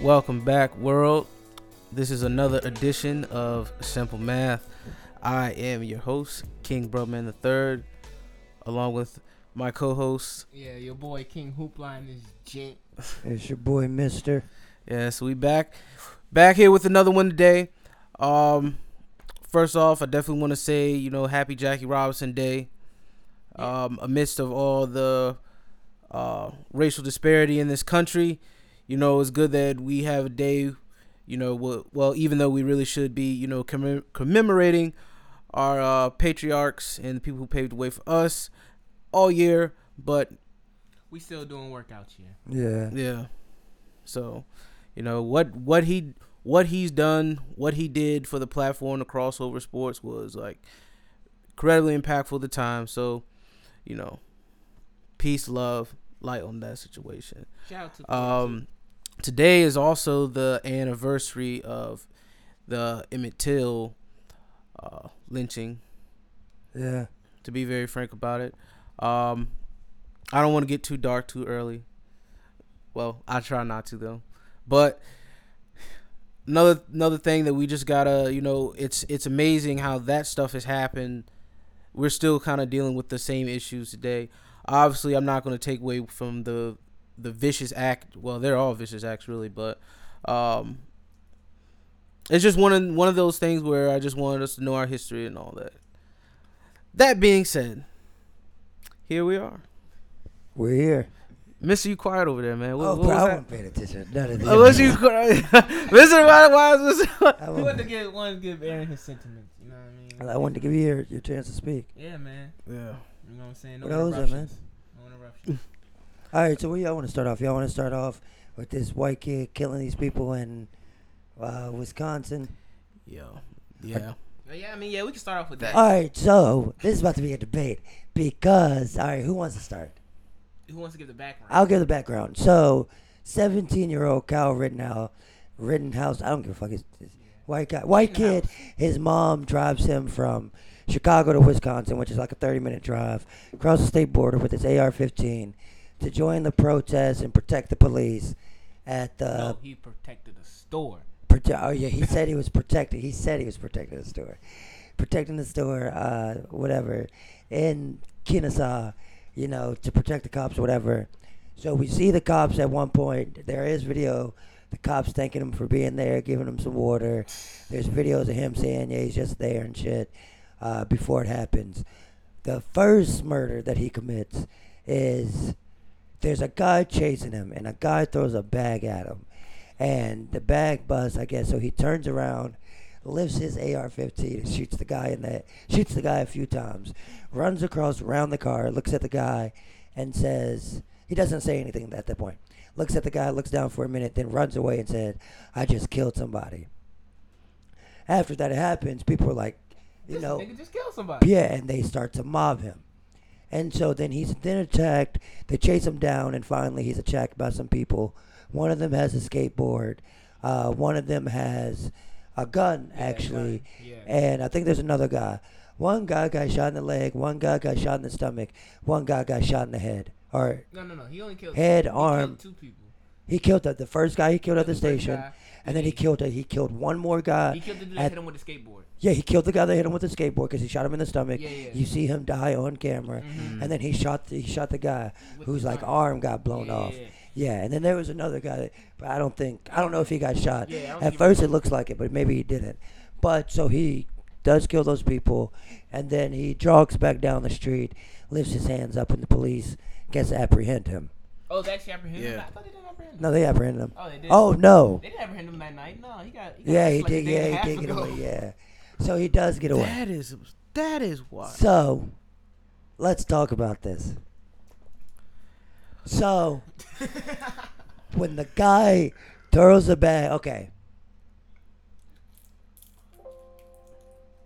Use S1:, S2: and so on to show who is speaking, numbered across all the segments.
S1: Welcome back, world. This is another edition of Simple Math. I am your host, King Brumman III, along with my co-host.
S2: Yeah, your boy King Hoopline is gent.
S3: It's your boy, Mister.
S1: Yeah, so we back, back here with another one today. Um, first off, I definitely want to say, you know, Happy Jackie Robinson Day. Um, amidst of all the uh, racial disparity in this country, you know, it's good that we have a day, you know, well, well even though we really should be, you know, commem- commemorating our uh, patriarchs and the people who paved the way for us all year, but
S2: We still doing workouts here.
S3: Yeah.
S1: yeah. So, you know what what he what he's done, what he did for the platform, the crossover sports was like incredibly impactful at the time. So, you know, peace, love, light on that situation.
S2: Shout out to
S1: Um, today is also the anniversary of the Emmett Till uh, lynching.
S3: Yeah.
S1: To be very frank about it, um, I don't want to get too dark too early. Well, I try not to though. But another another thing that we just gotta, you know, it's it's amazing how that stuff has happened. We're still kind of dealing with the same issues today. Obviously, I'm not going to take away from the the vicious act. Well, they're all vicious acts, really, but um, it's just one of one of those things where I just wanted us to know our history and all that. That being said, here we are.
S3: We're here.
S1: Mister, you quiet over there, man. What,
S3: oh,
S1: what
S3: bro,
S1: was
S3: I
S1: that?
S3: wasn't paying attention. to None of this.
S1: Unless you, Mister, why, why is this?
S3: I
S2: we wanted to
S3: wanted,
S2: give wanted to give Aaron his sentiments. You know what I mean?
S3: I wanted to give you your, your chance to speak.
S2: Yeah, man.
S1: Yeah.
S2: You know what I'm saying? No
S3: What else, man?
S2: interruptions. No interruptions.
S3: All right, so where y'all want to start off? Y'all want to start off with this white kid killing these people in uh, Wisconsin?
S1: Yo. Yeah.
S2: But yeah, I mean, yeah, we can start off with that.
S3: All right, so this is about to be a debate because, all right, who wants to start?
S2: Who wants to give the background?
S3: I'll give the background. So, 17 year old Kyle Rittenhouse, Rittenhouse, I don't give a fuck. It's, it's white guy, white kid. His mom drives him from Chicago to Wisconsin, which is like a 30 minute drive across the state border with his AR 15 to join the protests and protect the police at the.
S2: no, he protected the store.
S3: Prote- oh yeah, he said he was protected. He said he was protecting the store, protecting the store, uh, whatever, in Kennesaw, you know, to protect the cops, whatever. So we see the cops at one point. There is video. The cops thanking him for being there, giving him some water. There's videos of him saying, "Yeah, he's just there and shit." Uh, before it happens, the first murder that he commits is there's a guy chasing him, and a guy throws a bag at him and the bag busts, I guess. So he turns around, lifts his AR-15 and shoots the guy in the shoots the guy a few times, runs across around the car, looks at the guy, and says he doesn't say anything at that point. Looks at the guy, looks down for a minute, then runs away and said, "I just killed somebody." After that happens, people are like, you
S2: This
S3: know,
S2: nigga just killed somebody.
S3: yeah, and they start to mob him. And so then he's then attacked. They chase him down, and finally he's attacked by some people. One of them has a skateboard. Uh, one of them has a gun, actually.
S2: gun, yeah.
S3: And I think there's another guy. One guy got shot in the leg. One guy got shot in the stomach. One guy got shot in the head. Or
S2: No, no, no. He only killed
S3: Head,
S2: he killed
S3: arm.
S2: two people.
S3: he killed the, the first guy. He killed at the
S2: The first
S3: station,
S2: guy,
S3: and then he killed a, he killed one more guy.
S2: He killed the dude
S3: at-
S2: that hit him with the skateboard.
S3: Yeah, he killed the guy that hit him with the skateboard because he shot him in the stomach.
S2: Yeah, yeah.
S3: You see him die on camera, and then he shot the, he shot the guy
S2: With
S3: whose
S2: the
S3: like
S2: gun.
S3: arm got blown
S2: Yeah,
S3: off.
S2: yeah,
S3: Yeah,
S2: yeah.
S3: and then there was another guy, that, but I don't think I don't know if he got shot.
S2: Yeah, I don't think
S3: At
S2: he-
S3: first, it looks like it, but maybe he didn't. But so he does kill those people, and then he jogs back down the street, lifts his hands up, and the police gets to apprehend him.
S2: Oh, they actually apprehended him.
S1: Yeah.
S2: I thought they didn't apprehend him.
S3: No, they apprehend him.
S2: Oh, they did.
S3: Oh no!
S2: They didn't apprehend him that night. No, he got. He got
S3: Yeah,
S2: arrested
S3: he
S2: like a
S3: did.
S2: day and a
S3: Yeah,
S2: half
S3: he did get
S2: ago.
S3: away. Yeah, so he does get away.
S1: That is that is why.
S3: So, let's talk about this. So, when the guy throws a bag, okay.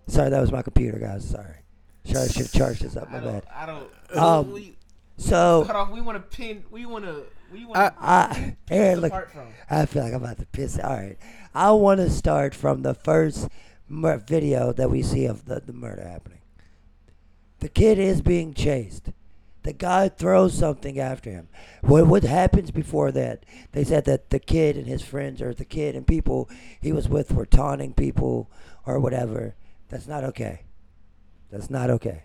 S3: Sorry, that was my computer, guys. Sorry. Should I should have charged this up.
S2: I
S3: My
S2: don't.
S3: bad.
S2: I don't.
S3: Um,
S2: we, cut
S3: So,
S2: off. We want to pin. We want to. We want to.
S3: I Aaron, look,
S2: Apart from.
S3: I feel like I'm about to piss. All right, I want to start from the first mur- video that we see of the, the murder happening. The kid is being chased. The guy throws something after him. What what happens before that? They said that the kid and his friends, or the kid and people he was with, were taunting people or whatever. That's not okay. That's not okay.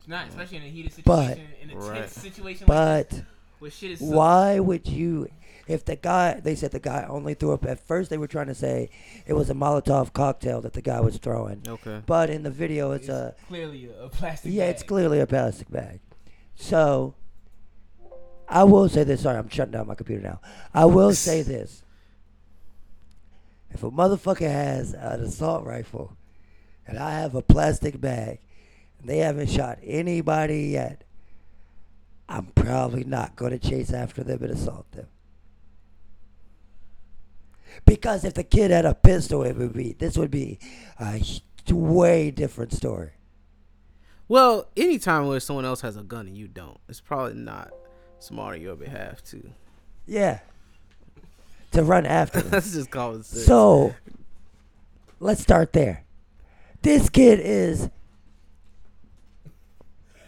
S2: It's not, especially in a heated situation,
S3: But-
S2: in a tense
S1: Right.
S2: situation. like,
S3: But
S2: where shit is so-
S3: why would you? If the guy, they said the guy only threw up. At first, they were trying to say it was a Molotov cocktail that the guy was throwing.
S1: Okay.
S3: But in the video, it's a
S2: clearly a, a plastic.
S3: yeah,
S2: bag.
S3: it's clearly a plastic bag. So I will say this. Sorry, I'm shutting down my computer now. I will say this. If a motherfucker has an assault rifle and I have a plastic bag and they haven't shot anybody yet, I'm probably not going to chase after them and assault them. Because if the kid had a pistol, it would be this would be a h- way different story.
S1: Well, anytime where someone else has a gun and you don't, it's probably not smart on your behalf to.
S3: Yeah. To run after them.
S1: That's just common sense.
S3: so, let's start there. This kid is.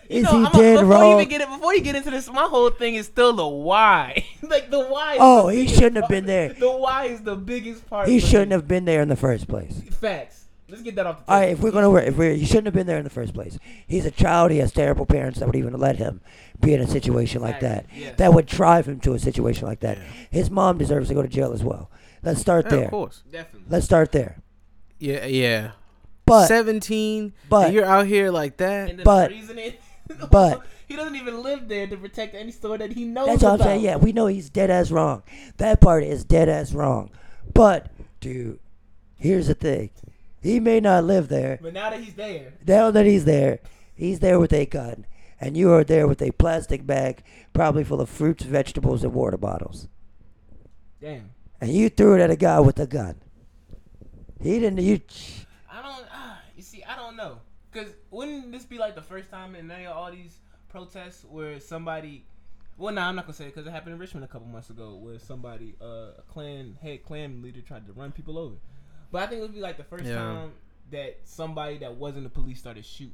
S2: You
S3: Is
S2: know,
S3: he
S2: I'm a-
S3: dead
S2: before You
S3: wrong?
S2: even get it, before you get into this, my whole thing is still the why. like the why. Is
S3: Oh,
S2: the
S3: he
S2: biggest
S3: shouldn't have
S2: part-
S3: been there.
S2: The why is the biggest part.
S3: He
S2: for
S3: shouldn't
S2: me.
S3: have been there in the first place.
S2: Facts. Let's get that off the.
S3: All right,
S2: table.
S3: if we're gonna work, if we're, he shouldn't have been there in the first place. He's a child. He has terrible parents that would even let him be in a situation like that.
S2: Exactly, yes.
S3: That would drive him to a situation like that. His mom deserves to go to jail as well. Let's start
S1: yeah,
S3: there.
S1: of course.
S2: Definitely.
S3: Let's start there.
S1: Yeah, yeah.
S3: But
S1: Seventeen,
S3: but-
S1: and you're out here like that.
S2: And then
S3: but-
S2: the reason it,
S3: but-
S2: he doesn't even live there to protect any store that he knows.
S3: That's what I'm
S2: about.
S3: saying. Yeah, we know he's dead ass wrong. That part is dead ass wrong. But, dude, here's the thing. He may not live there.
S2: But now that he's there,
S3: Now that he's there, he's there with a gun. And you are there with a plastic bag, probably full of fruits, vegetables, and water bottles.
S2: damn.
S3: And you threw it at a guy with a gun. He didn't. You.
S2: I don't. Uh, you see, I don't know. Cause wouldn't this be like the first time in any of all these protests where somebody? Well, nah, I'm not gonna say it because it happened in Richmond a couple months ago where somebody, uh, a Klan head Klan leader tried to run people over. But I think it would be like the first
S1: Yeah.
S2: time that somebody that wasn't the police started shooting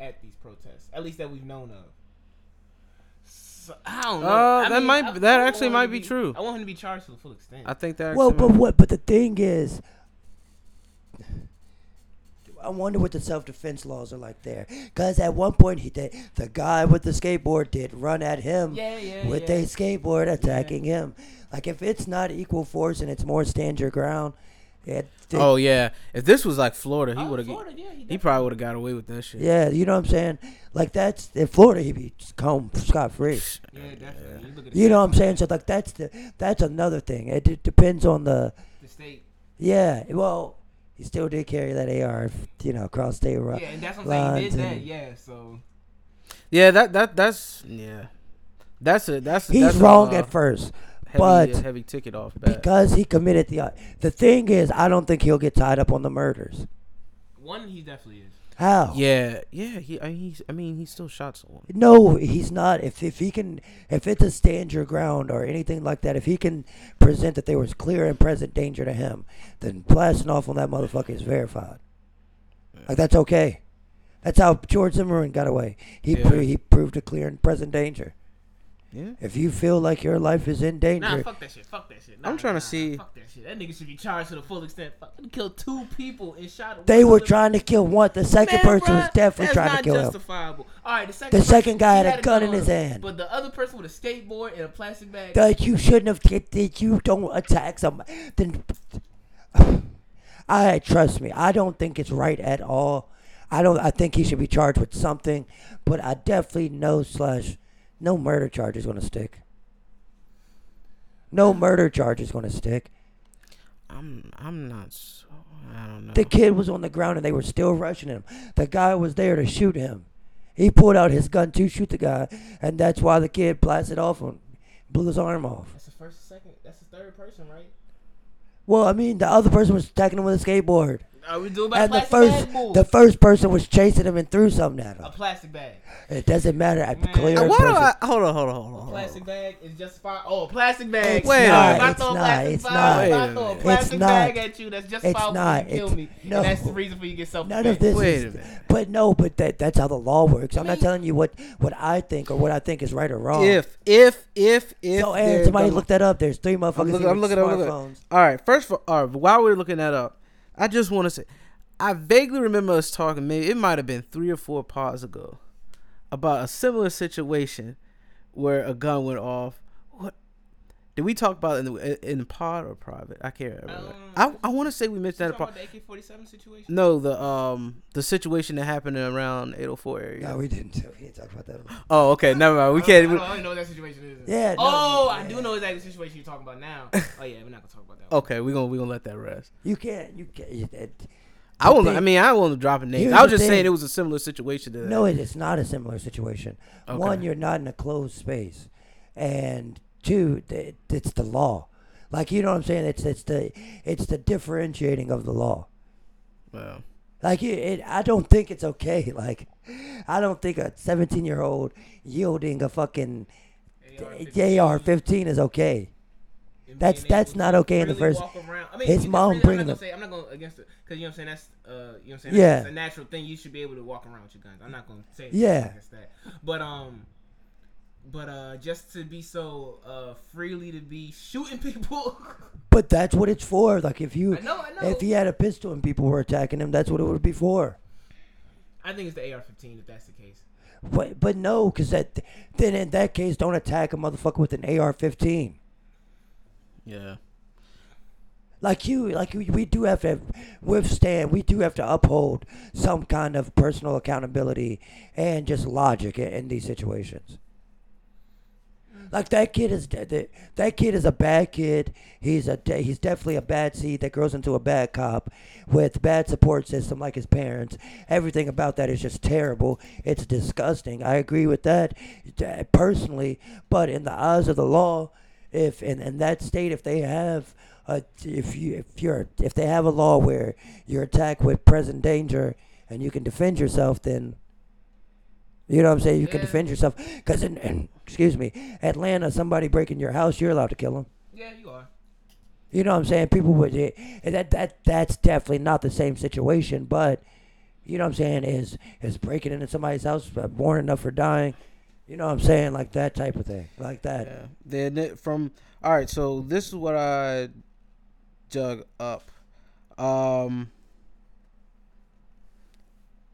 S2: at these protests. At least that we've known of. So, I don't know.
S1: Uh,
S2: I
S1: that might-
S2: I-
S1: that
S2: I want
S1: actually
S2: him
S1: might
S2: to
S1: be true.
S2: I want him to be charged to the full extent.
S1: I think that.
S3: Well,
S1: actually
S3: but what? But the thing is, I wonder what the self defense laws are like there. Because at one point, he did, the guy with the skateboard did run at him
S2: Yeah, yeah,
S3: with
S2: yeah.
S3: a skateboard, attacking him. Like if it's not equal force and it's more stand your ground, it, it-
S1: oh yeah, if this was like Florida, he
S2: Oh,
S1: would have.
S2: Florida, yeah, he
S1: he
S2: definitely-
S1: probably would have got away with that shit.
S3: yeah, you know what I'm saying. Like that's in Florida, he'd be home scot free.
S2: yeah, definitely. You look at
S3: You know what I'm saying? So like that's the that's another thing. It, it depends on the
S2: the state.
S3: Yeah, well, he still did carry that AR, you know, cross state ri-
S2: Yeah, and that's what I'm saying. He
S3: lines
S2: did that,
S3: and-
S2: yeah. So
S1: Yeah, that that that's yeah, that's a that's
S3: He's
S1: that's a,
S3: wrong
S1: uh,
S3: at first,
S1: heavy,
S3: but
S1: a heavy ticket off bat.
S3: because he committed the uh, the thing is, I don't think he'll get tied up on the murders.
S2: one, he definitely is.
S3: How?
S1: yeah, yeah. He I, he I mean he still shot someone.
S3: No, he's not. If if he can, if it's a stand your ground or anything like that, if he can present that there was clear and present danger to him, then blasting off on that motherfucker is verified. Like that's okay. That's how George Zimmerman got away. He
S1: Yeah.
S3: pre- he proved a clear and present danger.
S1: Yeah.
S3: If you feel like your life is in
S2: Nah,
S3: danger,
S2: fuck that shit. Fuck that shit.
S1: I'm
S2: Nah,
S1: tryna
S2: nah,
S1: see-
S2: Nah, fuck that shit. That nigga should be charged to the full extent. Fucking killed two people and shot.
S3: they
S2: one
S3: were
S2: of the-
S3: trying to kill one. The second
S2: Man,
S3: person
S2: bruh,
S3: was
S2: that's
S3: definitely trying to
S2: not
S3: kill him.
S2: justifiable. All right, the second
S3: The second guy
S2: he
S3: had a gun in
S2: on
S3: his
S2: him,
S3: hand.
S2: but the other person with a skateboard and a plastic bag.
S3: That you shouldn't have did. That you don't attack somebody. Then, I trust me. I don't think it's right at all. I don't. I think he should be charged with something, but I definitely know slash no murder charge is going to stick. No murder charge is going to stick.
S1: I'm I'm not. So, I don't know.
S3: The kid was on the ground and they were still rushing him. The guy was there to shoot him. He pulled out his gun to shoot the guy, and that's why the kid blasted off him, blew his arm off.
S2: That's the first, second. That's the third person, right?
S3: Well, I mean, the other person was attacking him with a skateboard.
S2: Are we doing about
S3: And the
S2: plastic
S3: first,
S2: bag rules?
S3: the first person was chasing him and threw something at
S2: a
S3: him.
S2: plastic bag.
S3: It doesn't matter. I'm
S2: Man.
S3: clear.
S1: Uh,
S3: and
S1: Why do
S3: present.
S1: I hold on, hold on, hold on,
S2: A
S1: hold on.
S2: plastic bag is justified. Oh, a plastic bag.
S1: It's Wait a not, minute.
S2: If I
S1: it's
S2: throw a
S3: not,
S2: plastic
S3: it's
S2: bag-
S3: not.
S2: If I
S1: Wait a
S2: throw a
S1: minute.
S2: plastic
S3: It's
S2: bag
S3: not.
S2: at you, that's
S3: It's
S2: justified.
S3: not.
S2: You kill
S3: It's-
S2: me.
S3: no.
S2: And that's the reason for you get self.
S3: None of this
S1: Wait a
S3: is.
S1: minute.
S3: But no, but that that's how the law works. I'm
S2: mean-
S3: not telling you what what I think or what I think is right or wrong.
S1: If if if if
S3: so, Aaron,
S1: there's
S3: somebody
S1: no-
S3: look that up. There's three motherfuckers
S1: I'm looking,
S3: here
S1: I'm
S3: with
S1: looking, I'm looking.
S3: smartphones.
S1: All right, first of all, all right, but while we're looking that up, I just want to say, I vaguely remember us talking. Maybe it might have been three or four pods ago about a similar situation where a gun went off. What did we talk about in the in the pod or private? I can't remember.
S2: Um,
S1: I I want to say we mentioned that. in
S2: Talking
S1: Pod.
S2: about the AK-47 situation.
S1: No, the um the situation that happened around 804 area.
S3: No, we didn't. We didn't talk about that.
S1: Oh, okay, never mind. We can't.
S2: I
S1: we-
S2: don't, I don't know what that situation is.
S3: Yeah, no,
S2: oh, I
S3: yeah.
S2: do know exactly the situation you're talking about now. Oh yeah, we're not gonna talk about that. One.
S1: okay, we're gonna we're gonna let that rest.
S3: You can't. You can't. you- it-
S1: I won't.
S3: thing-
S1: I mean, I won't drop a name.
S3: Here's
S1: I was
S3: the
S1: just saying
S3: thing.
S1: it was a similar situation to that.
S3: No, it is not a similar situation.
S1: Okay.
S3: One, you're not in a closed space, and two, th- it's the law. Like you know what I'm saying? It's it's the it's the differentiating of the law.
S1: Well,
S3: Like it, it, I don't think it's okay. Like, I don't think a 17 year old yielding a fucking AR-15 is okay.
S2: And
S3: That's-
S2: being able
S3: that's
S2: to
S3: not okay in the
S2: really
S3: first-
S2: walk around. I mean,
S3: his
S2: you-
S3: mom
S2: really-
S3: bringing
S2: I'm not
S3: them.
S2: gonna say I'm not going against it because you know what I'm saying. That's uh, you know what I'm saying.
S3: Yeah.
S2: That's a natural thing. You should be able to walk around with your guns. I'm not gonna say anything
S3: Yeah.
S2: against that. But um, but uh, just to be so uh freely to be shooting people.
S3: But that's what it's for. Like if you,
S2: I know, I know.
S3: if he had a pistol and people were attacking him, that's what it would be for.
S2: I think it's the AR-15 if that's the case.
S3: But but no, because that then in that case, don't attack a motherfucker with an AR-15.
S1: yeah.
S3: Like you, like we, we do have to withstand. We do have to uphold some kind of personal accountability and just logic in, in these situations. Like that kid is de- that, that kid is a bad kid. He's a de- he's definitely a bad seed that grows into a bad cop with bad support system like his parents. Everything about that is just terrible. It's disgusting. I agree with that uh, personally, but in the eyes of the law, if in, in that state if they have a, if you if you're if they have a law where you're attacked with present danger and you can defend yourself then you know what I'm saying? You can
S2: Yeah.
S3: defend yourself. Because in, in, excuse me, Atlanta, somebody breaking your house, you're allowed to kill them.
S2: Yeah, you are.
S3: You know what I'm saying? People would eh, and that that that's definitely not the same situation, but you know what I'm saying is is breaking into somebody's house, uh, warning up for dying. You know what I'm saying? Like that type of thing, like that.
S1: Yeah. Then it from all right. So this is what I dug up. Um,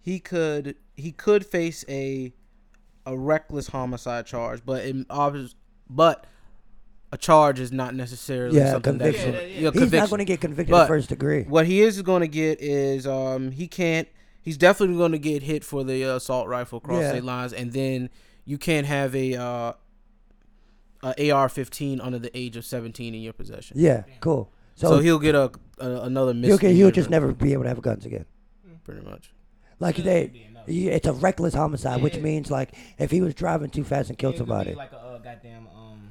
S1: he could he could face a a reckless homicide charge, but in obvious, but a charge is not necessarily
S3: Yeah,
S1: something
S3: conviction.
S1: that
S2: Yeah, yeah, yeah.
S1: yeah,
S3: He's
S1: conviction.
S3: not going to get convicted
S1: But-
S3: of first degree.
S1: What he is going to get is um he can't. He's definitely going to get hit for the uh, assault rifle cross
S3: Yeah.
S1: state lines, and then you can't have a uh a AR-15 under the age of 17 in your possession.
S3: Yeah, cool.
S1: So,
S3: So,
S1: he'll get a, a another
S3: he'll,
S1: misdemeanor.
S3: get, he'll just never be able to have guns again.
S1: pretty much.
S3: Like
S2: Yeah,
S3: they,
S2: it'd be enough.
S3: you- it's a reckless homicide, which
S2: Yeah.
S3: means like if he was driving too fast and killed
S2: It could be
S3: somebody,
S2: Like a uh, goddamn um.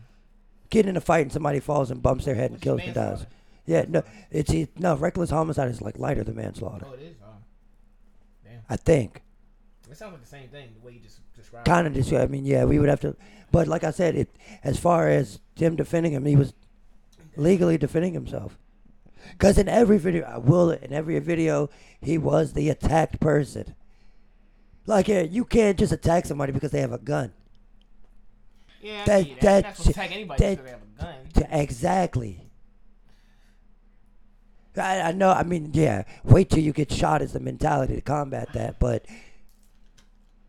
S3: get in a fight and somebody falls and bumps their head and
S2: what's
S3: kills and dies.
S2: manslaughter?
S3: Yeah, no, it's it, no reckless homicide is like lighter than manslaughter.
S2: Oh, it is. Oh. Damn.
S3: I think.
S2: It sounds like the same thing the way you just described. it.
S3: Kind of just. I mean, yeah, we would have to. But like I said, it as far as Tim defending him, he was legally defending himself. Because in every video, I will. In every video, he was the attacked person. Like yeah, you can't just attack somebody because they have a gun.
S2: Yeah, I
S3: That-
S2: see that, that,
S3: that
S2: that's
S3: shit-
S2: attack anybody
S3: that-
S2: because they have a gun.
S3: T- Exactly. I, I know. I mean, yeah. Wait till you get shot is the mentality to combat that. But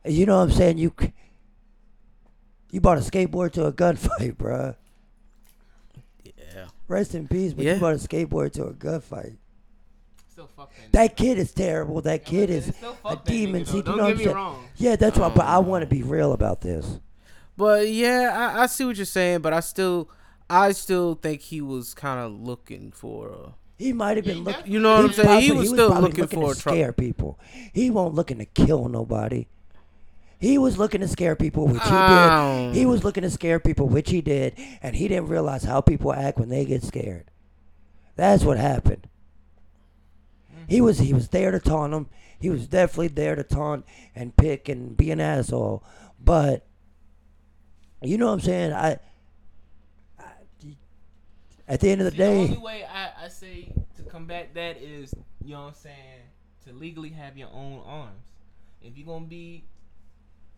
S3: you know what I'm saying? You c- you bought a skateboard to a gunfight, bruh.
S1: Yeah.
S3: Rest in peace. But
S1: Yeah.
S3: you bought a skateboard to a gunfight.
S2: Still fuck that.
S3: That kid is terrible. That kid
S2: nigga.
S3: is
S2: It's still
S3: a
S2: fuck that
S3: demon.
S2: nigga,
S3: See,
S2: though.
S3: you
S2: Don't
S3: know
S2: get me
S3: what I'm saying?
S2: wrong.
S3: Yeah, that's why. But I
S1: Oh.
S3: want to be real about this.
S1: But yeah, I, I see what you're saying, but I still I still think he was kind of looking for uh,
S3: He might have been
S2: Yeah,
S3: looking.
S1: You know what I'm
S3: He
S1: saying?
S3: probably-
S1: he was still
S3: probably
S1: looking, for a
S3: to
S1: truck.
S3: scare people. He won't looking to kill nobody. He was looking to scare people, which he
S1: Oh.
S3: did. He was looking to scare people, which he did, and he didn't realize how people act when they get scared. That's what happened. He was he was there to taunt him. He was definitely there to taunt and pick and be an asshole. But you know what I'm saying? I, I at the end of the
S2: See,
S3: day,
S2: only way I, I say to combat that is, you know what I'm saying, to legally have your own arms. If you're going to be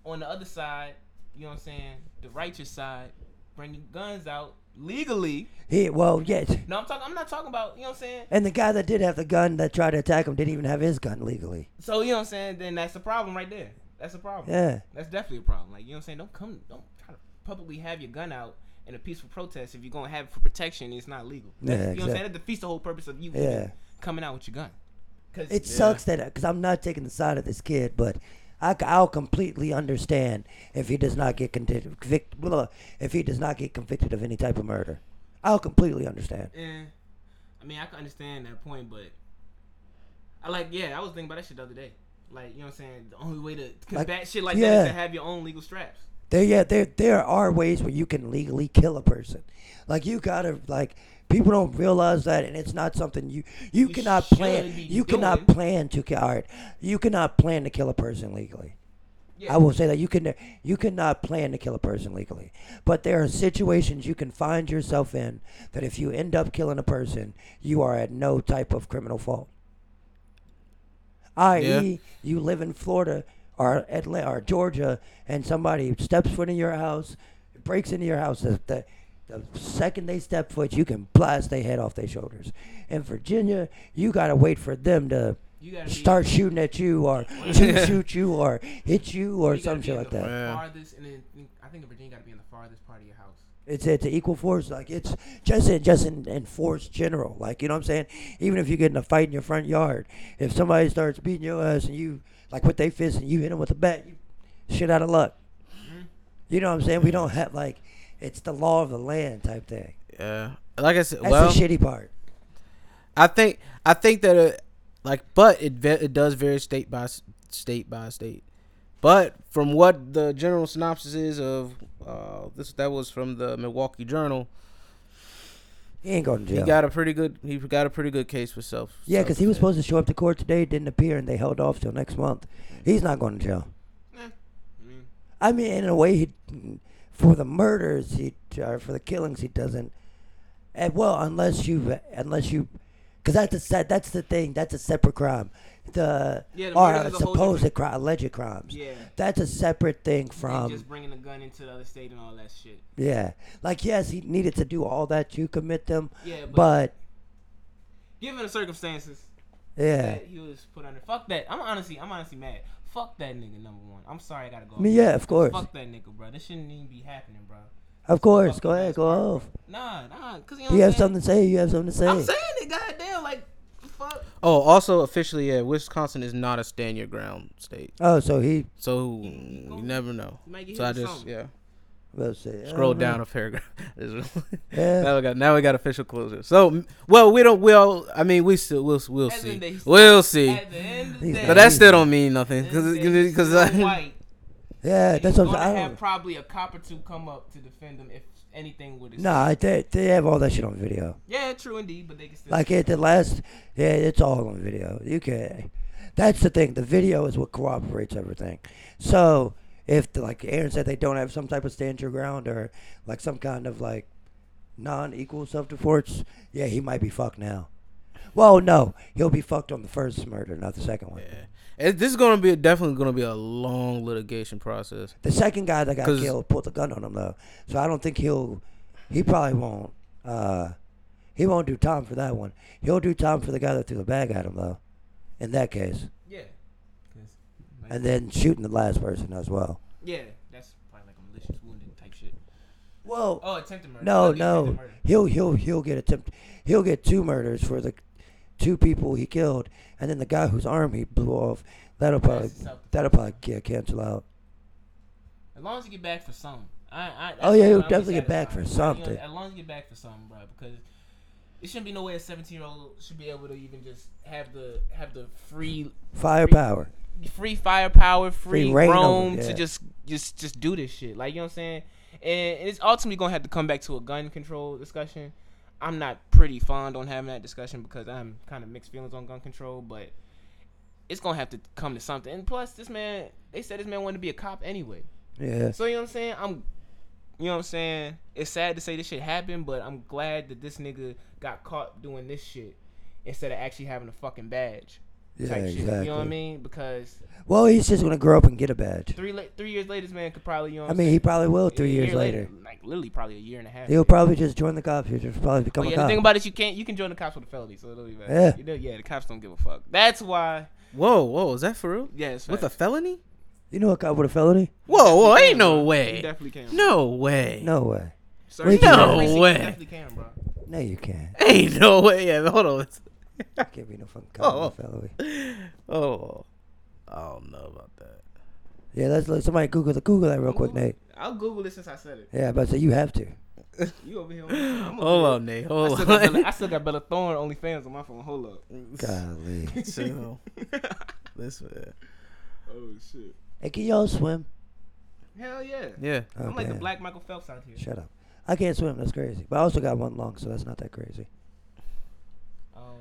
S2: on the other side, you know what I'm saying, the righteous side, bring your guns out legally.
S3: he well yeah.
S2: No, I'm talking I'm not talking about, you know what I'm saying?
S3: And the guy that did have the gun that tried to attack him didn't even have his gun legally.
S2: So, you know what I'm saying, then that's a problem right there. That's a problem.
S3: Yeah.
S2: That's definitely a problem. Like, you know what I'm saying? Don't come don't try to publicly have your gun out in a peaceful protest if you're going to have it for protection, it's not legal.
S3: Yeah,
S2: you know what I'm
S3: exact-
S2: saying? That defeats the whole purpose of you
S3: Yeah.
S2: coming out with your gun. 'Cause-
S3: It sucks that because I'm not taking the side of this kid, but I, will completely understand if he does not get convicted. Convict, blah, if he does not get convicted of any type of murder, I'll completely understand.
S2: Eh, I mean, I can understand that point, but I like, yeah, I was thinking about that shit the other day. Like, you know what I'm saying? The only way to combat shit like that is
S3: yeah.
S2: to have your own legal straps.
S3: There, yeah, there, there are ways where you can legally kill a person. Like you gotta, like people don't realize that, and it's not something you
S2: You
S3: you, cannot
S2: should
S3: plan.
S2: be
S3: You cannot
S2: doing.
S3: plan to kill. All right, you cannot plan to kill a person legally.
S2: Yeah.
S3: I will say that you can you cannot plan to kill a person legally, but there are situations you can find yourself in that if you end up killing a person, you are at no type of criminal fault. I.e.,
S1: Yeah.
S3: you live in Florida or Atlanta or Georgia, and somebody steps foot in your house, breaks into your house. The, the, the second they step foot, you can blast their head off their shoulders. In Virginia, you gotta wait for them to
S2: You gotta be-
S3: start shooting at you or shoot, shoot you or hit you or
S2: You gotta
S3: some
S2: be
S3: shit
S2: in
S3: like
S2: the
S3: that.
S1: Yeah.
S2: Farthest, and then I think in Virginia got to be in the farthest part of your house.
S3: It's it's to equal force. Like it's just in just in, in force general. Like you know what I'm saying. Even if you get in a fight in your front yard, if somebody starts beating your ass and you like with their fist and you hit them with a bat, you shit out of luck.
S2: Mm-hmm.
S3: You know what I'm saying? We don't have like it's the law of the land type thing.
S1: Yeah. Like I said,
S3: That's
S1: well,
S3: the shitty part.
S1: I think I think that uh like, but it ve- it does vary state by s- state by state. But from what the general synopsis is of uh, this, that was from the Milwaukee Journal.
S3: He ain't going to
S1: He
S3: jail.
S1: got a pretty good. He got a pretty good case for self.
S3: yeah, because he was supposed to show up to court today, didn't appear, and they held off till next month. He's not going to jail.
S2: Eh, I mean,
S3: I mean, in a way, he, for the murders, he or for the killings, he doesn't. And well, unless you, unless you, because that's a se- that's the thing. That's a separate crime. The,
S2: Yeah, the
S3: or
S2: murders is a whole
S3: supposed
S2: different-
S3: crime, alleged crimes.
S2: Yeah.
S3: That's a separate thing
S2: and
S3: from
S2: just bringing a gun into the other state and all that shit.
S3: yeah. Like yes, he needed to do all that to commit them.
S2: Yeah, but-
S3: but,
S2: Given the circumstances
S3: yeah.
S2: that he was put under, fuck that. I'm honestly, I'm honestly mad. Fuck that nigga number one. I'm sorry I gotta go.
S3: I mean,
S2: off.
S3: yeah, of course,
S2: Fuck that nigga, bro. This shouldn't even be happening, bro.
S3: of course.
S2: fuck
S3: Go
S2: the
S3: ahead,
S2: best
S3: go
S2: part.
S3: off.
S2: Nah, nah, cause you know
S3: You
S2: what I'm
S3: have
S2: saying?
S3: something to say. You have something to say.
S2: I'm saying it, goddamn, like fuck.
S1: Oh, also officially, yeah, Wisconsin is not a stand your ground state,
S3: oh, so he.
S1: so you never know.
S2: You might get
S1: So
S2: hit
S1: I
S2: with
S1: just
S2: something.
S1: yeah
S3: Let's see.
S1: scroll
S3: Oh, no.
S1: down a paragraph.
S3: Yeah.
S1: now we got now we got official closure. So m- well, we don't. We'll I mean we still we'll we'll
S2: At the end of the
S1: see
S2: day,
S1: we'll see.
S2: At the end of the
S3: He's
S2: day,
S1: But that still don't mean nothing because
S2: white.
S3: Yeah, that's what I'm
S2: gonna
S3: saying. I don't-
S2: have probably a cop or two come up to defend him if anything would.
S3: No, nah, they they have all that shit on video.
S2: Yeah, true indeed, but they can still.
S3: Like at the last, yeah, it's all on video. You can. That's the thing. The video is what cooperates everything. So if the, like Aaron said, they don't have some type of stand your ground or like some kind of like non-equal self-defense, yeah, he might be fucked now. Well, no, he'll be fucked on the first murder, not the second one.
S1: It, this is gonna be definitely gonna be a long litigation process.
S3: The second guy that got
S1: 'Cause-
S3: killed pulled the gun on him though, so I don't think he'll. He probably won't. Uh, he won't do time for that one. He'll do time for the guy that threw the bag at him though, in that case,
S2: Yeah. 'Cause, like,
S3: and then shooting the last person as well.
S2: yeah, that's probably like a malicious wounded type shit.
S3: Well,
S2: Oh, attempted murder.
S3: no,
S2: That'd be attempted
S3: no,
S2: murder.
S3: he'll he'll he'll get attempt. He'll get two murders for the two people he killed, and then the guy whose arm he blew off. That'll probably
S2: That's self-defense.
S3: that'll probably get cancel out.
S2: As long as you get back for something. I, I,
S3: Oh,
S2: that's
S3: yeah, he'll
S2: what I'll be
S3: definitely get
S2: satisfied.
S3: back for
S2: Like, you know,
S3: something.
S2: as long as you get back for something, bro, because it shouldn't be no way a 17 year old should be able to even just have the have the free
S3: Firepower.
S2: free firepower, free,
S3: Free reign over-
S2: roam to
S3: yeah.
S2: just just just do this shit. Like you know what I'm saying? And it's ultimately gonna have to come back to a gun control discussion. I'm not pretty fond on having that discussion because I'm kind of mixed feelings on gun control, but it's gonna have to come to something. And plus, this man, they said this man wanted to be a cop anyway.
S3: Yeah.
S2: So you know what I'm saying? I'm, you know what I'm saying? It's sad to say this shit happened, but I'm glad that this nigga got caught doing this shit instead of actually having a fucking badge.
S3: Yeah,
S2: type shit.
S3: exactly.
S2: You know what I mean? Because
S3: Well, he's just gonna grow up and get a badge.
S2: three la- three years later, this man could probably you know. What
S3: I
S2: I'm
S3: mean, he
S2: saying?
S3: probably will
S2: A
S3: three
S2: year
S3: years later.
S2: like literally probably a year and a half.
S3: He'll
S2: later.
S3: probably just join the cops. He'll just probably
S2: Oh,
S3: become
S2: yeah,
S3: a
S2: the
S3: cop.
S2: thing about it, you can't. You can join the cops with a felony, so it don't even. matter.
S3: Yeah.
S2: You know, yeah, the cops don't give a fuck. That's why.
S1: Whoa, whoa, is that for real?
S2: Yeah, it's
S1: With a
S2: facts.
S1: felony?
S3: you know a cop with a felony?
S1: Whoa, whoa,
S2: Definitely
S1: ain't
S2: can,
S1: no
S2: bro. You
S1: way.
S2: definitely can.
S1: No way.
S3: No way.
S2: Sir,
S3: No
S2: you definitely- you
S1: way.
S2: Definitely can, bro.
S3: No, you can't.
S1: Ain't no way. Yeah, hold on.
S3: You can't be no fucking cop with a felony.
S1: Oh, I don't know about that.
S3: Yeah, let's let somebody Google the Google that real quick,
S2: Google-
S3: Nate.
S2: I'll Google it since I said it.
S3: Yeah, but so you have to.
S2: You over here? on- I'm over
S1: Hold
S2: here.
S1: on, Nate.
S2: I
S3: Oh.
S1: Hold
S2: still, got Bella, I
S1: on.
S2: still got Bella Thorne OnlyFans on my phone. Hold up.
S3: Golly.
S1: Chill. This uh, man.
S2: Oh shit.
S3: hey, can y'all swim?
S2: Hell yeah.
S1: Yeah.
S2: I'm like the
S3: Okay.
S2: black Michael Phelps out here.
S3: Shut up. I can't swim. That's crazy. But I also got one lung, so that's not that crazy.
S2: Um,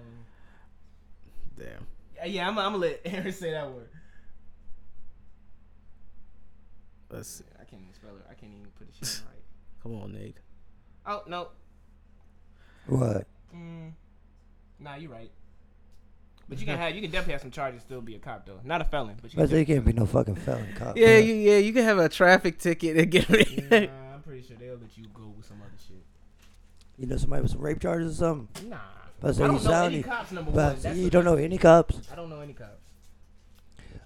S1: Damn.
S2: yeah, yeah, I'm, I'm gonna let Aaron say that word.
S1: Let's see.
S2: I can't even spell it. I can't even put the shit right.
S1: Come on, Nate.
S2: Oh no.
S3: What?
S2: Mm, nah, you're right. But you can have you can definitely have some charges. Still be a cop though. Not a felon, but you can.
S3: But you
S2: definitely-
S3: can't be no fucking felon cop.
S1: Yeah, you, yeah, you can have a traffic ticket and get rid.
S2: Nah, I'm pretty sure they'll let you go with some other shit.
S3: You know somebody with some rape charges or something?
S2: Nah.
S3: But so
S2: I
S3: you
S2: don't know
S3: sound- e-
S2: any cops. Number one.
S3: But
S2: That's
S3: you
S2: the
S3: don't
S2: thing.
S3: know any cops.
S2: I don't know any cops.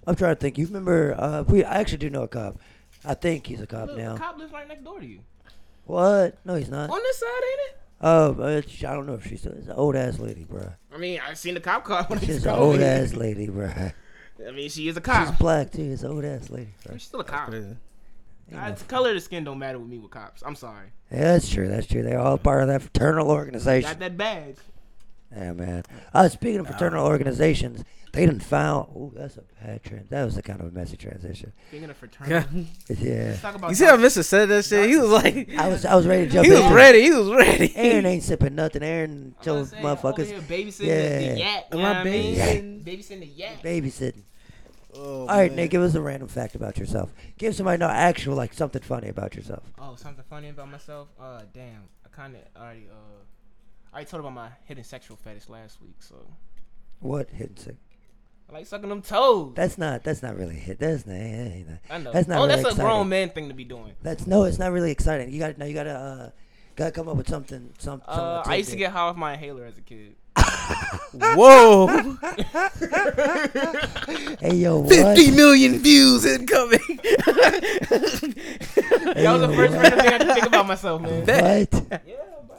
S3: I'm trying to think. You remember? Uh, we I actually do know a cop. I think he's a cop
S2: Look,
S3: now.
S2: the cop lives right next door to you.
S3: What? No, he's not.
S2: On this side, ain't it?
S3: Oh, but she- I don't know if she's still. It's an old ass lady, bruh.
S2: I mean, I've seen the cop car. When
S3: She's
S2: he's
S3: an old ass lady, bruh.
S2: I mean, she is a
S3: She's
S2: cop.
S3: black too. It's an old ass lady.
S2: I mean,
S3: Bruh.
S2: She's still a cop.
S1: Crazy.
S3: Ain't
S2: Uh,
S3: no-
S2: it's color of the skin don't matter with me with cops. I'm sorry.
S3: Yeah, that's true. That's true. They're all part of that fraternal
S2: Got
S3: organization.
S2: that badge.
S3: Yeah, man. Uh, speaking of fraternal organizations, they done found. Oh, that's a bad trend. That was a kind of a messy transition.
S2: Speaking of fraternal,
S1: Yeah.
S3: Yeah.
S2: let's talk about.
S1: You see how
S2: dark-
S1: Mister said that shit? He was like,
S3: I was I was ready to jump
S1: he was
S3: in.
S1: ready. He was ready.
S3: Aaron ain't sipping nothing. Aaron
S2: I'm about to
S3: told
S2: say, I'm over
S3: motherfuckers
S2: here Babysitting
S3: Yeah.
S2: the yak.
S1: Am
S2: You know
S1: I
S2: what I mean?
S1: babysitting?
S2: Babysitting the yak.
S3: babysitting.
S1: Oh,
S3: All right,
S1: man.
S3: Nick, give us a random fact about yourself. Give somebody no actual like something funny about yourself.
S2: Oh, something funny about myself. Uh, damn. I kind of already uh, I already told about my hidden sexual fetish last week. So
S3: What hidden sick?
S2: I like sucking them toes.
S3: That's not that's not really hit. That's not. that ain't that.
S2: I know.
S3: That's not
S2: oh,
S3: really
S2: that's a
S3: exciting.
S2: grown man thing to be doing.
S3: That's no, it's not really exciting. You got now you gotta uh, gotta come up with something. Some, something
S2: Uh,
S3: to
S2: I used to
S3: take
S2: get high off my inhaler as a kid.
S1: Whoa.
S3: it. Hey yo, what?
S1: 50 million views incoming.
S3: Hey,
S2: That was the
S3: yo,
S2: first
S3: what?
S2: random thing I could think about myself, man.
S3: What?
S2: yeah, bro.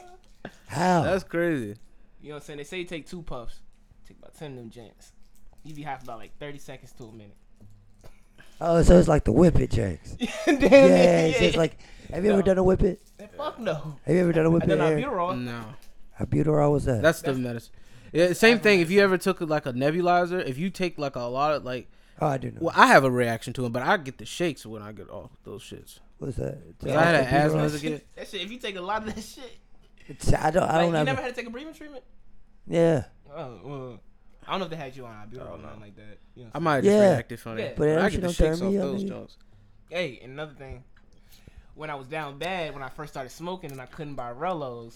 S3: How?
S1: That's crazy.
S2: You know what I'm saying? They say you take two puffs. Take about ten of them joints. You be high for about like thirty seconds to a minute.
S3: oh, so it's like the whip it jinx.
S2: Damn
S3: yeah,
S2: it,
S3: it's just like. Have you
S2: No.
S3: ever done a whip it?
S2: And fuck no.
S3: Have you ever done a whip
S2: I
S3: it?
S2: done
S3: Aaron?
S2: albuterol.
S1: No.
S3: How buterol was that?
S1: That's the medicine. Yeah, same
S2: the
S1: thing. If you ever took like a nebulizer, if you take like a lot of like,
S3: oh, I do know.
S1: well, I have a reaction to them, but I get the shakes when I get off those shits.
S3: What's that?
S1: Cause I had an
S3: Buterol?
S1: asthma as a kid.
S2: That shit. If you take a lot of that shit,
S3: It's- I don't. I
S2: like,
S3: don't
S2: you
S3: have.
S2: never had to take a breathing treatment.
S3: yeah,
S2: Oh, well, I don't know if they had you on albuterol
S1: Oh,
S2: or
S1: no.
S2: nothing like that. You know what
S1: I
S2: I'm
S1: might have just
S3: Yeah.
S1: reacted from
S2: Yeah.
S1: it,
S2: But
S1: but
S3: that
S1: I get
S3: shit
S1: the
S3: don't turn
S1: shakes off
S3: me up,
S1: those
S3: nigga.
S1: joints.
S2: saying? Hey, and another thing. When I was down bad, when I first started smoking and I couldn't buy Rellos,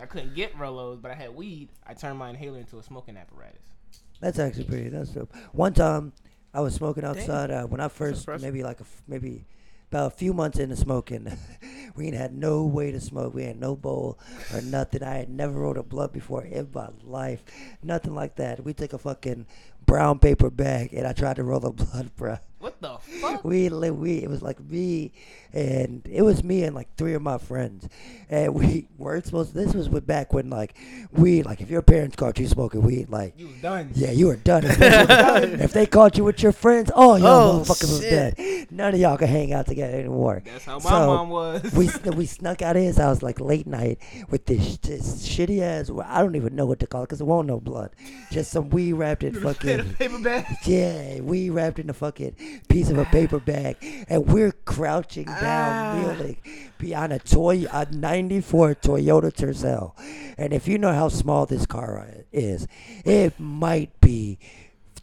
S2: I couldn't get Rellos, but I had weed. I turned my inhaler into a smoking apparatus.
S3: that's actually pretty. That's dope. One time, I was smoking outside uh, when I first
S1: impressive.
S3: maybe like a, f- maybe about a few months into smoking. we ain't had no way to smoke. We had no bowl or nothing. I had never rolled a blunt before in my life. Nothing like that. We took a fucking brown paper bag and I tried to roll a blunt, bruh.
S2: What the fuck?
S3: we li- we it was like me and it was me and like three of my friends and we weren't supposed this was with back when like we like if your parents caught you smoking weed like
S2: You was done.
S3: yeah you were done Especially if they caught you with your friends oh y'all
S1: Oh,
S3: motherfuckers was
S1: shit.
S3: dead none of y'all could hang out together anymore
S2: That's how my
S3: So,
S2: mom was.
S3: we sn- we snuck out of his house like late night with this, this shitty ass I don't even know what to call it because it won't no blood just some weed wrapped in
S2: Had a
S3: fucking
S2: paper bag.
S3: yeah, we wrapped in the fucking piece of a paper bag, and we're crouching down, kneeling behind a toy a '94 Toyota Tercel. And if you know how small this car is, it might be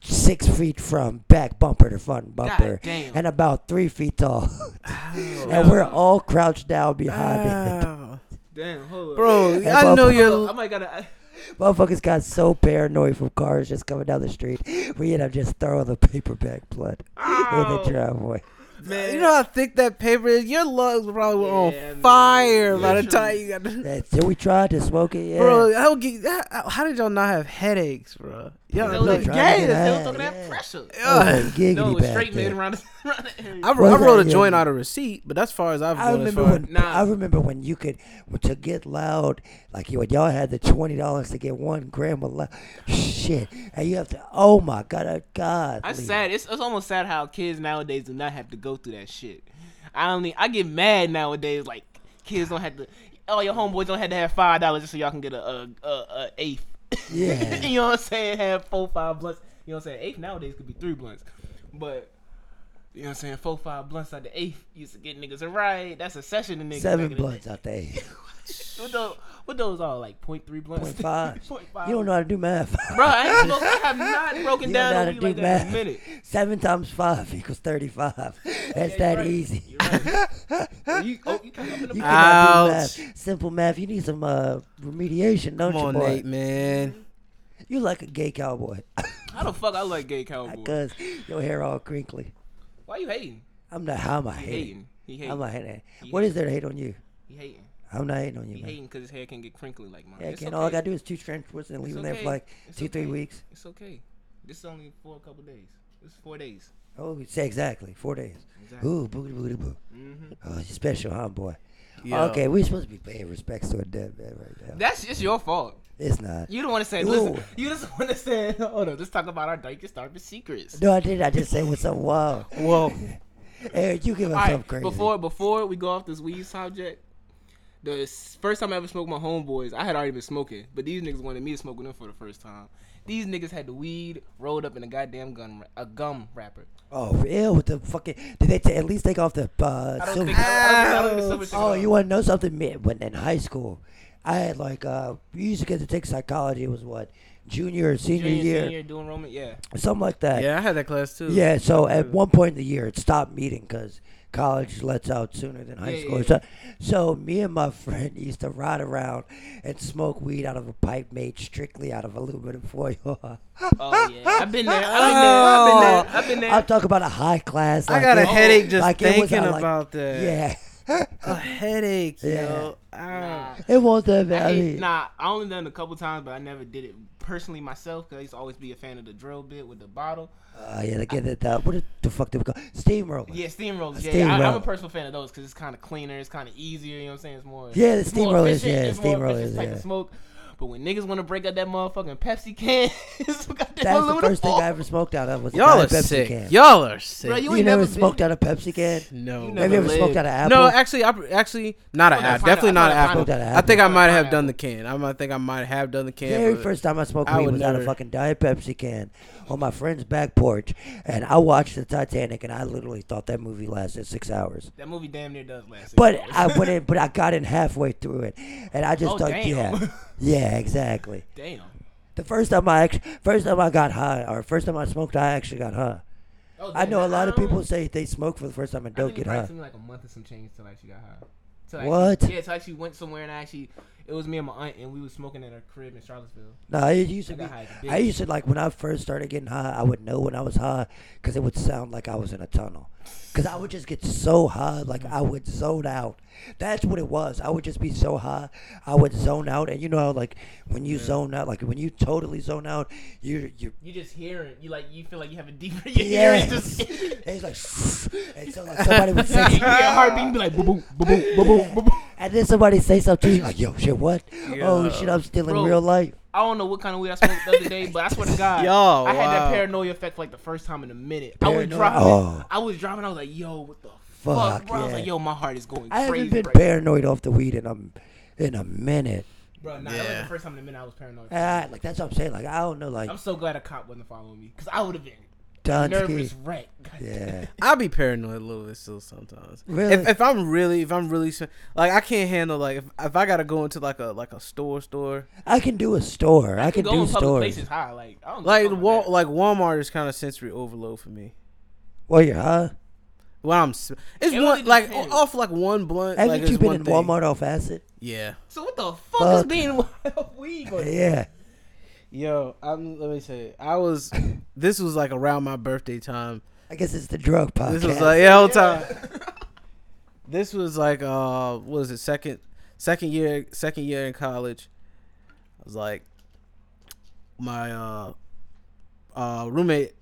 S3: six feet from back bumper to front bumper,
S2: damn.
S3: and about three feet tall. and we're all crouched down behind it.
S1: Ow.
S2: Damn, hold up.
S1: Bro,
S3: Hey,
S1: I know
S3: motherfucker.
S2: Hold up, I
S1: you're.
S2: might gotta. uh,
S3: Motherfuckers got so paranoid from cars just coming down the street, we end up just throwing the paper bag blood in the driveway.
S2: Man,
S1: You know how thick that paper is. Your lungs probably were on
S2: Yeah, man.
S1: fire by the
S2: Literally.
S1: time you got. To,
S3: That's it. We tried to smoke it, yeah.
S1: Bro, how, get, how, how did y'all not have headaches, bro? Y'all,
S2: they was
S3: Yeah,
S1: no,
S3: like-
S2: like,
S3: trying to
S2: yeah,
S3: get
S2: they was
S3: high,
S2: talking that
S3: yeah.
S2: pressure.
S1: yeah.
S3: giggity
S2: No, it was
S3: back
S2: straight
S3: there.
S2: man around the, around the area.
S1: I,
S3: What
S1: wrote- I
S3: was
S1: wrote
S3: that
S1: a
S3: again?
S1: joint out of receipt, but that's far as I've
S3: I
S1: gone. as
S3: remember
S1: far-
S3: when
S2: Nah.
S3: I remember when you could to get loud, like you when y'all had the twenty dollars to get one gram of loud shit, and you have to. Oh my god, uh, god.
S2: That's sad. It's, it's almost sad how kids nowadays do not have to go through that shit. I only I get mad nowadays. Like kids don't have to. Oh, your homeboys don't have to have five dollars just so y'all can get a a, a, a eighth.
S3: Yeah.
S2: you know what I'm saying? Have four five blunts. You know what I'm saying? Eighth nowadays could be three blunts, but. You know what I'm saying? Four, five blunts out the eighth used to get niggas a ride. That's a session to niggas. back
S3: Seven
S2: in the
S3: blunts out there.
S2: day. What those, what those are? Like point three blunts?
S3: Point five.
S2: Point five.
S3: You don't know how to do math.
S2: Bro, I, ain't broke- I have not broken
S3: You
S2: down
S3: don't
S2: a
S3: know
S2: week like
S3: how to do
S2: that in a
S3: math.
S2: minute.
S3: Seven times five equals thirty-five. That's
S2: Yeah,
S3: that
S2: you're right.
S3: easy.
S2: You're right. Well, you, oh, you come up in the
S3: You cannot
S1: Ouch.
S3: do math. Simple math. You need some uh, remediation, don't
S1: Come on,
S3: you, boy?
S1: Nate, man.
S3: You like a gay cowboy
S2: How the fuck I like gay cowboy?
S3: because your hair all crinkly.
S2: Why you hating?
S3: I'm not. How am I
S2: He
S3: hating?
S2: hating. He hating.
S3: I'm not hating.
S2: He
S3: What
S2: hating.
S3: is there to hate on you?
S2: He hating.
S3: I'm not hating on you,
S2: He
S3: man.
S2: hating because his hair can get crinkly like mine.
S3: Yeah,
S2: It's
S3: can
S2: okay.
S3: all I gotta do is two strands twists and leave
S2: It's
S3: them there
S2: okay.
S3: for like
S2: It's
S3: two, three
S2: okay.
S3: weeks.
S2: It's okay. This is only for a couple days. It's four days.
S3: Oh, say exactly four days.
S2: Exactly.
S3: Ooh, booty, booty, boo.
S2: hmm
S3: Oh, you special, huh, boy?
S1: Yo.
S3: Okay, we're supposed to be paying respects to a dead man right now.
S2: That's just your fault.
S3: it's not.
S2: You don't want to say.
S3: Ooh.
S2: Listen, you just want to say. Hold on. Let's talk about our darkest, darkest secrets.
S3: No, I did. I just said what's up. Wow.
S1: Well,
S3: Eric, you give
S2: All
S3: us
S2: right,
S3: something crazy.
S2: before before we go off this weed subject, the s- first time I ever smoked my homeboys, I had already been smoking, but these niggas wanted me to smoke with them for the first time. These niggas had the weed rolled up in a goddamn gun ra- a gum wrapper.
S3: oh, real with the fucking. Did they ta- at least take off the
S2: I
S3: uh,
S2: don't
S3: silver?
S2: think. I don't, I don't think the silver shit
S3: Oh,
S2: was-
S3: you want to know something? Me- When in high school, I had like uh, we used to get to take psychology. It was what junior or senior,
S2: junior,
S3: year,
S2: senior doing Roman, yeah.
S3: something like that.
S1: yeah, I had that class too.
S3: Yeah, so at one point in the year, it stopped meeting because college lets out sooner than high
S2: Yeah,
S3: school.
S2: yeah,
S3: So, so me and my friend used to ride around and smoke weed out of a pipe made strictly out of aluminum foil.
S2: Oh yeah, I've been there. I've been there. I've been there.
S3: I'll
S2: I've been there.
S3: talk about a high class.
S1: I got a
S3: it-
S1: headache just
S3: like it was a,
S1: thinking
S3: like-
S1: about that.
S3: Yeah,
S1: a headache,
S3: Yeah.
S1: yo. Ah.
S2: Nah.
S3: it was a
S2: I
S3: I
S2: hate-
S3: mean,
S2: nah, I only done it a couple times, but I never did it personally myself because I used to always be a fan of the drill bit with the bottle.
S3: uh, yeah, to get it. Uh, what the fuck did we call steamroller?
S2: Yeah, steamrollers. Yeah,
S3: Steamroll.
S2: I, I'm a personal fan of those because it's kind of cleaner, it's kind of easier. You know what I'm saying? It's more.
S3: Yeah, the
S2: it's more
S3: steamrollers,
S2: efficient,
S3: yeah,
S2: it's more
S3: steamrollers,
S2: efficient type
S3: yeah.
S2: of smoke. But when niggas want to break out that motherfucking Pepsi can, it's some goddamn
S3: That's the
S2: aluminum
S3: first thing
S2: foil.
S3: I ever smoked out of was a
S1: Y'all
S3: giant
S1: are
S3: Pepsi
S1: sick.
S3: can.
S1: Y'all are sick.
S2: Bro, you
S3: you
S2: ain't
S3: never
S2: never been-
S3: smoked out a Pepsi can?
S1: no.
S2: You
S3: Have you
S2: Never
S3: ever smoked
S2: lived.
S3: out of apple?
S1: No, actually, I, actually, not an
S2: Oh,
S1: apple.
S2: no, pineapple,
S1: Definitely not an
S2: pineapple,
S1: apple.
S3: pineapple.
S1: I think I might have
S2: Pineapple.
S1: done the can. I'm- I think I might have done the can.
S3: very
S1: but-
S3: first time I smoked
S1: I
S3: weed
S1: would
S3: was out of
S1: never-
S3: fucking Diet Pepsi can on my friend's back porch, and I watched the Titanic, and I literally thought that movie lasted six hours.
S2: That movie damn near does last. six
S3: But
S2: hours.
S3: I went in, but I got in halfway through it, and I just
S2: Oh,
S3: thought,
S2: damn.
S3: yeah, yeah, exactly.
S2: damn.
S3: The first time I actually, first time I got high, or first time I smoked, I actually got high.
S2: Oh,
S3: I
S2: damn,
S3: know
S2: that-
S3: a lot of
S2: I don't-
S3: people say they smoke for the first time and
S2: I
S3: don't
S2: think it
S3: get
S2: probably
S3: high.
S2: took me like a month or some change till I actually got high. Till I
S3: What?
S2: Actually, yeah, till I actually went somewhere and I actually it was me and my aunt and we was smoking at her crib in Charlottesville.
S3: No, it used to
S2: I
S3: be.
S2: got high as a bitch.
S3: I used to like when I first started getting high. I would know when I was high because it would sound like I was in a tunnel. Because I would just get so high, like I would zone out. That's what it was. I would just be so high, I would zone out. And you know how, like, when you zone out, like when you totally zone out, you you
S2: You just hear it. You like you feel like you have a deeper. You hear
S3: yeah.
S2: it just. you hear
S3: And it's like, and so like somebody would say,
S2: a heartbeat and be like boo boo boo boo boo boo boo. boo.
S3: and then somebody say something to you, like, yo, shit, what? Oh
S1: Yeah.
S3: shit, I'm still in
S2: Bro.
S3: real life.
S2: I don't know what kind of weed I smoked the other day, but I swear to God,
S1: Yo,
S2: I had
S1: wow.
S2: that paranoia effect for like the first time in a minute. I was
S3: Paranoia?
S2: driving,
S3: Oh.
S2: I was driving, I was like, yo, what the fuck,
S3: Fuck,
S2: bro? I was
S3: yeah.
S2: like, yo, my heart is going crazy.
S3: I haven't been
S2: right
S3: paranoid off the weed in a in a minute.
S2: now. Bro, nah, that was
S1: Yeah.
S2: the first time in a minute I was paranoid.
S3: Ah, like that's what I'm saying. Like I don't know. Like
S2: I'm so glad a cop wasn't following me, cause I would have been
S3: Donsky.
S2: nervous wreck.
S3: Yeah.
S1: I'll be paranoid a little bit still sometimes.
S3: Really?
S1: If, if I'm really, if I'm really, se- like I can't handle like if, if I gotta go into like a like a store store,
S3: I can do a store. I can
S2: go
S3: do
S2: in public
S3: stores.
S2: places high. Like I don't
S1: like
S2: give a fuck about
S1: Wal
S2: that.
S1: like Walmart is kind of sensory overload for me.
S3: Well, you're huh?
S1: When I'm, s- it's
S2: It
S1: one
S2: really
S1: like
S2: depends.
S1: off like one blunt.
S3: Haven't
S1: like, it's
S3: you been
S1: one
S3: in
S1: thing.
S3: Walmart off acid?
S1: Yeah.
S2: So what the fuck, is
S3: Fuck.
S2: being wild weed? Going
S3: Yeah.
S1: Yo, I'm, let me say, I was. This was like around my birthday time.
S3: I guess it's the drug podcast.
S1: This was like yeah, whole time. This was like uh, what was it second second year second year in college. I was like, my uh, uh roommate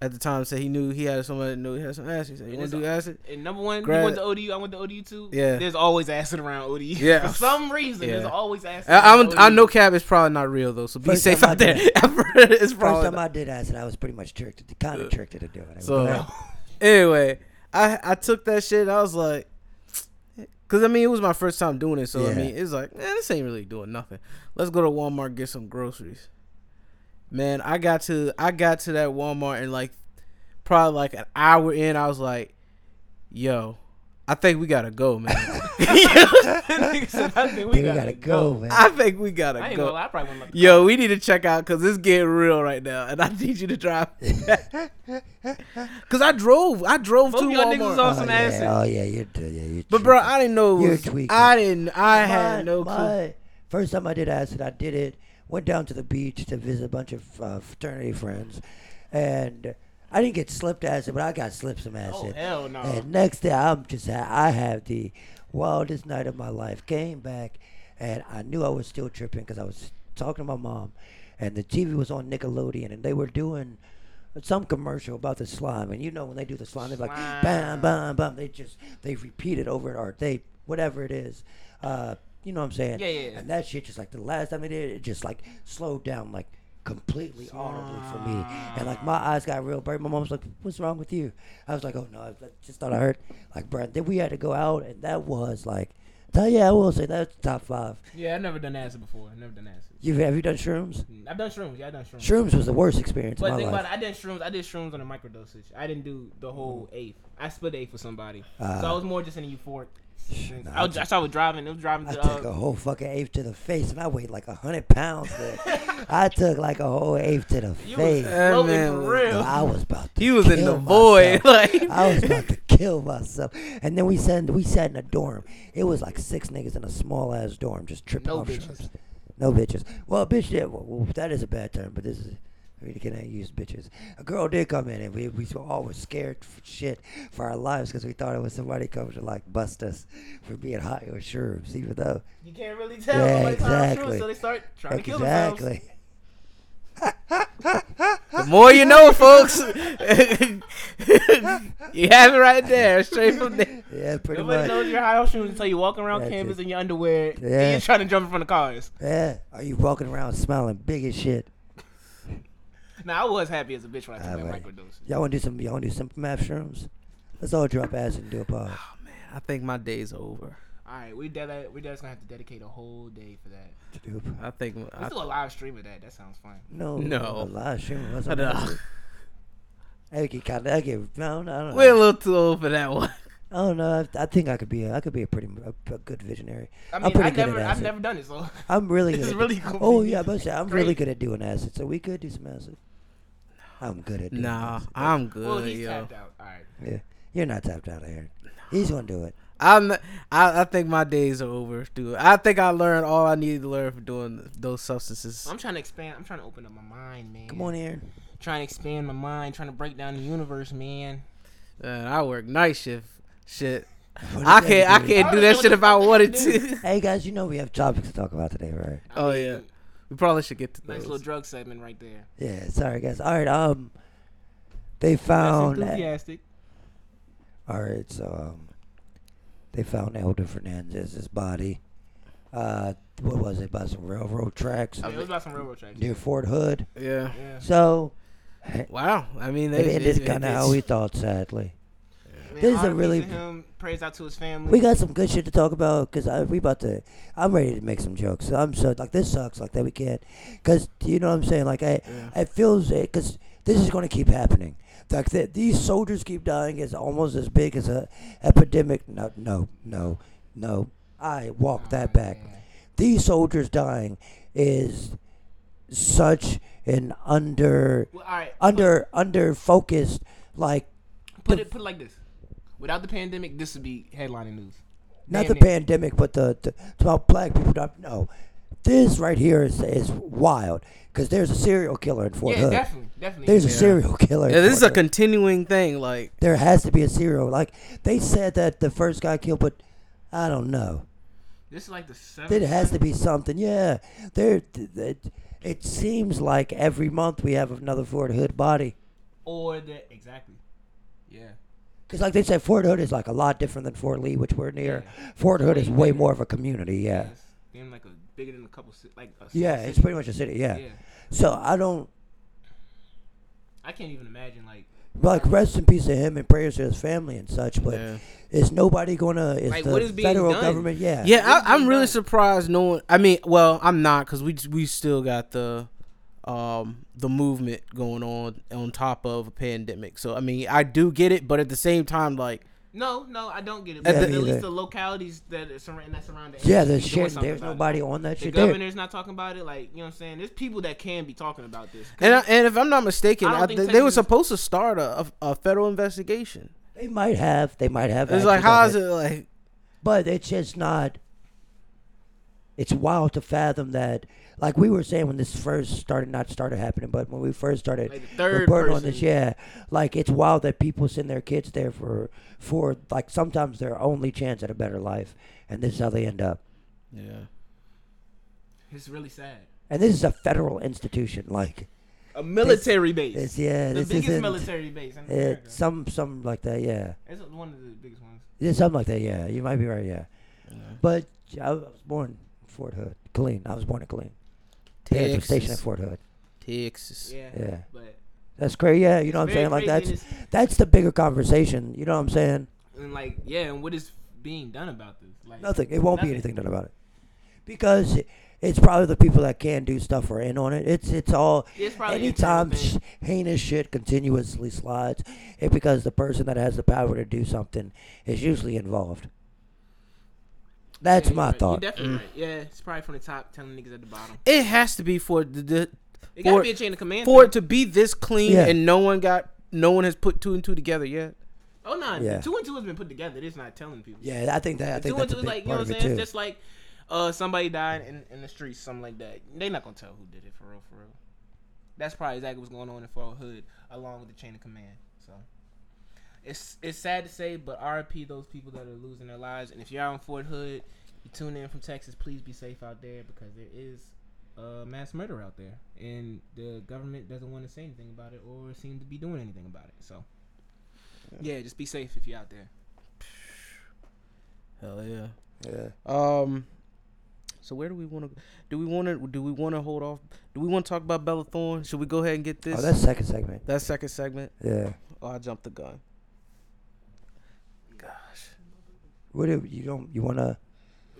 S1: at the time said he knew he had somebody knew he had some acid. He said, "You
S2: And
S1: want
S2: it's
S1: to do
S2: a-
S1: acid?"
S2: And number one,
S1: Grad-
S2: you went to ODU. I went to ODU too.
S1: Yeah.
S2: There's always acid around ODU.
S1: Yeah.
S2: For some reason, there's
S1: Yeah.
S2: always acid.
S1: I,
S2: around
S1: I'm, I
S2: ODU.
S1: know cab is probably not real though, so be
S3: First
S1: safe
S3: time I
S1: out there.
S3: did
S1: it's
S3: First
S1: probably
S3: time I did acid, I was pretty much tricked, kind
S2: Uh,
S3: of tricked into doing it.
S1: So-
S3: But,
S1: anyway, I I took that shit. And I was like, because I mean, it was my first time doing it, so I
S3: Yeah.
S1: mean, it's like, man, this ain't really doing nothing. Let's go to Walmart and get some groceries. Man, I got to I got to that Walmart and like probably like an hour in, I was like, yo, I think we gotta go, man.
S2: Nigga said, I think
S3: Dude, we gotta go, man.
S1: I think we
S2: I
S1: gotta
S2: ain't gonna
S1: go.
S2: lie, I probably wouldn't let the
S1: Yo, we need to check out because it's getting real right now, and I need you to drive. Cause I drove, I drove
S2: Both
S1: to
S2: y'all niggas
S1: Walmart.
S2: on
S3: oh,
S2: some acid.
S3: yeah. oh yeah, you're t- yeah, you're.
S1: But bro,
S3: tricked.
S1: I didn't know. It
S3: You're
S1: was,
S3: tweaking.
S1: I didn't. I had
S3: My-
S1: no clue.
S3: my first time I did acid, I did it. Went down to the beach to visit a bunch of uh, fraternity friends, and I didn't get slipped acid, but I got slipped some
S2: Oh
S3: acid.
S2: hell no.
S3: And next day, I'm just ha- I have the wildest night of my life. Came back, and I knew I was still tripping because I was talking to my mom, and the TV was on Nickelodeon, and they were doing some commercial about the slime. And you know when they do the slime, they're like bam, bam, bam. They just they repeat it over and or they whatever it is. Uh, you know what I'm saying?
S2: Yeah, yeah, yeah.
S3: And that shit just like the last time it did, it just like slowed down like completely audibly for me. And like my eyes got real bright. My mom's like, "What's wrong with you?" I was like, "Oh no, I just thought I heard." Like, bruh, then we had to go out, and that was like, that- yeah, I will say that's top five.
S2: Yeah, I've never done acid before. I've never done acid. Mm,
S3: You have you done shrooms?
S2: I've done shrooms. Yeah, I've done shrooms.
S3: Shrooms was the worst experience
S2: But
S3: of my
S2: think
S3: life.
S2: about it, I did shrooms. I did shrooms on a microdosage. I didn't do the
S3: Mm-hmm.
S2: whole eighth. I split eighth with somebody, so I was more just in a euphoric. sense.
S3: Uh, nah,
S2: I, was, I started driving. It was driving.
S3: I
S2: To,
S3: took a
S2: uh,
S3: whole fucking eighth to the face, and I weighed like a hundred pounds. There. I took like a whole eighth to the
S2: you was
S3: face.
S1: That
S2: floating
S1: man
S2: for
S1: was-
S2: real.
S3: Yo, I was about to
S1: He was in
S3: kill
S1: the void.
S3: myself.
S1: Like
S3: I was about to kill myself. And then we sat we sat in a dorm. It was like six niggas in a small ass dorm just tripping
S2: No
S3: off
S2: bitches.
S3: shrooms. No bitches. Well, a bitch did. Well, well, that is a bad term, but this is. I mean, can I use bitches? A girl did come in, and we, we were all were scared for shit for our lives because we thought it was somebody coming to like bust us for being high or shrooms, even though
S2: You can't really tell.
S3: Yeah,
S2: Nobody climbs through,
S3: exactly.
S2: So they start trying to kill themselves.
S3: exactly.
S1: the more you know, folks. you have it right there, straight from there.
S3: Yeah, pretty
S2: Nobody
S3: much.
S2: knows you're high on shrooms until you walk around
S3: That's
S2: campus
S3: it.
S2: in your underwear
S3: Yeah.
S2: and you're trying to jump in front of cars.
S3: Yeah, are you walking around smiling big as shit?
S2: Now I was happy as a bitch when I took
S3: Ah,
S2: that
S3: buddy.
S2: microdose.
S3: Y'all want to do some? Y'all want to do some math shrooms? Let's all drop acid and do a pod.
S1: I think my day's over.
S2: All right, we did that. We just gonna have to dedicate a whole day for that.
S3: Dude,
S1: I think. I,
S2: Let's do a live stream of that. That sounds fun.
S3: No,
S1: No.
S3: a live stream. What's
S1: I
S3: up?
S1: know.
S3: I get kind of. I get. I don't, I don't
S1: we're a
S3: know.
S1: little too old for that one.
S3: I don't know. I, I think I could be. A, I could be a pretty a, a good visionary.
S2: I
S3: I'm
S2: mean,
S3: pretty
S2: I
S3: good
S2: never,
S3: at
S2: I've
S3: acid.
S2: never done it, so
S3: I'm really.
S2: this
S3: good
S2: is
S3: at-
S2: really cool.
S3: Oh yeah, but I'm really
S2: Great.
S3: good at doing acid, so we could do some acid. I'm good at. Doing
S1: Nah,
S3: acid.
S1: I'm good,
S2: Well, he's
S1: yo.
S2: tapped out. All right.
S3: Yeah, you're not tapped out, Aaron. He's gonna do it.
S1: I'm. I, I think my days are over, dude. I think I learned all I needed to learn from doing those substances.
S2: I'm trying to expand. I'm trying to open up my mind, man.
S3: Come on, Aaron.
S2: Trying to expand my mind. Trying to break down the universe, man.
S1: Man, I work night shift. Shit,
S3: What
S1: I
S3: is that
S1: can't. I
S3: dude?
S1: can't do that shit if I wanted to.
S3: Hey guys, you know we have topics to talk about today, right?
S2: I
S1: Oh
S2: mean,
S1: yeah, we probably should get to
S2: Nice
S1: those.
S2: little drug segment right there.
S3: Yeah, sorry guys. All right, um, they
S2: That's
S3: found.
S2: enthusiastic.
S3: All right, so um, they found Elder Fernandez's body. Uh, what was it? By some railroad tracks
S2: Yeah, it was about some railroad tracks.
S3: near Fort Hood.
S1: yeah.
S2: Yeah.
S3: So
S1: Wow. I mean,
S3: it
S1: they-
S3: ended
S1: it-
S3: kind of
S1: it's-
S3: how we thought, sadly.
S2: Man,
S3: This is
S2: R&B
S3: a
S2: to
S3: really-
S2: him. Praise out to his family.
S3: We got some good shit to talk about because we about to. I'm ready to make some jokes. I'm so like this sucks like that we can't, because you know what I'm saying. Like I, it feels because This is going to keep happening. Like that, these soldiers keep dying is almost as big as a epidemic. No, no, no, no. I
S2: Oh,
S3: walk that back. These soldiers dying is such an under
S2: Well, all right.
S3: under under focused like
S2: Put it put it like this. Without the pandemic, this would be headlining news.
S3: not
S2: Damn
S3: the
S2: near.
S3: pandemic, but the, the it's about black people. Not, no, this right here is is wild because there's a serial killer in Fort
S2: Yeah,
S3: Hood.
S2: definitely, definitely.
S3: There's a
S2: Yeah.
S3: serial killer. in
S1: Yeah, this is a
S3: Fort Hood.
S1: continuing thing. Like,
S3: there has to be a serial. Like they said that the first guy killed, but I don't know.
S2: This is like the seventh.
S3: There has to be something. Yeah, there. th- It, it seems like every month we have another Fort Hood body.
S2: Or the exactly. Yeah.
S3: Because, like they said, Fort Hood is like a lot different than Fort Lee, which we're near. Fort Hood is way more of a community. Yeah.
S2: It's damn like a bigger than a couple. ci- Like a small
S3: Yeah, it's
S2: city.
S3: pretty much a city. Yeah.
S2: Yeah.
S3: So I don't
S2: I can't even imagine like
S3: like rest in peace to him and prayers to his family and such. But
S1: Yeah.
S3: is nobody gonna? Is
S2: Like,
S3: the
S2: what is being
S3: federal
S2: done?
S3: government? Yeah.
S1: yeah, I, I'm
S2: being
S1: really
S2: done?
S1: surprised. No one. I mean, well, I'm not because we we still got the um the movement going on on top of a pandemic. So I mean, I do get it, but at the same time, like,
S2: no, no, I don't get it.
S1: At
S2: But
S1: the-
S2: at
S3: me
S2: least
S3: either.
S2: the localities that are surround that surround the
S3: Yeah.
S2: area
S3: The
S2: should be doing
S3: shit.
S2: something
S3: There's
S2: about it.
S3: nobody on that
S2: The
S3: shit. There.
S2: governor's not talking about it. Like you know what I'm saying. There's people that can be talking about this. 'Cause
S1: and I, and if I'm not mistaken,
S2: I don't
S1: I,
S2: think
S1: th- they were
S2: Texas-
S1: supposed to start a, a, a federal investigation.
S3: They might have. They might have.
S1: It's like,
S3: acted on
S1: how is it like?
S3: But it's just not. It's wild to fathom that, like we were saying when this first started, not started happening, but when we first started
S2: Like the third
S3: reporting on this,
S2: person.
S3: yeah, like it's wild that people send their kids there for, for like sometimes their only chance at a better life, and this is how they end up.
S1: Yeah.
S2: It's really sad.
S3: And this is a federal institution, like
S2: A military base.
S3: it's yeah,
S2: the
S3: this
S2: biggest
S3: isn't
S2: military base in America.
S3: it, some some like that, yeah.
S2: It's one of the biggest ones.
S3: Yeah, something like that. Yeah, you might be right. Yeah, but I was born in Fort Hood, Killeen. I was born in Killeen. Parents were stationed at
S1: Texas.
S3: Fort Hood.
S1: Texas.
S2: Yeah.
S3: Yeah.
S2: But
S3: That's crazy. Yeah, you know what I'm
S2: It's very
S3: saying. Like
S2: crazy,
S3: that's that's the bigger conversation. You know what I'm saying?
S2: and like yeah, and what is being done about this? Like
S3: Nothing. It won't
S2: Nothing.
S3: be anything done about it because it's probably the people that can do stuff are in on it. It's it's all
S2: It's probably an
S3: anytime
S2: internal
S3: sh- heinous shit continuously slides, it because the person that has the power to do something is usually involved. That's
S2: Yeah,
S3: my
S2: you're right.
S3: thought.
S2: You're definitely right. Yeah, it's probably from the top telling niggas at the bottom.
S1: It has to be for the, the
S2: It
S1: for,
S2: gotta be a chain of command.
S1: for it to
S2: thing.
S1: be this clean
S3: Yeah.
S1: and no one got no one has put two and two together yet.
S2: oh no,
S3: Yeah.
S2: two and two has been put together. It's not telling people.
S3: Yeah, I think that I
S2: two
S3: think
S2: and
S3: that's
S2: two
S3: a
S2: is
S3: big
S2: like you know
S3: part
S2: what I'm
S3: of it
S2: saying.
S3: too.
S2: It's just like uh, somebody died in, in the streets, something like that. They not gonna tell who did it for real, for real. That's probably exactly what's going on in Fort Hood, along with the chain of command. So. It's, it's sad to say, but RIP those people that are losing their lives. And if you're out in Fort Hood, you tune in from Texas, please be safe out there because there is uh, mass murder out there, and the government doesn't want to say anything about it or seem to be doing anything about it. So, yeah, just be safe if you're out there.
S1: Hell yeah.
S3: yeah.
S1: Um. So where do we want to? Do we want to? Do we want to hold off? Do we want to talk about Bella Thorne? Should we go ahead and get this?
S3: Oh, that's second segment.
S1: that second segment.
S3: Yeah.
S1: Oh, I jumped the gun. Gosh.
S3: What if you don't? You wanna?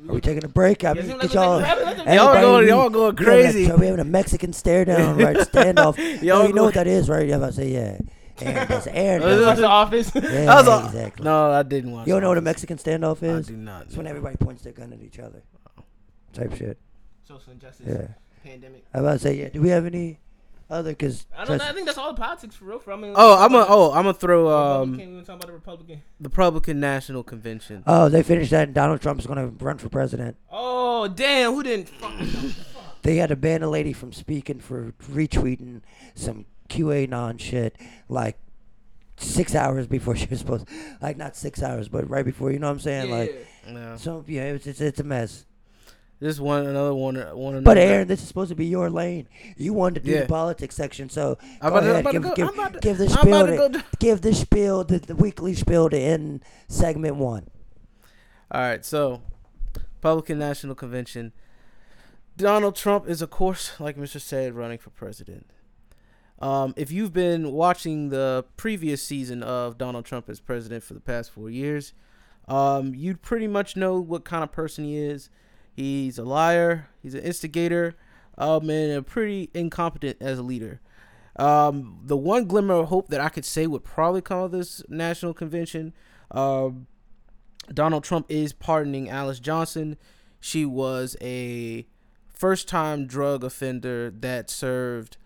S3: Are we taking a break? I
S2: Yeah,
S3: mean,
S2: seems like
S3: get
S2: we're
S3: y'all.
S2: taking- we're taking-
S1: Y'all
S3: everybody-
S1: going, y'all going
S3: we having a-
S1: crazy.
S3: we having a Mexican stare down, right? Standoff.
S1: Y'all
S3: no, you know
S1: go-
S3: what that is, right? Yeah, I say, yeah. Aaron does. Aaron
S1: Uh,
S3: does.
S2: That's the office.
S3: Yeah,
S1: That was a-
S3: exactly.
S1: No, I didn't watch.
S3: you don't know what a
S1: Office.
S3: Mexican standoff
S1: I
S3: is?
S1: do not.
S3: It's when everybody points their gun at each other. Type shit.
S2: Social injustice,
S3: Yeah.
S2: pandemic.
S3: I about to say, yeah. Do we have any other? Cause
S2: I don't
S3: trust-
S2: know. I think that's all the politics for real. For I mean,
S1: Oh, I'm a. Oh, I'm gonna throw
S2: Republican,
S1: um
S2: we were talking about the Republican.
S1: the Republican National Convention.
S3: oh, they finished that, and Donald Trump's gonna run for president.
S2: Oh damn, who didn't? fuck,
S3: They had to ban a lady from speaking for retweeting some QAnon shit like six hours before she was supposed like not six hours, but right before, you know what I'm saying?
S2: yeah.
S3: Like
S1: Yeah.
S3: so yeah, it's it's, it's a mess.
S1: This one, another one, uh, one. Another.
S3: But Aaron, this is supposed to be your lane. You wanted to do
S1: Yeah.
S3: the politics section, so
S1: I'm about to-
S3: go
S1: I'm
S3: ahead,
S1: about to
S3: give,
S1: go-
S3: give,
S1: I'm about to-
S3: give the
S1: I'm about to
S3: spiel to,
S1: go do-
S3: give the spiel the, the weekly spiel to end segment one.
S1: All right, so Republican National Convention. Donald Trump is, of course, like Mr. said, running for president. Um, if you've been watching the previous season of Donald Trump as president for the past four years, um, you pretty much know what kind of person he is. He's a liar, he's an instigator, um, and a pretty incompetent as a leader. Um, the one glimmer of hope that I could say would probably come of this national convention. Um, Donald Trump is pardoning Alice Johnson. She was a first time drug offender that served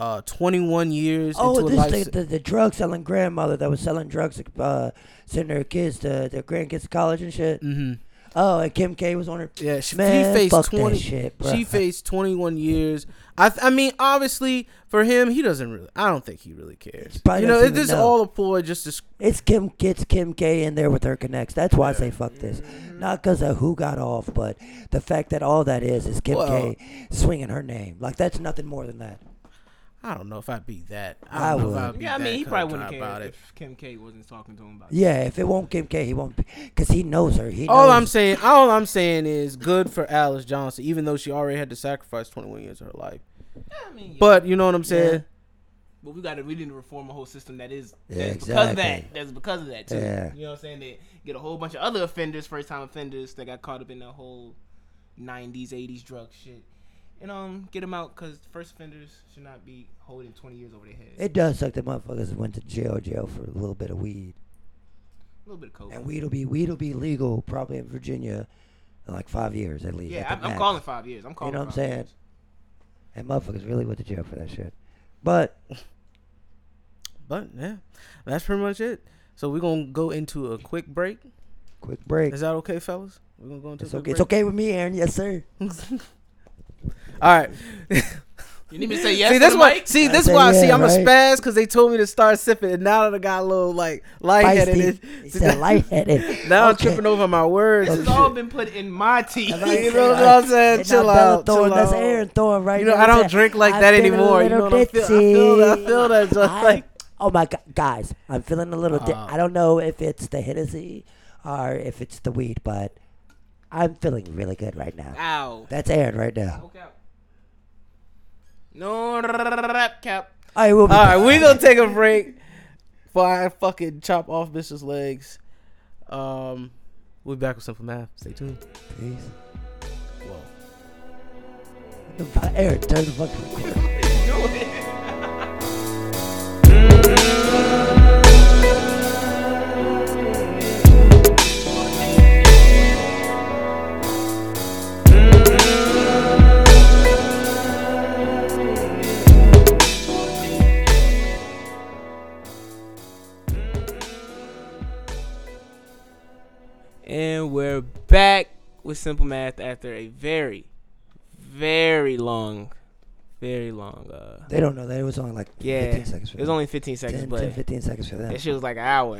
S1: uh, 21 years
S3: Oh,
S1: into a
S3: this
S1: life
S3: the,
S1: sen-
S3: the the drug selling grandmother that was selling drugs, uh, sending her kids to their grandkids to college and shit.
S1: Mhm.
S3: Oh, and Kim K was on her.
S1: Yeah, she,
S3: Man,
S1: he faced
S3: fuck that
S1: 20
S3: shit, bruh.
S1: She faced 21 years. I th- I mean, obviously for him, he doesn't really I don't think he really cares.
S3: probably
S1: You know,
S3: doesn't
S1: it- this is
S3: even know.
S1: all a ploy just to s-
S3: It's Kim. It's Kim K in there with her connects. That's why I say fuck this.
S1: Mm-hmm.
S3: Not because of who got off, but the fact that all that is is Kim
S1: Well-
S3: K swinging her name. Like that's nothing more than that.
S1: I don't know if I'd be that. I don't
S3: I
S1: know
S3: would.
S1: if I'd be
S2: Yeah, I
S1: that
S2: mean, he probably
S1: cut
S2: wouldn't
S1: dry
S2: care
S1: about it.
S2: if Kim K wasn't talking to him about it.
S3: Yeah, if it won't Kim K, he won't, because he knows her. He
S1: All
S3: knows-
S1: I'm saying, all I'm saying is good for Alice Johnson, even though she already had to sacrifice 21 years of her life.
S2: I mean, yeah.
S1: But you know what I'm saying?
S3: Yeah.
S2: But we got to we need to reform a whole system that is
S3: Yeah,
S2: that's because of that.
S3: exactly.
S2: That's because of that too.
S3: Yeah.
S2: You know what I'm saying? They get a whole bunch of other offenders, first time offenders that got caught up in that whole '90s, '80s drug shit, and um, get them out because first offenders should not be holding 20 years over their head.
S3: It does suck that motherfuckers went to jail, jail for a little bit of weed,
S2: a little bit of coke.
S3: and weed'll be weed'll be legal probably in Virginia in like five years at least.
S2: yeah,
S3: at
S2: I'm,
S3: the
S2: I'm
S3: max.
S2: calling five years. I'm calling.
S3: know what I'm
S2: five
S3: saying?
S2: years.
S3: And motherfuckers really went to jail for that shit. But
S1: But yeah, that's pretty much it. So we're gonna go into a quick break.
S3: quick break.
S1: Is that okay, fellas? We're gonna go into
S3: It's
S1: a
S3: okay.
S1: quick
S3: It's okay with me, Aaron. Yes, sir.
S1: break. All right.
S2: You need me to say yes?
S1: see,
S2: to
S1: that's
S2: the
S1: why.
S2: mic?
S1: See,
S3: I
S1: this is
S3: said,
S1: why. see,
S3: yeah,
S1: I'm a
S3: right?
S1: spaz because they told me to start sipping, and now that I got a little like lightheaded.
S3: Feisty.
S1: it-
S3: He said lightheaded.
S1: Now I'm
S3: Okay.
S1: tripping over my words.
S2: This
S1: and
S2: has
S1: shit.
S2: all been put in my tea.
S3: That's right.
S1: You know what I'm saying?
S3: And now
S1: Chill
S3: Bella
S1: out,
S3: Thorne,
S1: chill
S3: That's
S1: out.
S3: Aaron Thorne, right?
S1: You know,
S3: there.
S1: I
S3: He
S1: don't
S3: said,
S1: drink like
S3: "I've
S1: that
S3: been a
S1: anymore." You know
S3: little
S1: what I'm feel- I feel that- I feel that, just
S3: I-
S1: like-
S3: Oh my god, guys, I'm feeling a little. di-
S1: Uh.
S3: I don't know if it's the Hennessy or if it's the weed, but I'm feeling really good right now.
S2: Ow.
S3: That's Aaron right now.
S2: Coke out. No rap cap.
S3: All right, we'll be
S1: All
S3: back.
S1: right, we gonna take a break before I fucking chop off bitch's legs. Um, we'll be back with simple math. Stay tuned.
S3: Peace.
S1: Whoa.
S3: Aaron, turn the fucking recorder.
S2: And we're back with Simple Math after a very, very long, very long. Uh,
S3: They don't know that it was only like
S2: yeah,
S3: 15 seconds.
S2: it was only 15 seconds,
S3: 10,
S2: but
S3: 10, 15 seconds for them.
S2: that shit was like an hour.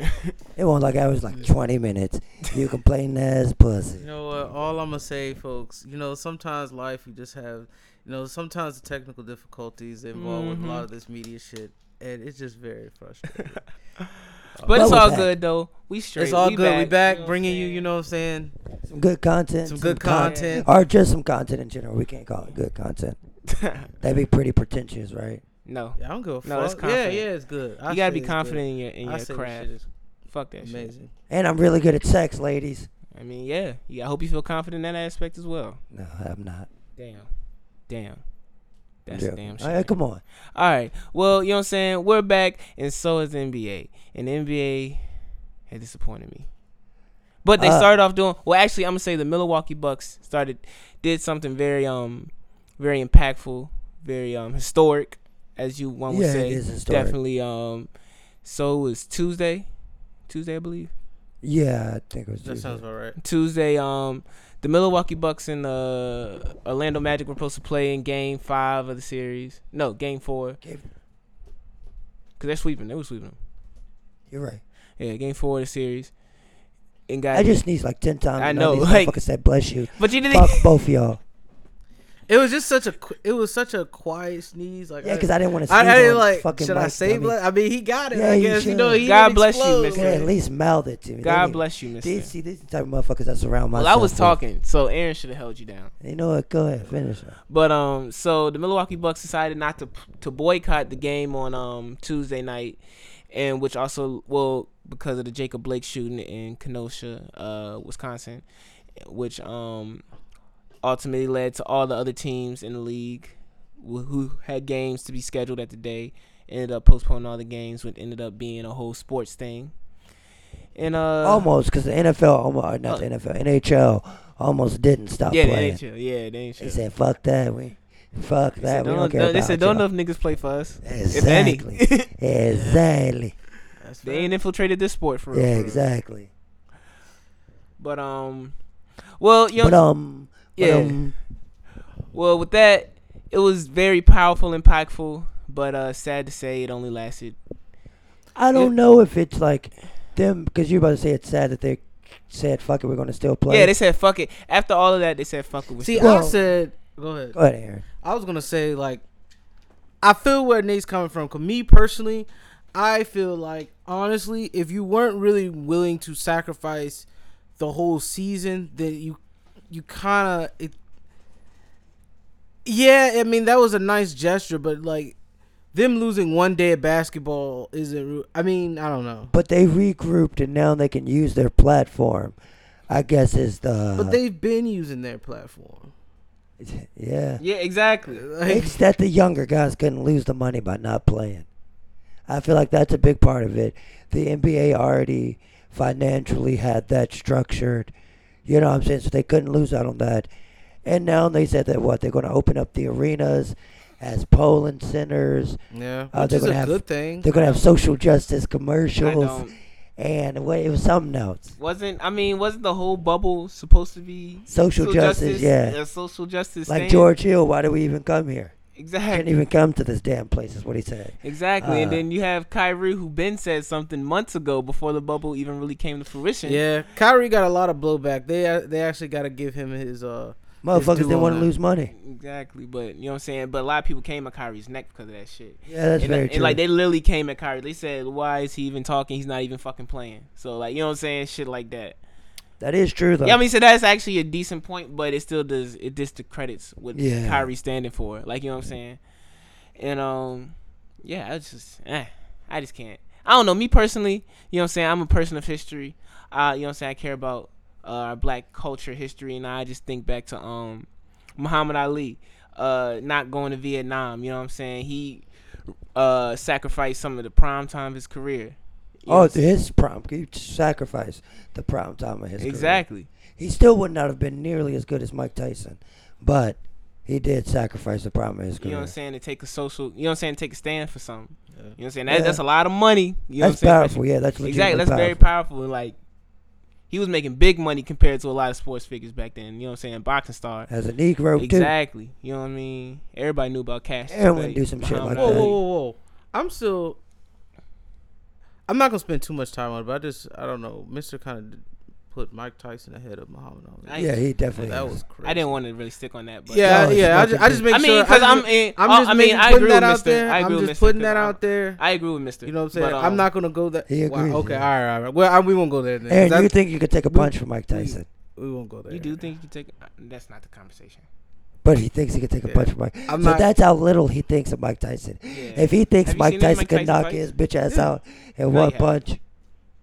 S3: It won't like I was like 20 minutes. You complain as pussy.
S1: You know what? All I'm gonna say, folks. You know, sometimes life you just have. You know, sometimes the technical difficulties involved
S2: Mm-hmm.
S1: with a lot of this media shit, and it's just very frustrating.
S2: but
S3: What
S2: it's
S3: was
S2: all
S3: that?
S2: good though. We straight.
S1: it's all
S2: we
S1: good. we back
S2: know what I'm
S1: bringing you. You
S2: saying?
S1: know what I'm saying?
S3: Some good content.
S1: Some good
S3: con-
S1: content.
S3: or just some content in general. We can't call it good content. That'd be pretty pretentious, right?
S2: no,
S1: Yeah, I don't give a
S2: No, it's
S1: fuck. Yeah,
S2: confident.
S1: yeah, it's good. I
S2: you gotta
S1: say
S2: be
S1: it's good.
S2: confident in your in
S1: I
S2: your
S1: say this
S2: craft.
S1: shit is
S2: Fuck that shit.
S1: amazing.
S3: And I'm really good at sex, ladies.
S2: I mean, yeah, yeah. I hope you feel confident in that aspect as well.
S3: No, I'm not.
S2: Damn, damn. That's
S3: Yeah.
S2: damn shit.
S3: All right, come on.
S2: All right. Well, you know what I'm saying? We're back, and so is the NBA. And the NBA had disappointed me. But they
S3: Uh.
S2: started off doing well actually I'm gonna say the Milwaukee Bucks started did something very um very impactful, very um historic, as you one would
S3: Yeah, it
S2: say.
S3: is historic.
S2: Definitely um so it was Tuesday. Tuesday, I believe.
S3: Yeah, I think it was.
S1: That
S3: Tuesday.
S1: sounds about right.
S2: Tuesday, um, the Milwaukee Bucks and uh, Orlando Magic were supposed to play in Game Five of the series. No, Game Four.
S3: Game-
S2: Cause they're sweeping. They were sweeping them.
S3: You're right.
S2: Yeah, Game Four of the series. And got
S3: I just sneezed like 10 times.
S2: I
S3: and all
S2: know,
S3: These
S2: like-
S3: motherfuckers said, bless you.
S2: but you didn't.
S3: Fuck both of y'all.
S1: It was just such a. qu- It was such a quiet sneeze. Like
S3: Yeah,
S1: I-
S3: because I didn't want to sneeze.
S1: I, I didn't
S3: on
S1: like.
S3: fucking
S1: Should I
S3: Mike's
S1: say
S3: dummy.
S1: blood? I mean, he got it.
S3: Yeah,
S1: I
S3: you
S1: guess you
S3: should.
S1: know. He
S2: God
S1: didn't
S2: bless you,
S1: explode.
S2: mister.
S3: Yeah, at least mouth it to me. They
S2: uh, God
S3: didn't-
S2: bless you,
S3: These,
S2: Mister.
S3: see, these type of motherfuckers that surround myself.
S2: Well, I was
S3: with.
S2: talking, so Aaron should have held you down.
S3: You know what? Go ahead, finish. it.
S2: But um, so the Milwaukee Bucks decided not to to boycott the game on um Tuesday night, and which also well because of the Jacob Blake shooting in Kenosha, uh, Wisconsin, which um ultimately led to all the other teams in the league wh- who had games to be scheduled at the day Ended up postponing all the games, which ended up being a whole sports thing. And uh,
S3: almost because the NFL, almost not
S2: uh,
S3: the NFL, NHL almost didn't stop
S2: yeah, they
S3: playing.
S2: ain't chill. Yeah, they ain't
S3: They
S2: chill.
S3: said, "Fuck that, we, fuck
S2: They
S3: that,
S2: said,
S3: we don't,
S2: don't,
S3: care about
S2: they said
S3: y'all."
S2: don't enough niggas play for us.
S3: Exactly.
S2: If any.
S3: Exactly.
S2: they ain't infiltrated this sport for real.
S3: Yeah,
S2: for real.
S3: exactly.
S2: But um, well, you
S3: But
S2: know,
S3: um, but,
S2: Yeah.
S3: um,
S2: well, with that, it was very powerful, impactful. But uh, sad to say, it only lasted.
S3: I don't
S2: It-
S3: know if it's like them because you about to say it's sad that they said, "Fuck it, we're gonna still play."
S2: Yeah, they said fuck it. After all of that, they said fuck it. With
S1: See, I
S3: Well-
S1: said, go ahead.
S3: Go ahead, Aaron.
S1: I was gonna say like, I feel where Nate's coming from. Cause me personally, I feel like honestly, if you weren't really willing to sacrifice the whole season, then you you kind of it. Yeah, I mean that was a nice gesture, but like them losing one day of basketball isn't. re- I mean, I don't know.
S3: But they regrouped and now they can use their platform. I guess is the.
S1: But they've been using their platform.
S3: yeah.
S2: yeah, exactly.
S1: Like,
S3: It's that the younger guys couldn't lose the money by not playing. I feel like that's a big part of it. The NBA already financially had that structured. You know what I'm saying? So they couldn't lose out on that. And now they said that what? They're going to open up the arenas as polling centers.
S1: yeah,
S3: Uh,
S1: which
S3: they're
S1: is a
S3: gonna have-
S1: good thing.
S3: They're going to have social justice
S2: I
S3: commercials.
S2: don't.
S3: And what, it was something else.
S2: um, Wasn't I mean? Wasn't the whole bubble supposed to be
S3: Social, justice, yeah.
S2: a social justice.
S3: like
S2: thing?
S3: George Hill, why do we even come here? Can't
S2: Exactly.
S3: even uh, come to this damn place, is what he said.
S2: Exactly.
S3: Uh,
S2: and then you have Kyrie, who Ben said something months ago before the bubble even really came to fruition.
S1: Yeah, Kyrie got a lot of blowback. They they actually got to give him his uh.
S3: Motherfuckers
S1: due
S3: didn't
S1: on
S3: want to
S1: that.
S3: lose money.
S2: Exactly. But you know what I'm saying? But a lot of people came at Kyrie's neck because of that shit.
S3: Yeah, that's
S2: and,
S3: very
S2: and,
S3: true.
S2: like they literally came at Kyrie. They said, "Why is he even talking? He's not even fucking playing." So like you know what I'm saying, shit like that.
S3: that is true, though.
S2: yeah, I mean, so that's actually a decent point, but it still does it just discredits what
S3: Yeah.
S2: Kyrie standing for. Like you know what I'm saying? And um, yeah, I just eh, I just can't. I don't know me personally. You know what I'm saying? I'm a person of history. Uh, you know what I'm saying? I care about uh, our black culture, history, and I just think back to um Muhammad Ali uh not going to Vietnam. You know what I'm saying? He uh sacrificed some of the prime time of his career. You know
S3: oh,
S2: what I'm
S3: his prom. He sacrificed the prime time of
S2: saying?
S3: his career.
S2: exactly.
S3: He still would not have been nearly as good as Mike Tyson, but he did sacrifice the prime of his
S2: You
S3: career.
S2: know what I'm saying? To take a social, you know what I'm saying? Take a stand for something.
S1: Yeah.
S2: You know what I'm saying? That,
S3: Yeah.
S2: That's a lot of money. You know
S3: that's
S2: what I'm
S3: powerful. Yeah, that's
S2: saying? Exactly.
S3: legitimately
S2: That's very
S3: powerful.
S2: powerful. And like, he was making big money compared to a lot of sports figures back then. You know what I'm saying? Boxing star.
S3: As a Negro
S2: Exactly. You know what I mean? Everybody knew about cash. Uh-huh.
S3: Everyone
S2: Like,
S3: do some shit
S2: Muhammad
S3: like
S1: Whoa,
S3: that.
S1: whoa,
S2: Ali.
S1: whoa, whoa! I'm still. I'm not gonna spend too much time on it, but I just I don't know. Mister kind of put Mike Tyson ahead of Muhammad
S2: I-
S1: Ali.
S3: too. Yeah, he definitely.
S1: that
S3: is.
S1: was crazy.
S2: I didn't want to really stick on that, but
S1: yeah,
S3: No, it's
S1: yeah. I
S3: nothing
S1: just, I just
S3: big.
S1: make
S2: I mean,
S1: sure.
S2: because
S1: I
S2: I'm,
S1: just,
S2: in,
S1: I'm
S2: I-
S1: just
S2: I mean,
S1: making,
S2: I agree
S1: putting
S2: with
S1: that out
S2: Mister.
S1: there.
S2: I agree
S1: I'm
S2: with
S1: just
S2: Mister,
S1: putting
S2: 'cause
S1: that
S2: I'm-
S1: out there.
S2: I agree with Mister.
S1: You know what I'm saying?
S2: But,
S1: I'm
S2: um,
S1: not gonna go there.
S3: He
S1: Wow,
S3: agrees,
S1: okay,
S3: yeah.
S1: all right, all right. Well, I, we won't go there. Then.
S3: Aaron, you
S1: That's-
S3: think you could take a
S1: we-
S3: punch from Mike Tyson?
S1: we won't go there.
S2: You do think you can take? That's not the conversation.
S3: But he thinks he could take a
S1: Yeah.
S3: punch from Mike.
S1: I'm
S3: so
S1: not-
S3: that's how little he thinks of Mike Tyson.
S2: Yeah.
S3: If he thinks
S2: Have you
S3: Mike
S2: seen any
S3: Tyson
S2: Mike
S3: could
S2: Tyson
S3: knock
S2: fights?
S3: his bitch ass
S1: Yeah.
S3: out in
S2: you
S3: one
S2: haven't.
S3: punch,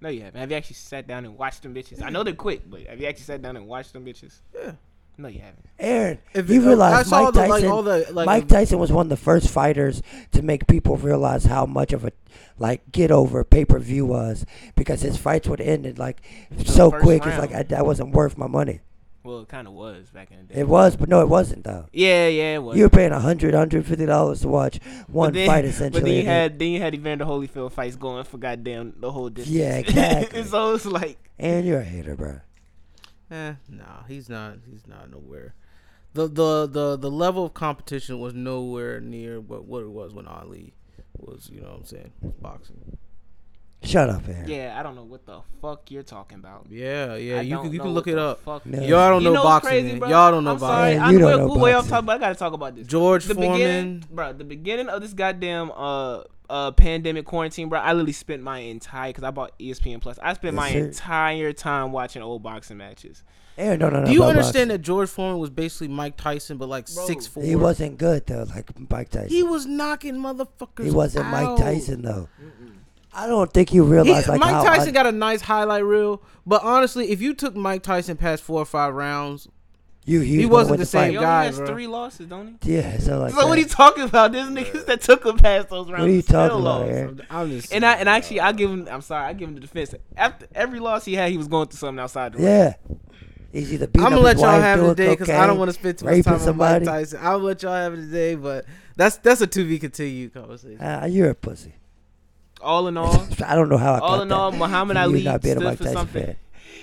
S2: No, you haven't. Have you actually sat down and watched them bitches? I know they're quick, but have you actually sat down and watched them bitches?
S1: Yeah.
S2: No, you haven't.
S3: Aaron,
S1: If
S3: you
S1: it- uh, I
S3: realize
S1: saw
S3: Mike
S1: the,
S3: Tyson,
S1: like, all the, like, um,
S3: Mike Tyson was one of the first fighters to make people realize how much of a like get over pay per view was because his fights would end in like so
S2: first
S3: quick. It's
S2: round.
S3: like I, that wasn't worth my money.
S2: Well, it kind of was back in the day.
S3: It was, but no, it wasn't though.
S2: Yeah, yeah, it was.
S3: You were paying a hundred, hundred fifty dollars to watch one
S2: then- But
S3: fight
S2: then
S3: essentially.
S2: you
S3: and it-
S2: had then you had Evander Holyfield fights going for goddamn the whole distance.
S3: Yeah, exactly.
S2: so it's like
S3: and you're a hater, bro.
S1: Eh, nah, he's not. He's not nowhere. The, the the the level of competition was nowhere near what what it was when Ali was. You know what I'm saying? Was boxing.
S3: Shut up, Aaron.
S2: yeah, I don't know what the fuck you're talking about.
S1: Yeah, yeah.
S2: I
S1: you
S2: don't
S1: can you
S2: know
S1: can look
S2: what
S1: it
S2: the
S1: up.
S2: fuck-
S3: No.
S1: Y'all don't
S2: You
S1: know,
S2: know what's
S1: boxing.
S2: crazy,
S1: man.
S2: bro?
S1: Y'all don't know
S2: I'm sorry.
S1: boxing.
S3: Man,
S2: I
S3: you
S2: know
S3: don't
S2: we're,
S3: know
S2: we're way off
S3: boxing.
S2: topic, but I gotta talk about this.
S1: George
S2: the
S1: Foreman.
S2: beginning, bro. The beginning of this goddamn uh uh pandemic quarantine, bro. I literally spent my entire because I bought E ESPN Plus. I spent
S3: Yes,
S2: my
S3: sir.
S2: entire time watching old boxing matches.
S3: Aaron don't know.
S1: Do you
S3: about
S1: understand
S3: boxing.
S1: that George Foreman was basically Mike Tyson, but like
S2: Bro,
S1: six four?
S3: He wasn't good though, like Mike Tyson.
S1: He was knocking motherfuckers.
S3: He wasn't
S1: out.
S3: Mike Tyson though. I don't think you realize
S1: He-
S3: like how
S1: Mike Tyson
S3: un-
S1: got a nice highlight reel, but honestly, if you took Mike Tyson past four or five rounds,
S3: You huge.
S1: He
S3: gonna
S1: wasn't
S3: win
S1: the
S2: He
S1: same
S3: fight.
S2: only
S1: guy,
S2: has
S1: bro.
S2: three losses, don't he?
S3: Yeah. So like.
S2: So what are you
S3: that.
S2: talking about? There's niggas that took him past those rounds.
S3: What are you
S2: and still
S3: talking about,
S2: lost.
S3: Eric?
S1: I'm just
S2: And I and actually I give him. I'm sorry. I give him the defense. After every loss he had, he was going through something outside the ring.
S3: Yeah. He's either beating
S1: I'm
S3: up
S1: gonna let
S3: his
S1: y'all
S3: wife,
S1: have it
S3: doing
S1: today because I don't
S3: cocaine.
S1: want to spend too much
S3: raping
S1: time on Mike
S3: somebody.
S1: Tyson. I'll let y'all have it today, but that's that's a to be continued conversation.
S3: Ah, you're a pussy.
S2: All in all,
S3: I don't know how I
S2: all
S3: got
S2: in
S3: that.
S2: all, Muhammad
S3: You
S2: Ali
S3: not being a
S2: stood
S3: Mike
S2: for
S3: Tyson
S2: something.
S3: fan.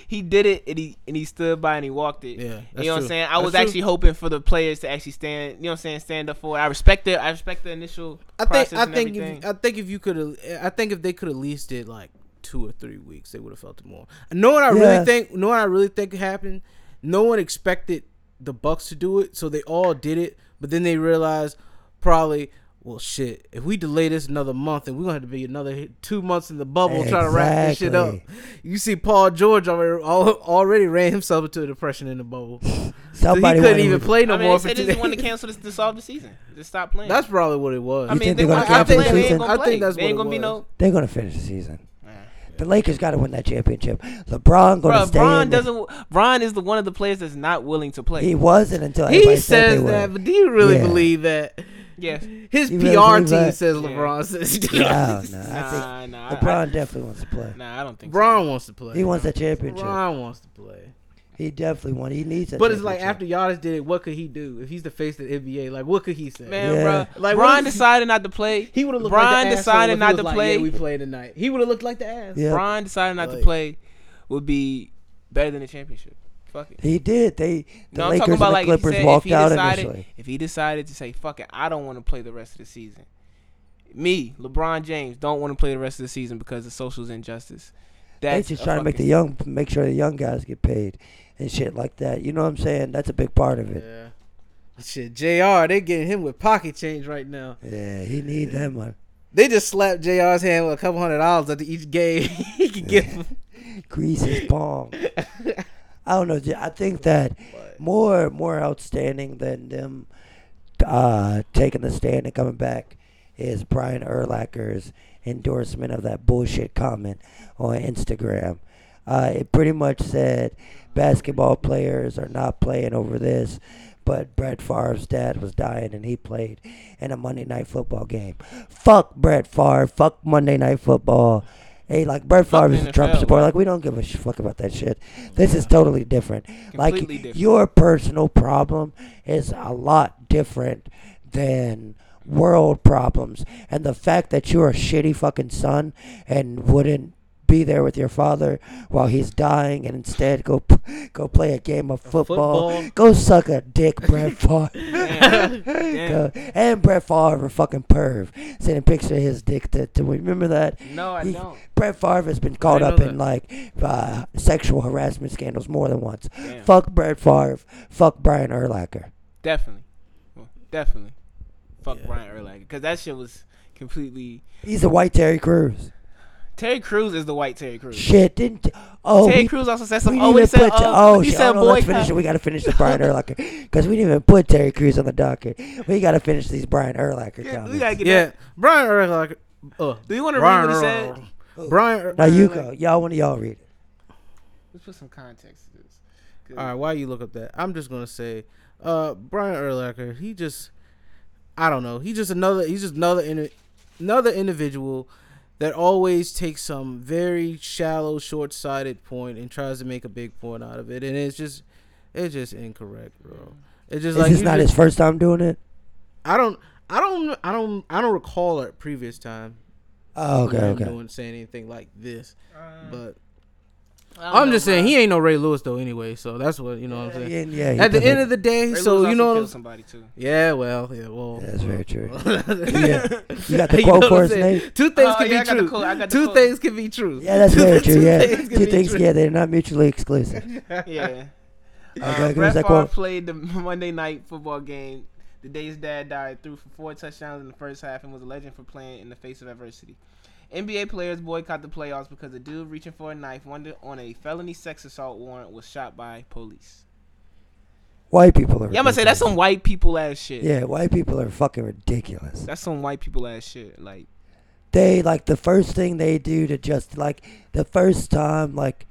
S2: he did it and he and he stood by and he walked it.
S1: Yeah,
S2: you
S1: that's
S2: know what I'm
S1: true.
S2: saying. I
S1: That's
S2: was
S1: true.
S2: actually hoping for the players to actually stand. You know what I'm saying. Stand up for it. I respect it. I respect the initial.
S1: I think
S2: process
S1: I
S2: and
S1: think
S2: everything.
S1: if, I think if you could I think if they could at least did like two or three weeks, they would have felt it more. No one I
S3: Yeah.
S1: really think no one I really think happened. No one expected the Bucks to do it, so they all did it. But then they realized probably. Well, shit. If we delay this another month, and we're gonna have to be another hit- two months in the bubble trying to wrap this shit up.
S3: Exactly.
S1: You see, Paul George already al- already ran himself into a depression in the bubble. So he
S3: Somebody
S1: couldn't
S3: wanted
S1: even
S3: to-
S1: play
S2: I
S1: no
S2: mean,
S1: more
S2: they
S1: for
S2: said they just want to
S1: today.
S2: cancel this dissolve the season. Just stop playing.
S1: That's probably what it was.
S2: I
S3: You
S2: mean,
S3: think
S2: they
S3: they're gonna
S2: want to
S3: cancel
S2: play.
S3: the
S2: They
S3: season?
S2: ain't gonna
S1: I think
S2: play.
S1: that's
S2: They ain't
S1: what it
S2: gonna be
S1: was.
S2: no.
S3: They're gonna finish the season.
S2: Nah.
S3: The Lakers gotta win that championship. LeBron gonna
S2: Bro,
S3: stay. in
S2: Bron
S3: there.
S2: doesn't. Bron is the one of the players that's not willing to play.
S3: He wasn't until
S1: He
S3: everybody said
S1: says
S3: they
S1: that,
S3: were.
S1: but do you really
S3: Yeah.
S1: believe that?
S2: yes.
S1: His
S3: You
S1: PR
S3: really
S1: team
S3: believe that?
S1: says
S2: Yeah.
S1: LeBron says
S3: No, no, I
S2: Nah, nah. I-
S3: think LeBron definitely wants to play.
S2: I, nah, I don't think.
S1: LeBron wants to play.
S3: He wants that championship.
S1: LeBron wants to play.
S3: He definitely wants. He needs that.
S1: But it's like after
S3: championship.
S1: Giannis did it, what could he do? If he's the face of the NBA, like what could he say?
S2: so. man,
S3: Yeah.
S2: bro.
S1: Like, what
S2: Bron
S1: if-
S2: decided not to play.
S1: he would have looked
S2: Bron
S1: like the
S2: decided
S1: asshole if he
S2: not
S1: was
S2: to
S1: like,
S2: play.
S1: Yeah, we play tonight. He would have looked like the ass.
S3: Yeah.
S2: Bron decided not to
S1: Like-
S2: play would be better than the championship. Fuck it.
S3: He did. They the
S2: No, I'm
S3: Lakers
S2: talking about
S3: and the
S2: like if he
S3: Clippers
S2: said- if
S3: walked
S2: he
S3: out
S2: decided,
S3: initially.
S2: If he decided to say, "Fuck it, I don't want to play the rest of the season," me, LeBron James, don't want to play the rest of the season because of social injustice.
S3: They
S2: That's
S3: just
S2: a
S3: trying to make
S2: fucking-
S3: the young, make sure the young guys get paid and shit like that. You know what I'm saying? That's a big part of it.
S1: Yeah. Shit, JR, they getting him with pocket change right now.
S3: Yeah, he need that money.
S1: They just slapped JR's hand with a couple hundred dollars after each game he could give him.
S3: Grease his palm. I don't know. J- I think that
S1: But-
S3: more more outstanding than them uh, taking the stand and coming back is Brian Erlacher's endorsement of that bullshit comment on Instagram. Uh, it pretty much said basketball players are not playing over this, but Brett Favre's dad was dying and he played in a Monday night football game. Fuck Brett Favre. Fuck Monday night football. Hey, like Brett
S2: Fuck
S3: Favre
S2: the
S3: is a Trump
S2: NFL,
S3: supporter.
S2: bro.
S3: Like we don't give a sh- fuck about that shit. This is totally different.
S2: Completely
S3: like
S2: different.
S3: your personal problem is a lot different than world problems. And the fact that you're a shitty fucking son and wouldn't be there with your father while he's dying and instead go p- go play a game of football.
S1: football.
S3: Go suck a dick, Brett Favre.
S2: Damn. Damn.
S3: Go- and Brett Favre, a fucking perv, sending a picture of his dick to, to remember that.
S2: No, I
S3: He-
S2: don't.
S3: Brett Favre has been caught
S1: I
S3: up
S1: know
S3: in
S1: that.
S3: like uh, sexual harassment scandals more than once.
S2: Damn.
S3: Fuck Brett Favre. Fuck Brian Urlacher.
S2: Definitely, Well, definitely. Fuck
S1: Yeah.
S2: Brian Urlacher because that shit was completely.
S3: He's a white Terry Crews.
S2: Terry Crews is the white Terry Crews.
S3: Shit, didn't. Oh,
S2: Terry
S3: we-
S2: Crews also said
S3: we
S2: some.
S3: didn't
S2: Oh,
S3: even
S2: he said.
S3: put.
S2: Oh,
S3: oh,
S2: he
S3: shit,
S2: said
S3: oh, no, let's finish
S2: boycott.
S3: it. We gotta finish the Brian Urlacher because we didn't even put Terry Crews on the docket. We gotta finish these Brian Urlacher
S2: Yeah,
S3: comments.
S2: we gotta get
S1: Yeah,
S2: that.
S1: Brian Urlacher. Uh,
S2: Do you want to read what he
S1: Brian
S2: said?
S1: Urlacher. Brian.
S3: now you
S1: Urlacher.
S3: go. Y'all want to y'all read it?
S2: Let's put some context to this. 'Cause-
S1: All right, why you look up that? I'm just gonna say, uh, Brian Urlacher. He just, I don't know. He's just another. He's just another in, another individual that always takes some very shallow, short-sighted point and tries to make a big point out of it, and it's just, it's just incorrect, bro. It's just
S3: Is
S1: like
S3: this
S1: you
S3: not
S1: just-
S3: his first time doing it?
S1: I don't. I don't. I don't. I don't recall it previous time.
S3: Oh, okay,
S1: him
S3: okay.
S1: Doing saying anything like this,
S2: Um,
S1: but
S2: I don't
S1: I'm
S2: know,
S1: just saying
S2: bro.
S1: he ain't no Ray Lewis though. Anyway, so that's what you know. what I'm saying.
S3: Yeah, yeah, he
S1: At the
S3: doesn't-
S1: end of the day,
S2: Ray
S1: so
S2: Lewis
S1: you know. What
S2: also killed
S1: I'm, saying?
S2: somebody too.
S1: yeah, well, yeah, well.
S3: That's very true.
S1: yeah.
S3: Yeah, you got the quote for his name.
S1: Two things
S2: Oh,
S1: can
S2: yeah, I
S1: be
S2: got the
S1: true.
S2: quote, I got the
S1: Two
S2: quote.
S1: things can be true.
S3: Yeah, that's very true. Yeah,
S1: things can
S3: two
S1: be
S3: things.
S1: true.
S3: Yeah, they're not mutually exclusive.
S2: Yeah.
S3: Okay,
S2: Uh,
S3: give
S2: Brett
S3: us that
S2: Favre
S3: quote.
S2: played the Monday night football game the day his dad died, threw for four touchdowns in the first half, and was a legend for playing in the face of adversity. NBA players boycott the playoffs because a dude reaching for a knife wonder on a felony sex assault warrant was shot by police.
S3: White people are.
S2: Yeah, I'm gonna say that's some
S3: ridiculous.
S2: white people ass shit.
S3: Yeah, white people are fucking ridiculous.
S2: That's some white people ass shit. Like,
S3: They like the first thing they do to just like the first time like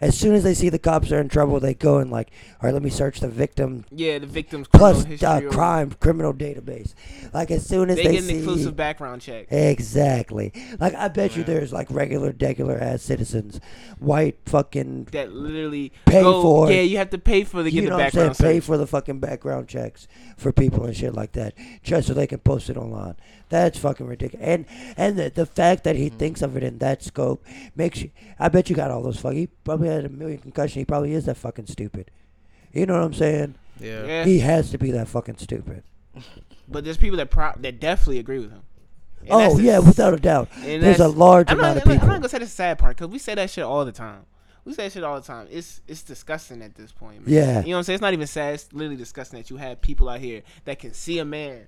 S3: As soon as they see the cops are in trouble, they go and like, all right, let me search the victim
S2: Yeah, the victims criminal
S3: plus
S2: history
S3: uh,
S2: or-
S3: crime criminal database. Like as soon as
S2: They
S3: they,
S2: get an
S3: see
S2: inclusive background check.
S3: exactly, like I bet you
S2: Yeah.
S3: there's like regular degular ass citizens, white fucking
S2: that literally
S3: Pay
S2: go-
S3: for it.
S2: Yeah, you have to pay for to get
S3: you
S2: the
S3: know what I'm
S2: background
S3: saying? Pay
S2: search.
S3: for the fucking background checks for people and shit like that, just so they can post it online. That's fucking ridiculous. And and the, the fact that he
S2: Hmm.
S3: thinks of it in that scope makes you. I bet you got all those fucking. He probably had a million concussion. He probably is that fucking stupid. You know what I'm saying?
S1: Yeah.
S2: yeah,
S3: He has to be that fucking stupid.
S2: but there's people that pro- that definitely agree with him. And
S3: oh
S2: that's the
S3: yeah,
S2: s-
S3: without a doubt.
S2: and
S3: There's a
S2: that's-
S3: large
S2: I'm not,
S3: amount of
S2: I'm not-
S3: people.
S2: I'm not gonna say the sad part because we say that shit all the time. We say that shit all the time. It's it's disgusting at this point. Man.
S3: Yeah.
S2: you know what I'm saying. It's not even sad. It's literally disgusting that you have people out here that can see a man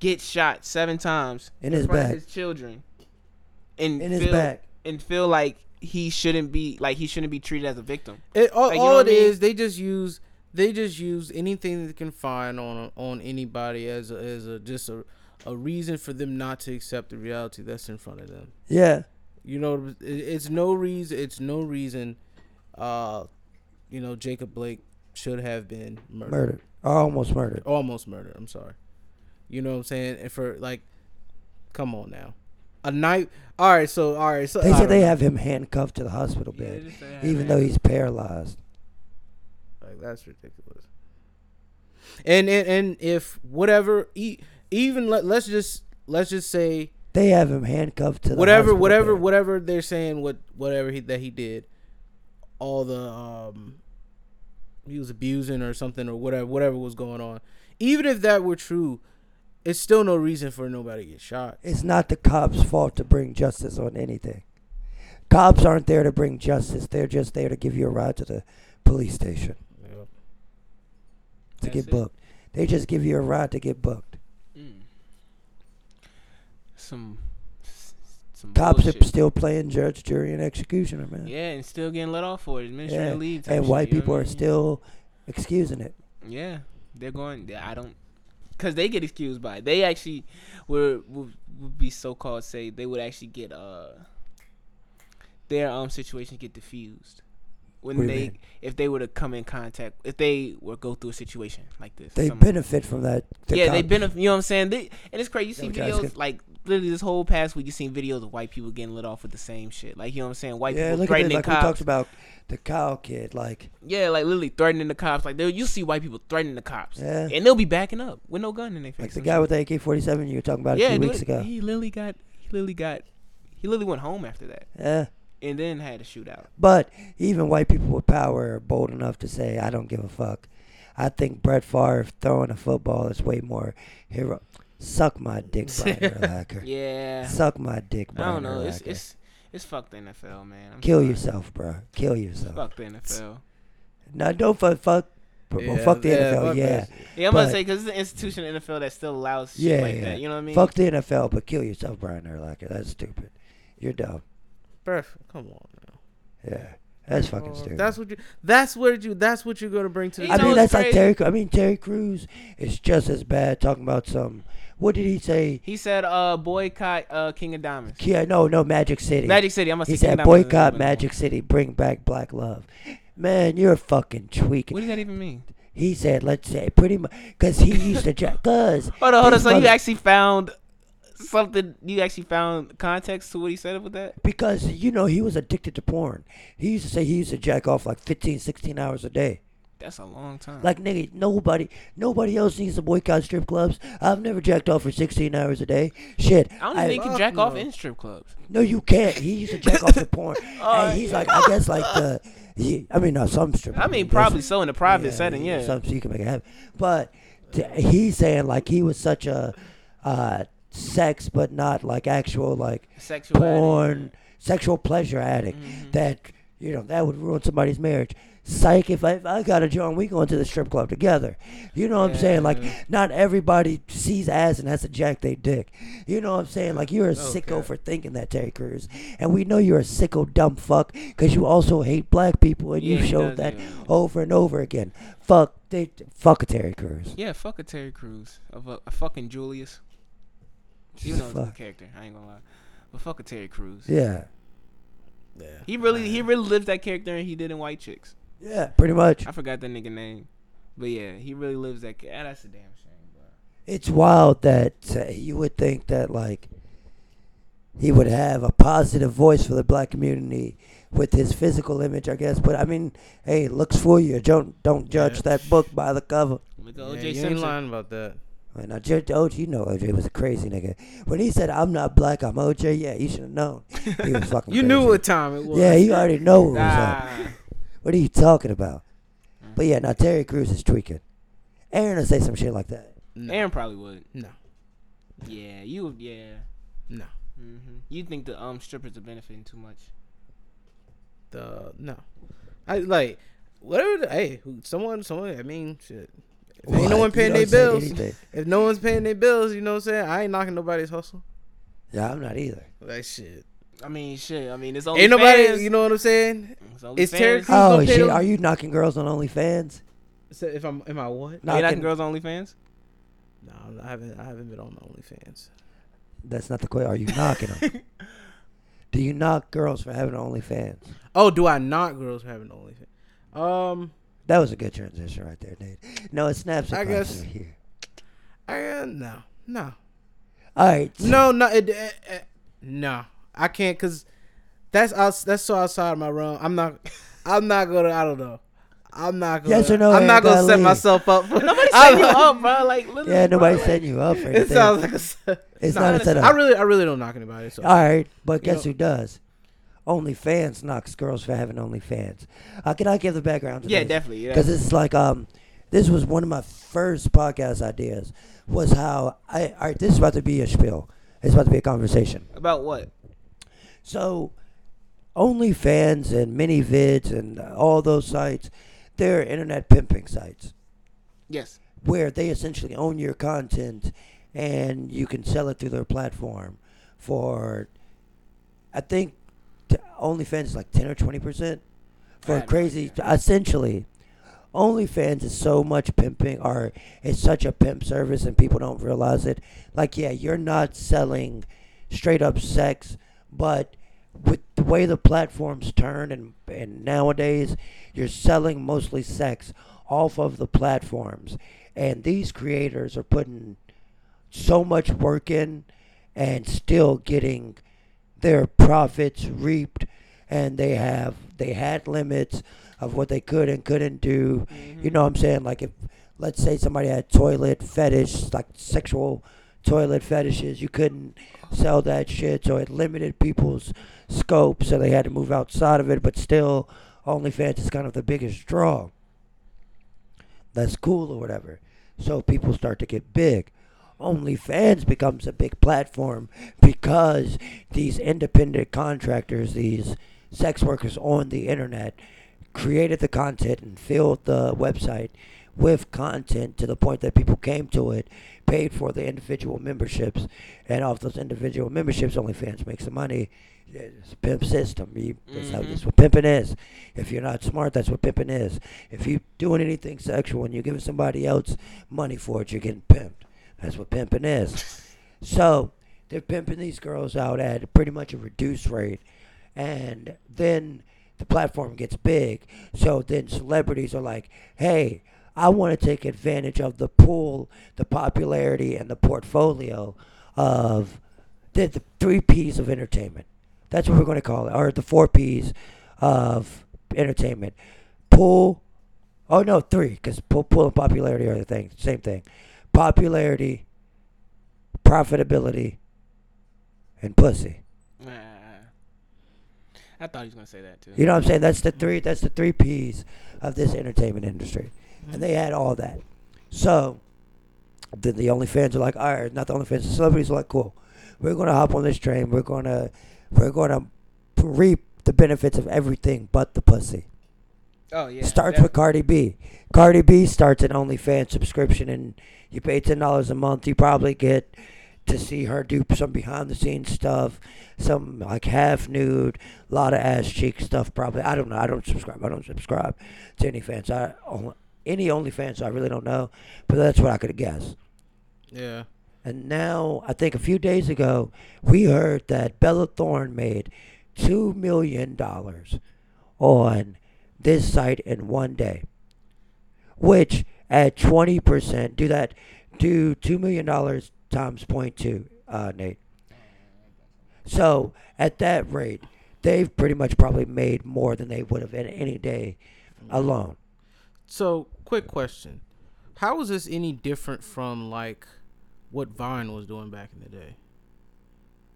S2: get shot seven times
S3: In his
S2: front of
S3: back.
S2: his children, and
S3: In his
S2: feel,
S3: back.
S2: and feel like he shouldn't be like he shouldn't be treated as a victim.
S1: It all,
S2: Like, you know
S1: all
S2: what
S1: it
S2: I mean?
S1: is, they just use they just use anything they can find on on anybody as a, as a just a, a reason for them not to accept the reality that's in front of them.
S3: Yeah.
S1: You know, it, it's no reason. It's no reason. Uh, you know, Jacob Blake should have been murdered,
S3: Murdered. Or almost murdered.
S1: almost murdered. I'm sorry. You know what I'm saying? And for like, come on now, a night. All right, so all right, so
S3: They
S1: I
S3: said
S1: don't
S3: they
S1: know.
S3: have him handcuffed to the hospital bed, even though he's paralyzed.
S1: Like that's ridiculous. And and, and if whatever e- even let, let's just let's just say
S3: They have him handcuffed to the
S1: whatever
S3: hospital
S1: whatever
S3: bed.
S1: whatever they're saying what whatever he, that he did all the um he was abusing or something or whatever whatever was going on even if that were true it's still no reason for nobody to get shot
S3: It's not the cops' fault to bring justice on anything. Cops aren't there to bring justice. They're just there to give you a ride to the police station to
S2: That's
S3: get
S2: it.
S3: booked. They just give you a ride to get booked.
S2: Mm. Some s- some
S3: Cops
S2: bullshit.
S3: are still playing judge, jury, and executioner, man.
S2: yeah, and still getting let off for it. Administrative
S3: Yeah,
S2: leave. type
S3: and
S2: shit,
S3: white
S2: you know
S3: people
S2: what I
S3: are
S2: mean?
S3: still excusing it.
S2: Yeah, they're going. they- I don't, cause they get excused by. It. They actually were would, would be so called say they would actually get uh their um situation get diffused when
S3: What do you
S2: they
S3: mean?
S2: if they were to come in contact if they were go through a situation like this.
S3: They
S2: someone-
S3: benefit from that. the
S2: yeah, they
S3: cops.
S2: benefit. You know what I'm saying? They, and it's crazy. You
S3: Is that
S2: see
S3: what y'all
S2: videos
S3: said?
S2: like literally this whole past week. You seen videos of white people getting lit off with the same shit. Like you know what I'm saying? White people
S3: Yeah, look at this.
S2: threatening
S3: Like we
S2: cops.
S3: talked about the cow kid. Like,
S2: yeah, like literally threatening the cops. Like they- you see white people threatening the cops,
S3: yeah,
S2: and they'll be backing up with no gun in their face.
S3: like the
S2: or
S3: guy
S2: something.
S3: with the AK-47 you were talking about a few
S2: dude,
S3: weeks ago.
S2: He literally got. He literally got. He literally went home after that,
S3: Yeah.
S2: and then had a shootout.
S3: But even white people with power are bold enough to say, I don't give a fuck. I think Brett Favre throwing a football is way more hero. Suck my dick, Brian Urlacher.
S2: Yeah,
S3: Suck my dick,
S2: I don't
S3: Brian
S2: know. It's
S3: Urlacher.
S2: it's it's fuck the NFL, man. I'm
S3: Kill
S2: sorry.
S3: yourself, bro. Kill yourself.
S2: Fuck the NFL.
S3: No, don't fuck. fuck but- well, fuck the NFL,
S1: fuck
S3: yeah.
S1: that shit.
S2: Yeah, I'm gonna
S3: But-
S2: say because it's an institution in the NFL that still allows shit
S3: Yeah,
S2: like
S3: yeah.
S2: that. You know what I mean?
S3: Fuck the NFL, but kill yourself, Brian Urlacher. That's stupid. You're dumb.
S1: Bruh, come on now.
S3: Yeah. That's fucking
S1: Oh,
S3: stupid.
S1: that's what you that's what you that's what you're gonna bring to the
S2: You
S3: I
S2: know
S3: mean,
S2: what's
S3: that's like
S2: crazy?
S3: Terry. Cr- I mean, Terry Crews is just as bad talking about some. What did he say?
S2: He said, "Uh, boycott uh King of Diamonds,
S3: Yeah, no, no, Magic City.
S2: Magic City." I'm gonna say
S3: he
S2: King
S3: said,
S2: of Diamonds is
S3: boycott
S2: number one.
S3: Magic City, bring back black love. Man, you're fucking
S2: What
S3: tweaking.
S2: does that even mean?
S3: He said, let's say, pretty much, because he used to, because,
S2: Hold on, hold on.
S3: His
S2: So you
S3: mother-
S2: actually found something? You actually found context to what he said about that?
S3: because, you know, he was addicted to porn. He used to say he used to jack off like 15, 16 hours a day.
S2: That's a long time.
S3: Like, nigga, nobody, nobody else needs to boycott strip clubs. I've never jacked off for 16 hours a day. Shit.
S2: I don't even think you
S1: Fuck
S2: jack off
S1: no.
S2: in strip clubs.
S3: No, you can't. He used to jack off the porn.
S2: Alright.
S3: and he's like, I guess like the, he, I mean, no, some strip.
S2: Oh, I mean,
S3: there's-
S2: probably so in a private
S3: yeah,
S2: setting,
S3: you know,
S2: yeah.
S3: Something you can make it happen. But t- he's saying like he was such a uh, sex, but not like actual like
S2: Sexual.
S3: porn, sexual pleasure
S2: Mm-hmm.
S3: addict. That you know that would ruin somebody's marriage. Psych, if I, if I got a joint, we going to the strip club together. You know what I'm saying? Like, not everybody sees ass and has to jack their dick. You know what I'm saying? Like, you're a sicko
S1: Okay.
S3: for thinking that, Terry Crews. And we know you're a sicko dumb fuck because you also hate black people and
S2: Yeah,
S3: you
S2: he
S3: showed
S2: does
S3: that
S2: hate them.
S3: over and over again. Fuck, they, fuck a Terry Crews.
S2: Yeah, fuck a Terry Crews. A, fu- a fucking Julius. Even though it's a
S3: Fuck.
S2: character, I ain't gonna lie. But fuck a Terry Crews.
S3: Yeah.
S1: Yeah.
S2: He really he really lives that character and he did in White Chicks.
S3: Yeah, pretty much.
S2: I forgot that nigga name, but yeah, he really lives that. Ca- ah, that's a damn shame, bro.
S3: It's wild that uh, you would think that like he would have a positive voice for the black community with his physical image, I guess. But I mean, hey, looks for you. Don't don't judge
S1: Yeah.
S3: that book by the cover.
S2: Look at
S1: Yeah,
S2: OJ
S1: you ain't
S2: Simpson.
S1: lying about that.
S3: Right now, J- OJ, you know OJ was a crazy nigga. When he said, "I'm not black, I'm OJ," yeah, you should have known. He was fucking.
S1: You knew
S3: crazy.
S1: what time it was.
S3: Yeah, you already know what was up.
S2: Nah.
S3: What are you talking about? But yeah, now Terry Crews is tweaking. Aaron will say some shit like that.
S1: No.
S2: Aaron probably would.
S1: No.
S2: Yeah, you. Yeah.
S1: No.
S2: hmm You think the um strippers are benefiting too much?
S1: The no. I like whatever. The, hey, who- someone, someone. I mean, shit. If ain't no
S3: What?
S1: one paying
S3: You
S1: their
S3: don't say
S1: bills,
S3: anything.
S1: if no one's paying their bills, you know what I'm saying. I ain't knocking nobody's hustle.
S3: Yeah, I'm not either.
S1: Like shit.
S2: I mean, shit. I mean, it's only
S1: Ain't nobody.
S2: Fans.
S1: You know what I'm saying.
S2: it's, only
S1: it's Terry
S2: fans.
S1: Crews.
S3: Oh
S1: gonna pay
S3: shit,
S1: them?
S3: are you knocking girls on OnlyFans?
S1: So if I'm, am I what?
S2: They knocking
S3: Knocking-
S2: girls only fans.
S1: No, I'm- I haven't. I haven't been on OnlyFans.
S3: That's not the question. Are you knocking them? Do you knock girls for having OnlyFans?
S1: Oh, do I not girls for having OnlyFans? Um,
S3: That was a good transition right there, dude. No, it snaps.
S1: I
S3: I
S1: guess-
S3: guess. Here.
S1: I uh, no, no,
S3: All right. so-
S1: no, no, it, eh, eh, no. I can't because that's outs that's so outside of my realm. I'm not. I'm not gonna. I don't know. I'm not gonna.
S3: Yes or no,
S1: I'm not gonna
S3: Anthony?
S1: set myself up. For,
S2: Nobody
S1: I
S2: set you
S1: don't-
S2: up, bro. Like, literally,
S3: Yeah,
S2: bro,
S3: nobody
S2: like-
S3: setting you up or
S1: It
S3: anything.
S1: sounds like a. set-
S3: it's
S1: nah,
S3: not a
S2: honestly,
S3: setup.
S1: I really, I really don't knock anybody. So
S3: All right, but guess
S1: know-
S3: who does? OnlyFans knocks girls for having OnlyFans. Uh, can I give the background? To
S2: Yeah, definitely. Yeah.
S3: Because it's like um, this was one of my first podcast ideas. Was how I all right. This is about to be a spiel. It's about to be a conversation.
S2: About what?
S3: So, OnlyFans and MiniVids and all those sites, they're internet pimping sites
S2: Yes.
S3: where they essentially own your content and you can sell it through their platform for I think t- OnlyFans is like 10 or
S2: I
S3: 20% for
S2: have no
S3: crazy essentially OnlyFans is so much pimping or it's such a pimp service and people don't realize it like yeah you're not selling straight up sex but with the way the platforms turn and and nowadays you're selling mostly sex off of the platforms and these creators are putting so much work in and still getting their profits reaped and they have they had limits of what they could and couldn't do
S2: Mm-hmm.
S3: you know what i'm saying like if let's say somebody had toilet fetish like sexual toilet fetishes you couldn't sell that shit so it limited people's scope so they had to move outside of it but still onlyfans is kind of the biggest draw that's cool or whatever. So people start to get big. OnlyFans becomes a big platform because these independent contractors, these sex workers on the internet, created the content and filled the website with content to the point that people came to it, paid for the individual memberships, and off those individual memberships, OnlyFans makes the money. It's a pimp system. You, That's how
S2: Mhm.
S3: this what pimping is. If you're not smart, that's what pimping is. If you're doing anything sexual and you're giving somebody else money for it, you're getting pimped. That's what pimping is. So they're pimping these girls out at pretty much a reduced rate, and then the platform gets big. So then celebrities are like, "Hey, I want to take advantage of the pool, the popularity, and the portfolio of the, the three P's of entertainment. That's what we're going to call it, or the four P's of entertainment: pool. Oh no, three, because pool, pool and popularity are the thing, same thing. Popularity, profitability, and pussy.
S2: Nah. I thought he was gonna say that too.
S3: You know what I'm saying? That's the three. That's the three P's of this entertainment industry, and they had all that. So the the OnlyFans are like, all right, not the OnlyFans. The celebrities are like, cool. We're gonna hop on this train. We're gonna we're gonna reap the benefits of everything but the pussy.
S2: Oh yeah.
S3: starts
S2: that-
S3: with Cardi B. Cardi B starts an OnlyFans subscription, and you pay ten dollars a month. You probably get to see her do some behind the scenes stuff, some like half nude, a lot of ass cheek stuff. Probably I don't know. I don't subscribe. I don't subscribe to any fans. I on- any OnlyFans. I really don't know, but that's what I could guess.
S1: yeah,
S3: And now, I think a few days ago, we heard that Bella Thorne made two million dollars on this site in one day. Which at twenty percent, do that, do two million dollars times point two, uh, Nate. So at that rate, they've pretty much probably made more than they would have in any day alone.
S1: So, quick question: How is this any different from like what Vine was doing back in the day?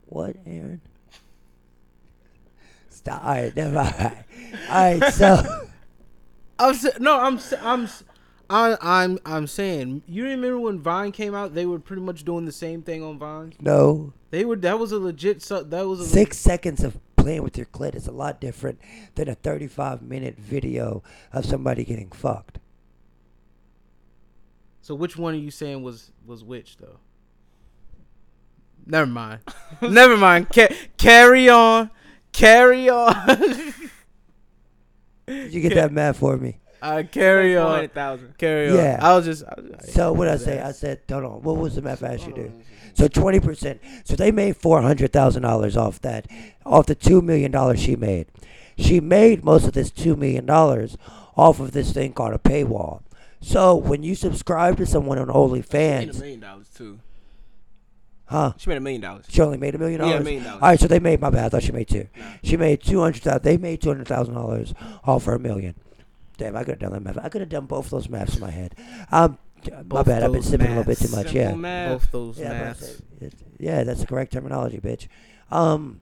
S3: What, Aaron? Stop. All right, never mind. All right, so
S1: I'm sa- no, I'm sa- I'm s- I, I'm I'm saying you remember when Vine came out? They were pretty much doing the same thing on Vine.
S3: no,
S1: They were that was a legit su- that was a le-
S3: six seconds of playing with your clit is a lot different than a 35 minute video of somebody getting fucked.
S1: so which one are you saying was was which though? Never mind. Never mind. Ca- carry on. Carry on.
S3: Did you get that math for me?
S1: I Uh, carry on.
S2: 400,000.
S1: Carry on.
S3: Yeah.
S1: I was just. I was,
S3: So what I say? I said, hold on. What was the math I should do? So twenty percent. So they made four hundred thousand dollars off that, off the two million dollars she made. She made most of this two million dollars off of this thing called a paywall. So when you subscribe to someone on
S2: She made a
S3: OnlyFans,
S2: million dollars too.
S3: huh?
S2: She made a million dollars.
S3: She only made a million
S2: Yeah, a
S3: dollars.
S2: million dollars.
S3: All right, so they made my bad. I thought she made two. She made two hundred thousand. They made two hundred thousand dollars off her million. Damn, I could have done that math. I could have done both those maths in my head. Um, my
S1: Both
S3: bad. I've been
S1: those
S3: sipping a little bit
S1: maths.
S3: too much.
S2: Simple
S3: yeah.
S2: math.
S1: both those
S3: Yeah, but
S1: maths.
S3: it's- it's- yeah, that's the correct terminology, bitch. Um,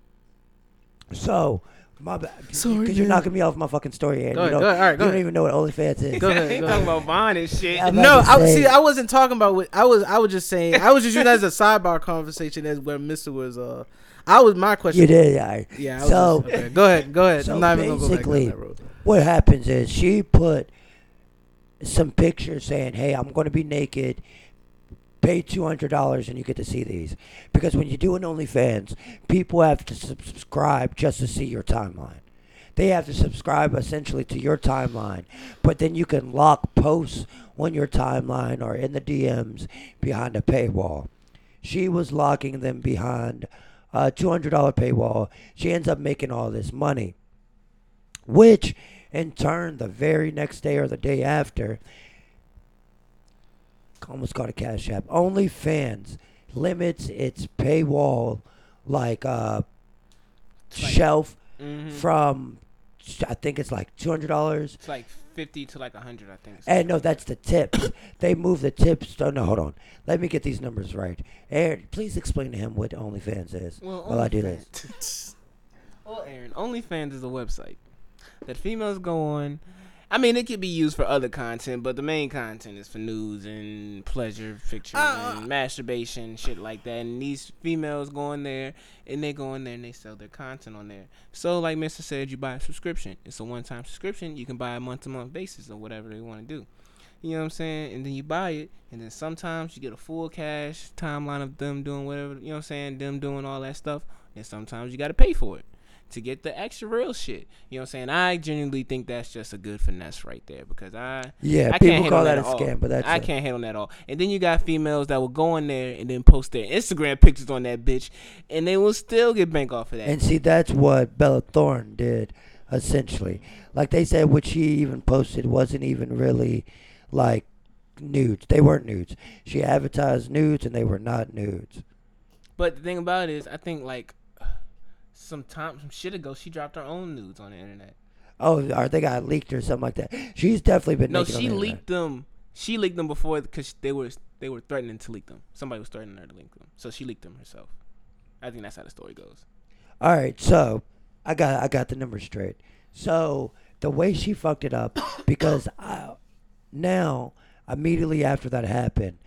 S3: so my bad.
S1: Sorry,
S3: because you're
S1: man.
S3: knocking me off my fucking story, and
S1: Go
S3: you
S1: ahead,
S3: don't,
S1: go ahead, all right,
S3: you
S1: go
S3: don't
S1: ahead.
S3: even know what OnlyFans is.
S1: Go ahead.
S2: He talking about Vine and shit.
S3: Yeah, I'm
S1: No,
S3: about to
S1: I see.
S3: say-
S1: I wasn't talking about what I was. I was just saying. I was just using that as a sidebar conversation as where Mister was. Uh, I was my question.
S3: you did. all right.
S1: Yeah. I was
S3: So
S1: just- okay, go ahead. Go ahead.
S3: so
S1: I'm not even gonna go back down
S3: basically-
S1: that road.
S3: what happens is she put some pictures saying, "Hey, I'm going to be naked. Pay two hundred dollars and you get to see these." Because when you do an OnlyFans, people have to sub- subscribe just to see your timeline. They have to subscribe essentially to your timeline, but then you can lock posts on your timeline or in the DMs behind a paywall. She was locking them behind a two hundred dollar paywall. She ends up making all this money which in turn the very next day or the day after almost called a cash app onlyfans limits its paywall like uh shelf
S2: Mm.
S3: from i think it's like $200
S2: Mm-hmm. It's like 50 to like 100, I think.
S3: and no, that's the tips. they move the tips. Oh, no, hold on. Let me get these numbers right. Aaron, please explain to him what OnlyFans is
S2: Well,
S3: while I do this.
S2: OnlyFans- well, Aaron, OnlyFans is a website that females go on. I mean, it could be used for other content, but the main content is for news and pleasure, pictures, and masturbation, shit like that. And these females go on there, and they go on there and they sell their content on there. So, like Mister said, you buy a subscription. It's a one-time subscription. You can buy a month-to-month basis or whatever they want to do. You know what I'm saying? And then you buy it, and then sometimes you get a full cash timeline of them doing whatever, you know what I'm saying? Them doing all that stuff. And sometimes you got to pay for it to get the extra real shit. You know what I'm saying? I genuinely think that's just a good finesse right there because I
S3: Yeah,
S2: I can't
S3: people
S2: hate
S3: call
S2: on
S3: that a
S2: at all.
S3: scam, but that's
S2: I
S3: a-
S2: can't handle that at all. And then you got females that will go on there and then post their Instagram pictures on that bitch, and they will still get bank off of that.
S3: And see, that's what Bella Thorne did, essentially. Like they said, what she even posted wasn't even really like nudes. They weren't nudes. She advertised nudes, and they were not nudes.
S2: But the thing about it is, I think like some time, some shit ago, she dropped her own nudes on the internet.
S3: Oh, or they got leaked or something like that. She's definitely been
S2: No,
S3: naked on
S2: she
S3: the internet.
S2: leaked them. She leaked them before because they were they were threatening to leak them. Somebody was threatening her to leak them, so she leaked them herself. I think that's how the story goes.
S3: All right, so I got I got the number straight. So the way she fucked it up, because I, now immediately after that happened,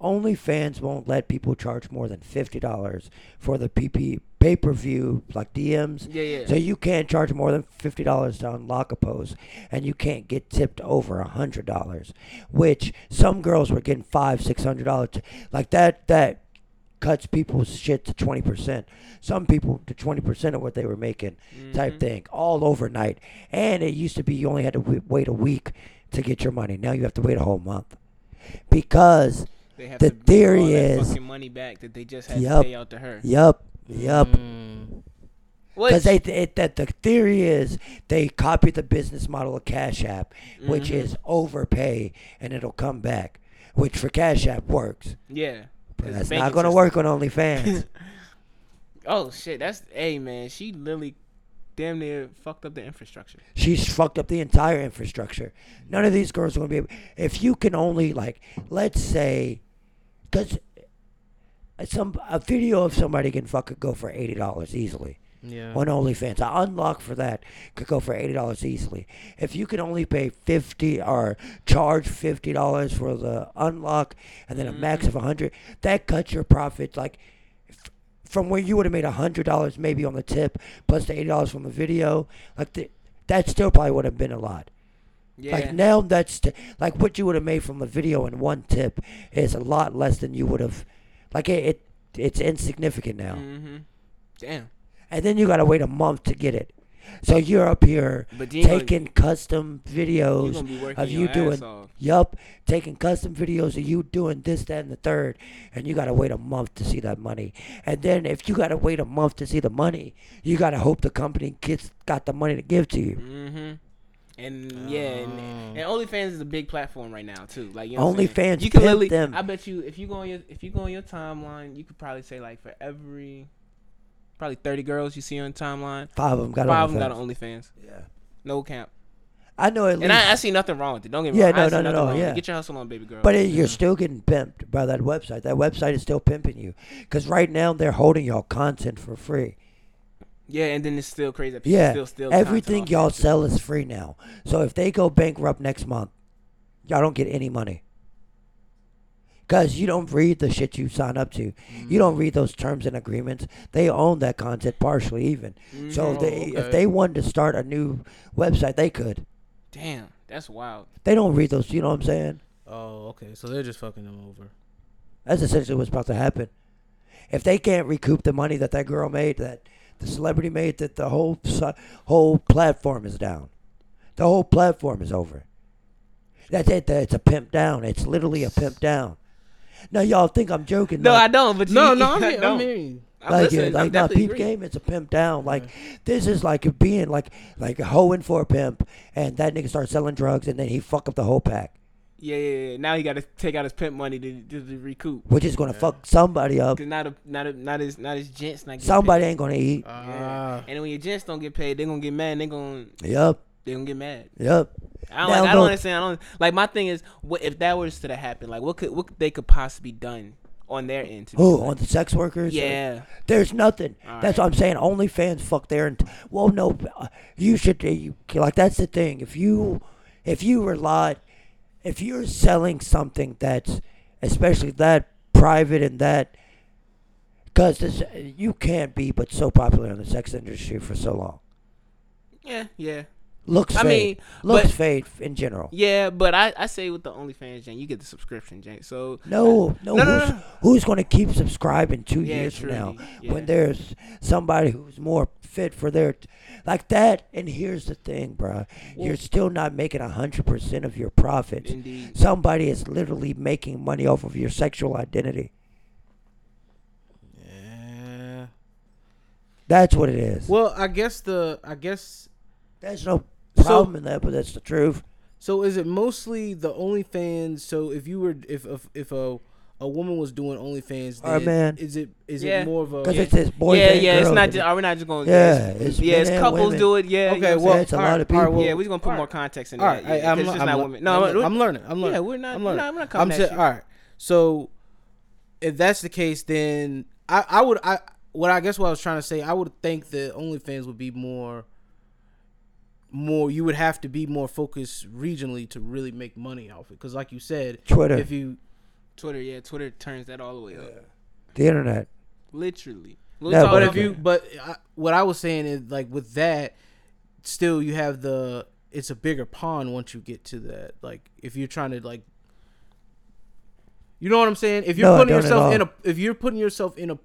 S3: OnlyFans won't let people charge more than fifty dollars for the PP pay per view like DMs.
S2: Yeah, yeah.
S3: So you can't charge more than fifty dollars to unlock a post, and you can't get tipped over hundred dollars, which some girls were getting five, six hundred dollars. Like that, that cuts people's shit to 20%. Some people to 20% of what they were making,
S2: Mm-hmm.
S3: type thing, all overnight. And it used to be you only had to w- wait a week to get your money. Now you have to wait a whole month. Because,
S2: They have
S3: The
S2: to bring all
S3: theory
S2: that
S3: is-
S2: fucking money back that they just had
S3: Yup.
S2: to pay out to her.
S3: yup, yup.
S1: Mm.
S2: Which,
S3: Because they it, that the theory is they copied the business model of Cash App, which is overpay and it'll come back, which for Cash App works,
S2: yeah,
S3: but
S2: It's
S3: that's
S2: banking
S3: not gonna
S2: system.
S3: work on OnlyFans.
S2: Oh shit, that's hey man, she literally damn near fucked up the infrastructure.
S3: She's fucked up the entire infrastructure. None of these girls are gonna be. Able, if you can only like, let's say, because some a video of somebody can fucking go for eighty dollars easily.
S1: Yeah.
S3: on OnlyFans. I unlock for that could go for eighty dollars easily. If you could only pay fifty or charge fifty dollars for the unlock and then a max
S2: Mm-hmm.
S3: of a hundred, that cuts your profits like f- from where you would have made a hundred dollars maybe on the tip plus the eighty dollars from the video. Like the, that still probably would have been a lot.
S2: Yeah.
S3: Like now that's t- like what you would have made from the video in one tip is a lot less than you would have. Like it, it it's insignificant now
S2: mm-hmm. Damn.
S3: and then you gotta wait a month to get it. So you're up here
S2: But then you gonna-
S3: taking custom
S2: You
S3: videos
S2: gonna be working
S3: of
S2: your
S3: you
S2: ass
S3: doing,
S2: off.
S3: yup, taking custom videos of you doing this, that, and the third, and you gotta wait a month to see that money. And then if you gotta wait a month to see the money, you gotta hope the company gets got the money to give to you.
S2: Mm-hmm. And yeah,
S3: Uh,
S2: and, and
S1: Mm.
S2: OnlyFans is a big platform right now too. Like you know what I'm saying?
S3: OnlyFans
S2: you can
S3: pimp
S2: literally.
S3: them.
S2: I bet you if you go on your if you go on your timeline, you could probably say like for every probably thirty girls you see on timeline,
S3: Five of them got
S2: five
S3: five
S2: of them got on OnlyFans.
S3: Yeah,
S2: No cap.
S3: I know at least.
S2: And I, I see nothing wrong with it. Don't get me
S3: Yeah,
S2: wrong. I
S3: no,
S2: see
S3: no, no,
S2: nothing
S3: no,
S2: wrong with it.
S3: yeah.
S2: Get your hustle on, baby girl.
S3: But it, you're still getting pimped by that website. That website is still pimping you, because right now they're holding y'all content for free.
S2: yeah, and then it's still crazy. That people
S3: Yeah,
S2: still, still
S3: everything y'all sell is free now. So if they go bankrupt next month, y'all don't get any money. Cause you don't read the shit you sign up to. You don't read those terms and agreements. They own that content partially, even. So
S1: Mhm.
S2: Mm-hmm.
S3: if they,
S1: Oh,
S3: if
S1: okay.
S3: they wanted to start a new website, they could.
S2: Damn, that's wild.
S3: They don't read those. You know what I'm saying?
S1: Oh, okay. So they're just fucking them over.
S3: That's essentially what's about to happen. If they can't recoup the money that that girl made, that the celebrity made, that the whole so- whole platform is down. The whole platform is over. That's it. that- It's a pimp down. It's literally a pimp down. Now y'all think I'm joking?
S2: No,
S3: like-
S2: I don't. But you,
S1: No, no, I'm
S2: I
S1: here.
S2: don't.
S1: I'm hearing
S2: I'm
S3: like
S2: listening,
S3: it, like
S2: I'm
S3: my
S2: definitely
S3: peep
S2: agreeing.
S3: game, it's a pimp down. Like this is like being like like hoeing for a pimp, and that nigga starts selling drugs, and then he fuck up the whole pack,
S2: Yeah, yeah, yeah. Now he got to take out his pimp money to, to, to recoup.
S3: which is gonna fuck somebody up.
S2: Cause not a, not a, not his not his gents not getting
S3: Somebody ain't gonna eat.
S1: you.
S2: Paid. Yeah.
S1: Ah.
S2: And then when your gents don't get paid, they gonna get mad. They gonna
S3: Yep,
S2: they gonna get mad.
S3: yep.
S2: I don't,
S3: Now
S2: like, I
S3: go-
S2: don't understand. I don't like my thing is what if that was to happen? Like what could what could- they could possibly done on their end? To be
S3: Who
S2: like-
S3: on the sex workers?
S2: Yeah.
S3: there's nothing.
S2: All
S3: That's what I'm saying. OnlyFans, fuck their. Ent- well, no, uh, you should. uh, You, like that's the thing. If you, if you rely, if you're selling something that's, especially that private and that, because this you can't be but so popular in the sex industry for so long.
S2: Yeah. Yeah.
S3: Looks
S2: I
S3: fade.
S2: mean,
S3: looks
S2: but-
S3: fade in general.
S2: Yeah. But I, I say with the OnlyFans, Jane, you get the subscription, Jane. So
S3: No, no,
S2: No, no,
S3: who's,
S2: no.
S3: who's going to keep subscribing two
S2: Yeah,
S3: years from now
S2: truly, yeah.
S3: when there's somebody who's more fit for their like that? And here's the thing, bruh. you're still not making hundred percent of your profits.
S2: Indeed.
S3: Somebody is literally making money off of your sexual identity.
S1: Yeah.
S3: That's what it is.
S1: Well, I guess the I guess
S3: There's no
S1: So-
S3: problem in that, but that's the truth.
S1: so is it mostly the OnlyFans? So if you were if if, if a a woman was doing OnlyFans,
S3: All right,
S1: then
S3: man.
S1: is it is
S2: Oh, Yeah.
S1: it more of a
S3: Because it's this boy.
S2: yeah, yeah, it's
S3: girls
S2: not
S3: and
S2: just. Are we not just going?
S3: Yeah,
S2: Yeah, it's,
S3: it's
S2: yeah,
S3: men
S2: it's
S3: and
S2: couples
S3: women.
S2: do it. Yeah, you know
S1: okay?
S2: what
S1: Well,
S3: it's a
S1: all right,
S3: lot of
S1: all right,
S3: people.
S1: well,
S2: yeah, we're gonna put more context in
S1: All
S2: there.
S1: right,
S2: yeah,
S1: I, I'm,
S2: because it's
S1: I'm,
S2: not
S1: le-
S2: women. No,
S1: I'm,
S2: we're-
S1: I'm learning. I'm learning.
S2: Yeah, we're not-
S1: I'm
S2: we're
S1: learning.
S2: not- we're not coming
S1: I'm
S2: at
S1: sa-
S2: you.
S1: All right. So, if that's the case, then I, I would I what I guess what I was trying to say I would think the OnlyFans would be more more you would have to be more focused regionally to really make money off it because like you said
S3: Twitter.
S1: if you
S2: Twitter, yeah, Twitter turns that all the way up.
S3: the internet.
S2: Literally. We'll
S3: No,
S2: talk
S1: but
S2: about
S1: if you
S3: Okay.
S1: but I, what I was saying is like with that still you have the it's a bigger pond once you get to that like if you're trying to like you know what I'm saying if you're
S3: No, I
S1: putting
S3: don't at
S1: yourself in
S3: all.
S1: a if you're putting yourself in a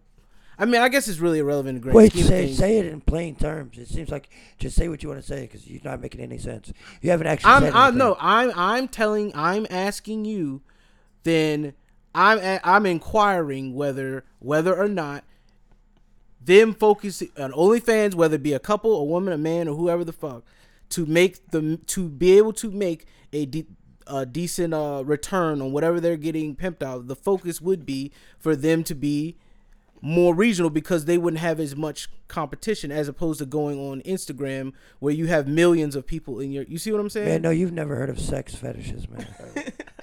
S1: I mean I guess it's really irrelevant in the grand
S3: Wait,
S1: scheme of
S3: say,
S1: things.
S3: say it in plain terms. It seems like just say what you want to say because you're not making any sense. You haven't actually.
S1: I'm
S3: said
S1: I
S3: anything.
S1: no I'm I'm telling I'm asking you then I'm a- I'm inquiring whether whether or not them focus on OnlyFans, whether it be a couple, a woman, a man, or whoever the fuck, to make them to be able to make a, de- a decent uh, return on whatever they're getting pimped out. The focus would be for them to be more regional because they wouldn't have as much competition as opposed to going on Instagram where you have millions of people in your. You see what I'm saying?
S3: Man, no, you've never heard of sex fetishes, man.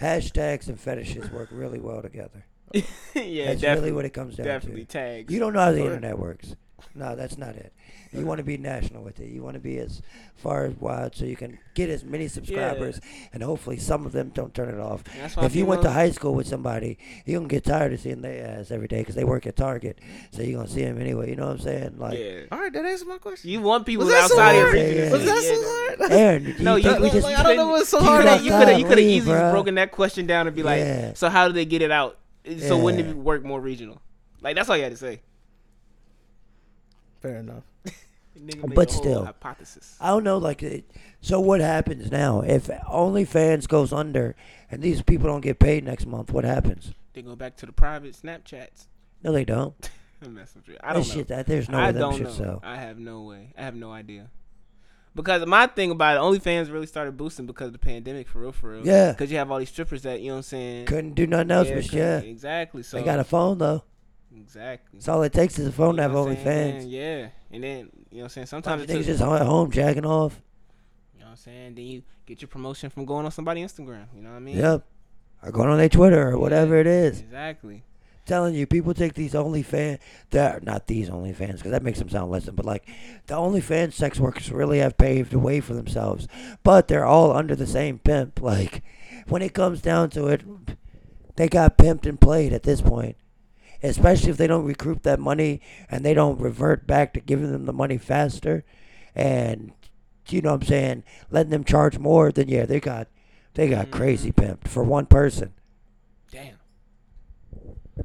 S3: Hashtags and fetishes work really well together.
S2: yeah,
S3: that's
S2: definitely,
S3: really what it comes down
S2: definitely
S3: to.
S2: tags.
S3: You don't know how the
S2: Right.
S3: internet works. No, that's not it. You want to be national with it. You want to be as far as wide so you can get as many subscribers, and hopefully some of them don't turn it off.
S2: That's why
S3: If you went to
S2: females-
S3: high school with somebody, you're gonna get tired of seeing their ass every day because they work at Target, so you're gonna see them anyway. You know what I'm saying? Like,
S2: yeah.
S1: All right, that answers my question.
S2: You want people
S1: Was that so
S2: outside
S1: hard?
S2: of region.
S3: Yeah,
S2: to
S3: yeah.
S1: Was
S2: see
S1: that
S2: it,
S1: so
S2: though.
S1: hard?
S3: Aaron, do you
S2: No, you,
S3: think we
S2: like,
S3: just
S2: I don't know what's so hard.
S3: about
S2: You could have you
S3: that,
S2: could have
S3: leave,
S2: easily
S3: bruh.
S2: broken that question down and be like,
S3: Yeah.
S2: so how do they get it out? So wouldn't
S3: Yeah.
S2: it work more regional? Like that's all you had to say.
S1: Fair enough.
S2: Nigga made
S3: But
S2: a whole
S3: still.
S2: hypothesis.
S3: I don't know. Like, it, so what happens now if OnlyFans goes under and these people don't get paid next month? What happens?
S2: They go back to the private Snapchats.
S3: No, they don't.
S2: I'm messing with you. I don't
S3: That
S2: know.
S3: shit, that- there's no
S2: I
S3: way them
S2: don't know.
S3: shit sell.
S2: I have no way. I have no idea. Because my thing about it, OnlyFans really started boosting because of the pandemic, for real, for real.
S3: Yeah.
S2: Because you have all these strippers that you know what I'm saying.
S3: Couldn't do nothing else
S2: Yeah,
S3: but
S2: couldn't-
S3: yeah.
S2: Exactly. So
S3: They got a phone though.
S2: exactly.
S3: That's all it takes is a phone to
S2: You
S3: have
S2: know what I'm saying?
S3: OnlyFans.
S2: Yeah. And then you know what I'm saying. Sometimes
S3: Bunch
S2: it
S3: of
S2: took,
S3: Niggas just at home jacking off.
S2: You know what I'm saying? Then you get your promotion from going on somebody's Instagram. You know what I mean?
S3: Yep. Or going on their Twitter or whatever it is.
S2: Exactly.
S3: Telling you, people take these OnlyFans. They're not these OnlyFans because that makes them sound less than. But like, the OnlyFans sex workers really have paved the way for themselves. But they're all under the same pimp. Like, when it comes down to it, they got pimped and played at this point. Especially if they don't recoup that money and they don't revert back to giving them the money faster, and you know what I'm saying, letting them charge more. Then yeah, they got they got crazy pimped for one person.
S2: Damn.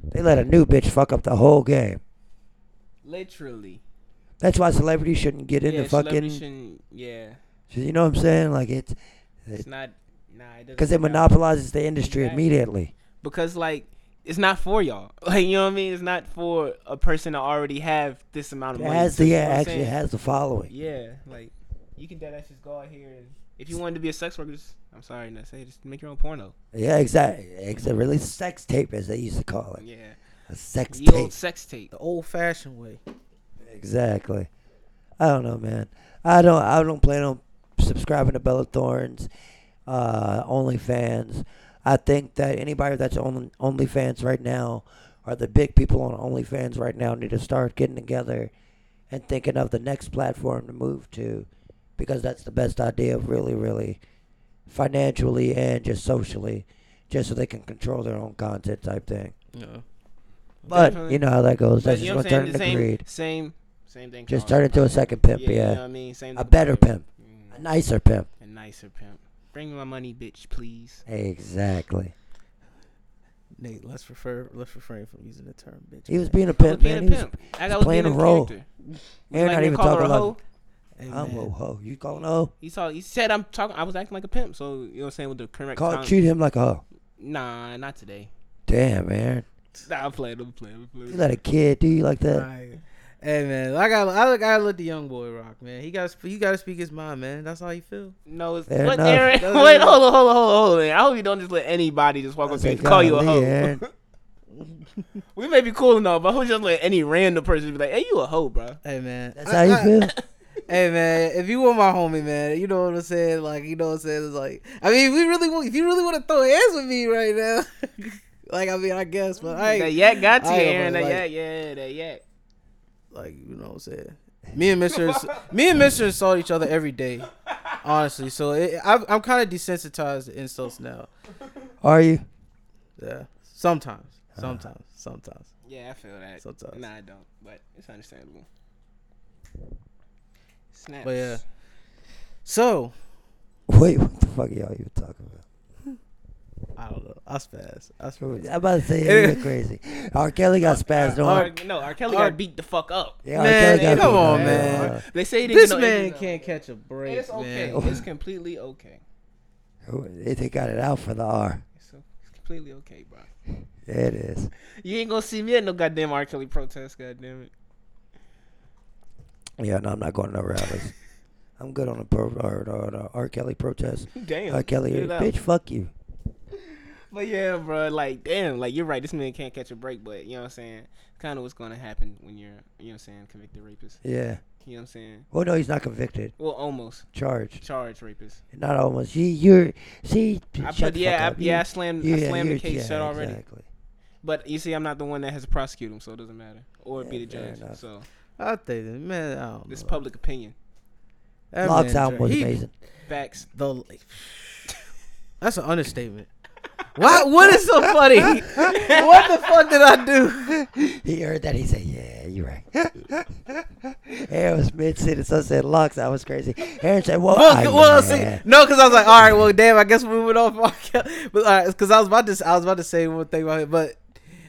S3: They let a new bitch fuck up the whole game.
S2: Literally.
S3: That's why celebrities shouldn't get
S2: yeah,
S3: into
S2: celebrity
S3: fucking.
S2: shouldn't- Yeah.
S3: You know what I'm saying? Like it's
S2: It's not. Nah. It doesn't.
S3: because it
S2: work out.
S3: monopolizes the industry
S2: Exactly.
S3: immediately.
S2: because like it's not for y'all. Like you know what I mean? It's not for a person to already have this amount of
S3: It
S2: money.
S3: has
S2: So,
S3: the
S2: you
S3: yeah,
S2: know what I'm
S3: actually
S2: saying?
S3: has the following.
S2: Yeah, like you can dead ass just go out here and if you wanted to be a sex worker, just, I'm sorry, not say it, just make your own porno.
S3: Yeah, exactly. Exactly. Really, sex tape as they used to call it.
S2: Yeah,
S3: A sex
S2: the
S3: tape.
S2: old sex tape.
S1: The old fashioned way.
S3: Exactly. I don't know, man. I don't. I don't plan on subscribing to Bella Thorne's uh, OnlyFans. I think that anybody that's on OnlyFans right now, or the big people on OnlyFans right now, need to start getting together and thinking of the next platform to move to, because that's the best idea, really, really, financially and just socially, just so they can control their own content type thing.
S1: Yeah.
S3: But
S2: Definitely.
S3: you know how that goes.
S2: But
S3: That's
S2: you
S3: just
S2: know what
S3: gonna
S2: I'm
S3: turn
S2: saying?
S3: into
S2: The same,
S3: greed.
S2: same, same thing.
S3: Just
S2: for all
S3: turn into a
S2: of us.
S3: second pimp,
S2: you know
S3: yeah.
S2: what I mean, same.
S3: A
S2: thing for
S3: better
S2: all of us.
S3: pimp.
S2: Mm,
S3: A nicer pimp.
S2: a nicer pimp. Bring me my money, bitch, please.
S3: Exactly.
S1: Nate, let's refer let's refrain from using the term bitch.
S3: He was
S1: man.
S3: being a
S2: I was
S3: pimp,
S2: being
S3: man.
S2: a
S3: He was,
S2: pimp. Like I was
S3: playing
S2: being
S3: a
S2: a
S3: role.
S2: character.
S3: Aaron
S2: Like,
S3: not
S2: they
S3: even
S2: call her
S3: talking
S2: a hoe.
S3: about.
S1: Hey,
S3: I'm
S1: man.
S3: a hoe. You calling a hoe?
S2: He saw. He said I'm talking. I was acting like a pimp. So you know what I'm saying with the correct.
S3: Call,
S2: tone-
S3: treat him like a hoe.
S2: Nah, not today.
S3: Damn, Aaron.
S2: Nah, I'm playing. I'm playing. I'm playing.
S3: You let a kid do you like that?
S1: Right. Hey man, I got I gotta let the young boy rock, man. He got he gotta speak his mind, man. That's how you feel.
S2: No, it's
S3: Fair
S2: what
S3: enough.
S2: Aaron.
S1: Doesn't
S2: Wait,
S1: it?
S2: hold on, hold on, hold on, hold on. Man. I hope you don't just let anybody just walk
S3: I
S2: up to
S3: say,
S2: you and call you a hoe.
S3: golly, Aaron.
S2: we may be cool and all, but I hope you don't let any random person be like, "Hey, you a hoe, bro."
S1: Hey man,
S3: That's
S1: I-
S3: how you
S1: I-
S3: feel?
S1: Hey man, if you were my homie, man, you know what I'm saying. Like you know what I'm saying. It's like I mean, if we really want, if you really want to throw hands with me right now, like I mean, I guess, but I
S2: That
S1: ain't-
S2: yak got to you,
S1: I am,
S2: Aaron. That
S1: but,
S2: yak,
S1: like-
S2: yeah, that yak.
S1: like you know what I'm saying. Me and Mister, me and Mister insult each other every day, honestly. So it, I've, I'm kind of desensitized to insults now.
S3: Are you?
S1: Yeah, sometimes, sometimes, sometimes.
S2: Yeah, I feel that.
S1: Sometimes.
S2: Nah, I don't, but it's understandable. Snaps.
S1: But yeah. So
S3: Wait, what the fuck are y'all even talking about?
S1: I don't know. I spaz. I spaz.
S3: I'm about to say you look crazy. R. Kelly got spazzed
S2: R,
S3: on.
S2: no, R. Kelly
S1: R-
S2: got beat the fuck up.
S3: Yeah, R.
S1: Man,
S3: Kelly got
S1: come
S3: beat
S1: on,
S3: up.
S1: man.
S2: They say he didn't
S1: This
S2: get no
S1: man
S2: injuries.
S1: can't catch a break,
S2: It's okay.
S1: man.
S2: It's completely okay.
S3: Who- They they got it out for the R.
S2: It's, it's completely okay, bro.
S3: It is.
S2: You ain't gonna see me at no goddamn R. Kelly protest, goddamn it.
S3: Yeah, no, I'm not going to no rallies. I'm good on the pro or, or, or R. Kelly protest.
S2: Damn.
S3: R. Kelly,
S2: get it out.
S3: bitch, fuck you.
S2: But yeah, bro, like damn, like you're right. This man can't catch a break, but you know what I'm saying. It's kind of what's gonna happen when you're, you know what I'm saying, convicted rapist.
S3: Yeah.
S2: You know what I'm saying?
S3: Well, no, he's not convicted.
S2: Well, almost
S3: Charged.
S2: charged rapist.
S3: Not almost. You, you're. See.
S2: I
S3: shut
S2: put
S3: the
S2: yeah,
S3: fuck
S2: I,
S3: up.
S2: yeah, I
S3: You-
S2: slammed, I
S3: yeah,
S2: slammed the
S3: you're-
S2: case
S3: yeah,
S2: shut already.
S3: Exactly.
S2: But you see, I'm not the one that has to prosecute him, so it doesn't matter or
S3: Yeah,
S2: be the
S3: fair
S2: judge.
S3: enough.
S2: So
S1: I think, man, I don't
S2: this
S1: know.
S2: public opinion.
S1: That
S3: Log's
S1: man
S3: album
S1: Drake-
S3: was
S1: he-
S3: amazing.
S2: Facts.
S1: The that's an understatement. Why? What is so funny? what the fuck did I do?
S3: He heard that. He said, "Yeah, you're right." Aaron was mid city sunset locks. I was crazy. Aaron said, "Well,
S1: Well,
S3: I,
S1: well,
S3: yeah.
S1: see, no, because I was like, all right, well, damn, I guess we're moving on. from R. Kelly. but all right, because I was about to, I was about to say one thing about it, but,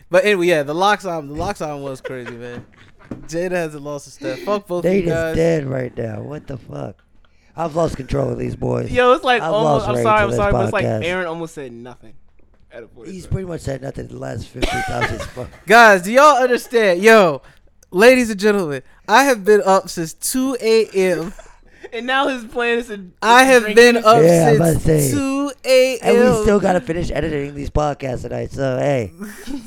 S1: but anyway, yeah, the locks on, the locks on was crazy, man. Jada hasn't lost a step. Fuck both of
S3: They
S1: you
S3: just
S1: guys.
S3: dead right now. What the fuck? I've lost control of these boys.
S2: Yo, it's like
S3: I've
S2: almost.
S3: lost
S2: I'm
S3: rage
S2: sorry.
S3: to
S2: I'm
S3: this
S2: sorry, but it's like
S3: podcast.
S2: Aaron almost said nothing. Out of order,
S3: He's
S2: bro.
S3: pretty much said nothing the last 15 times he's spoke.
S1: Guys, do y'all understand? Yo, ladies and gentlemen, I have been up since two a.m.
S2: and now his plan is to.
S1: I have
S2: drink
S1: been
S2: his-
S1: up
S3: Yeah, I'm about to say.
S1: since two a.m.
S3: And we still got to finish editing these podcasts tonight. So, hey,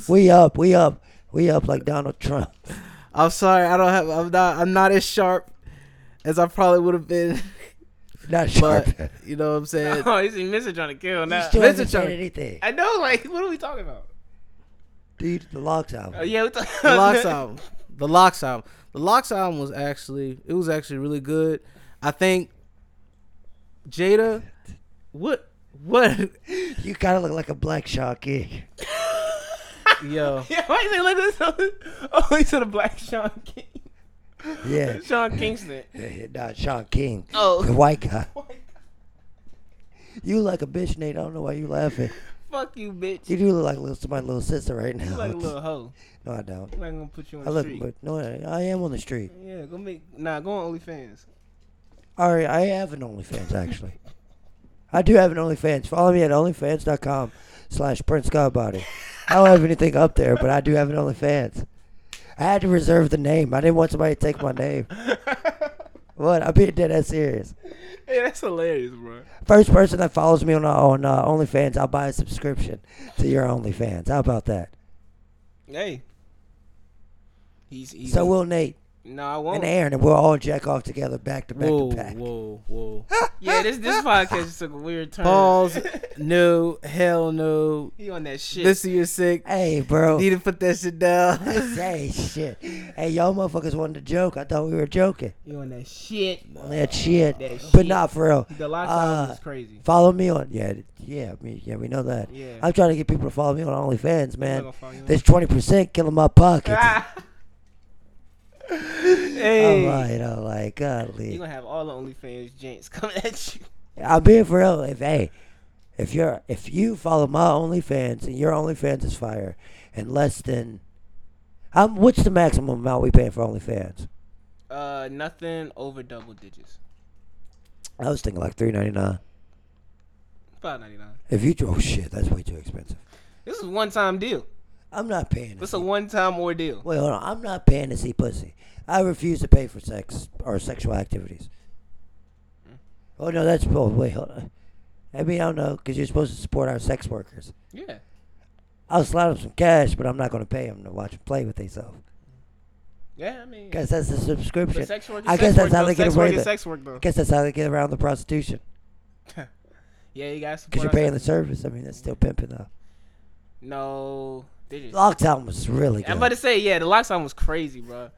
S3: we up, we up, we up like Donald Trump.
S1: I'm sorry, I don't have. I'm not. I'm not as sharp as I probably would have been.
S3: Not sure.
S1: But you know what I'm saying.
S2: Oh, he's missing trying to kill
S3: You
S2: now.
S3: still
S1: Listen,
S3: haven't said
S1: Charlie.
S3: anything.
S2: I know. Like, what are we talking about?
S3: Dude, the locks
S2: Oh
S3: album.
S2: yeah, we talking
S1: The Locks album. The Locks album. The Locks album was actually. It was actually really good. I think. Jada, what? What?
S3: You kind of look like a black Shaw King.
S1: Yo,
S2: Yeah, why is it like this? Oh, he said a black Sean King.
S3: Yeah.
S2: Sean Kingston.
S3: Not Shaw King.
S2: Oh.
S3: The white guy. You look like a bitch, Nate. I don't know why you laughing.
S2: Fuck you, bitch.
S3: You do look like little, somebody's little sister right now.
S2: You like a little hoe.
S3: no, I don't.
S2: I'm not gonna put you on
S3: I
S2: the
S3: look,
S2: street.
S3: but no, I I am on the street.
S2: Yeah, go make nah, go on OnlyFans.
S3: All right, I have an OnlyFans actually. I do have an OnlyFans. Follow me at OnlyFans.com slash Prince Godbody. I don't have anything up there, but I do have an OnlyFans. I had to reserve the name. I didn't want somebody to take my name. What? I'm being dead ass serious.
S2: Hey, that's hilarious, bro.
S3: First person that follows me on uh, on uh, OnlyFans, I'll buy a subscription to your OnlyFans. How about that?
S2: Hey. He's he's
S3: So will Nate
S2: No, I
S3: and
S2: won't.
S3: Aaron, and we'll all jack off together back to back
S1: whoa,
S3: to back.
S1: whoa, whoa!
S2: Yeah, this this podcast just took a weird turn.
S1: Balls, no, hell no.
S2: He on that shit.
S1: This is your sick.
S3: Hey, bro.
S1: Need to put that shit down.
S3: Say shit. Hey, y'all motherfuckers wanted to joke. I thought we were joking.
S2: he on that shit.
S3: on that shit.
S2: That
S3: but
S2: shit.
S3: not for real.
S2: The lockdown
S3: Uh,
S2: is crazy.
S3: Follow me on yeah, th- yeah, me, yeah, we know that.
S2: Yeah.
S3: I'm trying to get people to follow me on
S2: gonna
S3: OnlyFans, man.
S2: follow you on-
S3: There's twenty percent killing my pockets.
S2: hey.
S3: All right, all right,
S2: You're
S3: golly.
S2: gonna have all the OnlyFans gents coming at you.
S3: I'm being for real. If hey, if you're if you follow my OnlyFans and your OnlyFans is fire, and less than, um, what's the maximum amount we paying for OnlyFans?
S2: Uh nothing over double digits.
S3: I was thinking like three ninety nine.
S2: Five ninety nine.
S3: If you oh shit, that's way too expensive.
S2: This is a one time deal.
S3: I'm not paying.
S2: This
S3: it.
S2: a one time ordeal.
S3: Wait, hold on. I'm not paying to see pussy. I refuse to pay for sex or sexual activities.
S2: Hmm.
S3: Oh no, that's oh, wait, hold on. I mean, I don't know, cause you're supposed to support our sex workers.
S2: Yeah.
S3: I'll slide them some cash, but I'm not gonna pay them to watch them play with themselves.
S2: Yeah, I mean
S3: Guess that's a subscription.
S2: But sex work is
S3: I
S2: sex
S3: guess
S2: work,
S3: that's how
S2: though.
S3: they get
S2: Sex work
S3: away
S2: is
S3: with it.
S2: sex work though.
S3: Guess that's how they get around the prostitution.
S2: Yeah, you guys.
S3: Cause you're paying the service. I mean, that's still pimping though.
S2: No, they just.
S3: Lockdown was really
S2: I'm about to
S3: good.
S2: say, yeah, the lock sound was crazy, bro.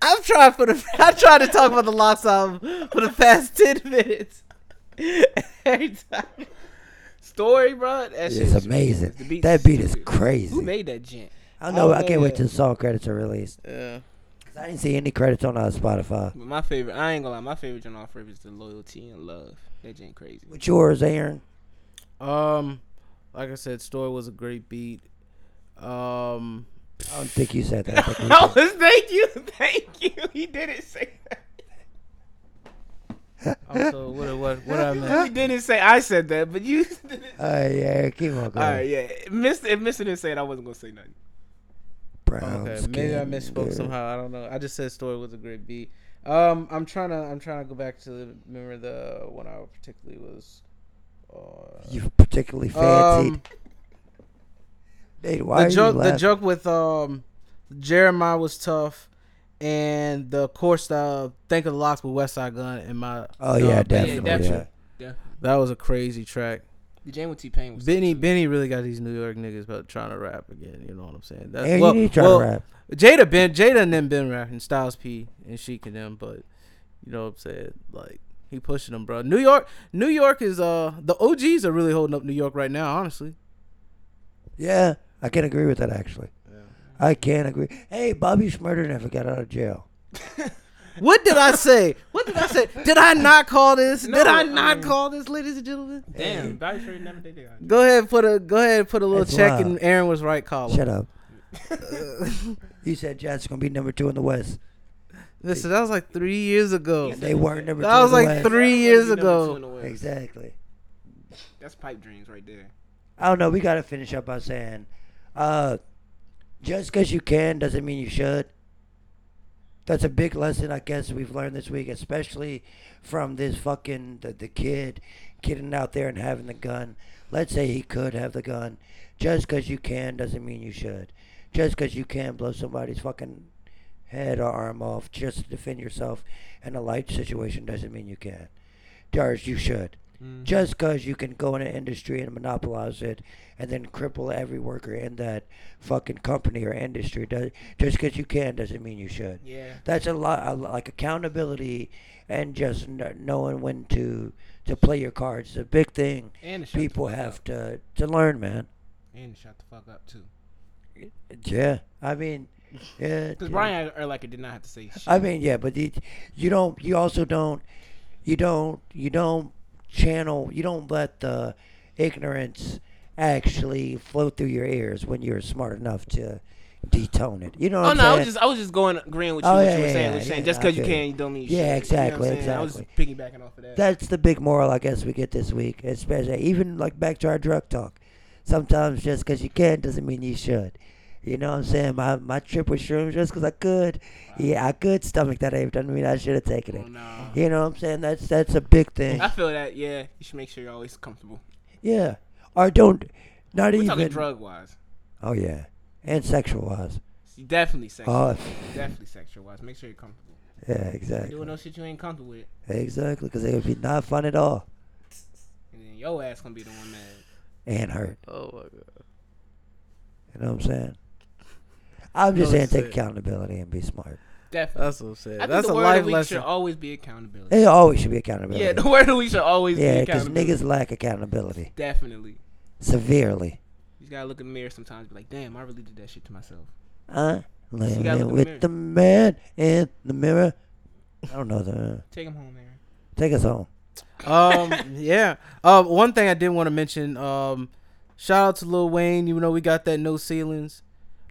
S1: I'm trying for the. I'm trying to talk about the locks album for the past ten minutes. Every time.
S2: Story, bro. That shit
S3: It's
S2: was-
S3: amazing.
S2: the beat's
S3: That beat is
S2: stupid. Who
S3: crazy.
S2: made Oh, that gent?
S3: I know.
S1: I
S3: I
S1: don't
S3: can't
S1: know
S3: wait
S1: yet.
S3: till the song credits are released.
S1: Yeah.
S3: 'Cause I didn't see any credits on uh, Spotify.
S2: But my favorite, I ain't gonna lie, my favorite joint off rip is the loyalty and love. That gent crazy.
S3: What's yours, Aaron?
S1: Um, like I said, story was a great beat. Um,
S3: I don't think you said that. I think we
S2: Oh,
S3: did.
S2: thank you, thank you. He didn't say that.
S1: also, what what what I
S2: He
S1: meant.
S2: didn't say I said that, but you. Didn't.
S3: All right, uh, yeah, Eric, keep on going.
S2: All right, yeah. Mister, if Mister didn't say it, I wasn't gonna say nothing.
S3: Brown
S1: Okay, maybe I
S3: skin
S1: misspoke
S3: girl.
S1: somehow. I don't know. I just said story was a great beat. Um, I'm trying to I'm trying to go back to remember the one I particularly was. Uh,
S3: You particularly fancied.
S1: um,
S3: Nate, why
S1: the
S3: are
S1: joke
S3: you
S1: the
S3: laughing?
S1: joke with um Jeremiah was tough, and the of course the think of the locks with West Side Gun and my
S3: oh yeah,
S1: uh,
S3: definitely.
S4: that's-
S3: yeah.
S4: Yeah.
S1: that was a crazy track.
S2: The jam with T Pain was
S1: Benny Benny really got these New York niggas about trying to rap again. You know what I'm saying? That's,
S3: And
S1: well-
S3: you need to try
S1: well,
S3: to rap.
S1: Jada been Jada and them been rapping Styles P and Sheik and them, but you know what I'm saying? Like he pushing them, bro. New York, New York is uh the OGs are really holding up New York right now. Honestly,
S3: Yeah, I can agree with that actually. I can agree. Hey, Bobby Schmurder never got out of jail.
S1: what did I say? What did I say? Did I not call this?
S4: No,
S1: did I
S4: I
S1: not
S4: mean-
S1: call this, ladies and gentlemen?
S3: Hey.
S4: Damn, Bobby Shmurda never did that.
S1: Go ahead, and put a go ahead, and put a little
S3: It's
S1: check
S3: wild.
S1: in Aaron was right column.
S3: Shut up. you said Jets gonna be number two in the West.
S1: Listen, that was like three years ago.
S3: They weren't number two.
S1: That was
S3: in the
S1: like
S3: West.
S1: three years
S2: Number two in
S1: ago.
S2: the world.
S3: Exactly.
S2: That's pipe dreams right there.
S3: I don't know. Oh, We gotta finish up by saying, uh, just because you can doesn't mean you should. That's a big lesson I guess we've learned this week, especially from this fucking the, the kid getting out there and having the gun. Let's say he could have the gun. Just because you can doesn't mean you should. Just because you can blow somebody's fucking head or arm off just to defend yourself in a light situation doesn't mean you can. Dars, you should.
S2: Mm.
S3: Just because you can go in an industry and monopolize it and then cripple every worker in that fucking company or industry, does, just because you can doesn't mean you should.
S2: Yeah.
S3: That's a lot, a lot like accountability and just kn- knowing when to to play your cards. It's a big thing
S2: And to shut
S3: people
S2: the fuck
S3: have
S2: up.
S3: to to learn, man.
S2: And to shut the fuck up too.
S3: Yeah, I mean, yeah.
S2: Because
S3: dude.
S2: Brian Erlacher did not have to say shit.
S3: I mean, yeah, but you, you don't. You also don't. You don't. You don't channel. You don't let the ignorance actually flow through your ears when you're smart enough to detone it. You know
S2: Oh
S3: what
S2: no, I
S3: I'm
S2: was
S3: saying?
S2: just I was just going agreeing with you
S3: Oh,
S2: what
S3: yeah,
S2: you were
S3: yeah,
S2: saying. What
S3: yeah,
S2: you saying
S3: yeah,
S2: just 'cause
S3: okay.
S2: you can, you don't mean
S3: Yeah,
S2: shit. You know what I'm
S3: exactly,
S2: saying? I was just piggybacking off of that.
S3: That's the big moral I guess we get this week, especially even like back to our drug talk. Sometimes just 'cause you can doesn't mean you should. You know what I'm saying? My my trip with shrooms just 'cause I could. Yeah, I could stomach that ape doesn't mean I should have taken
S2: oh
S3: it.
S2: no.
S3: You know what I'm saying? That's that's a big thing.
S2: I feel that. Yeah, you should make sure you're always comfortable.
S3: Yeah. Or don't not
S2: We're talking
S3: even
S2: drug wise.
S3: Oh yeah. And sexual wise.
S2: Definitely sexual.
S3: Oh
S2: definitely sexual wise. Make sure you're comfortable.
S3: yeah,
S2: Doing
S3: exactly.
S2: no shit you ain't comfortable with,
S3: Exactly, because it would be not fun at all.
S2: and then your ass gonna be the one mad.
S3: Uh, And hurt.
S1: Oh my god.
S3: You know what I'm saying? I'm
S1: No,
S3: just saying
S1: it's
S3: take
S1: it.
S3: accountability and be smart.
S2: Definitely.
S1: That's what I'm saying.
S2: I think
S1: That's
S2: the
S1: a
S2: word of
S1: life
S2: the week
S1: lesson.
S2: should always be accountability.
S3: It always should be accountability.
S2: Yeah, the word of the week should always be
S3: Yeah, because
S2: accountability.
S3: niggas lack accountability
S2: Definitely.
S3: severely.
S2: You gotta look in the mirror sometimes and be like, damn, I really did that shit to myself.
S3: I
S2: gotta
S3: living
S2: look in the
S3: with
S2: mirror.
S3: the man in the mirror. I don't know the.
S2: Take him home, Aaron.
S3: Take us home.
S1: um yeah um one thing i did want to mention um shout out to lil wayne you know we got that no ceilings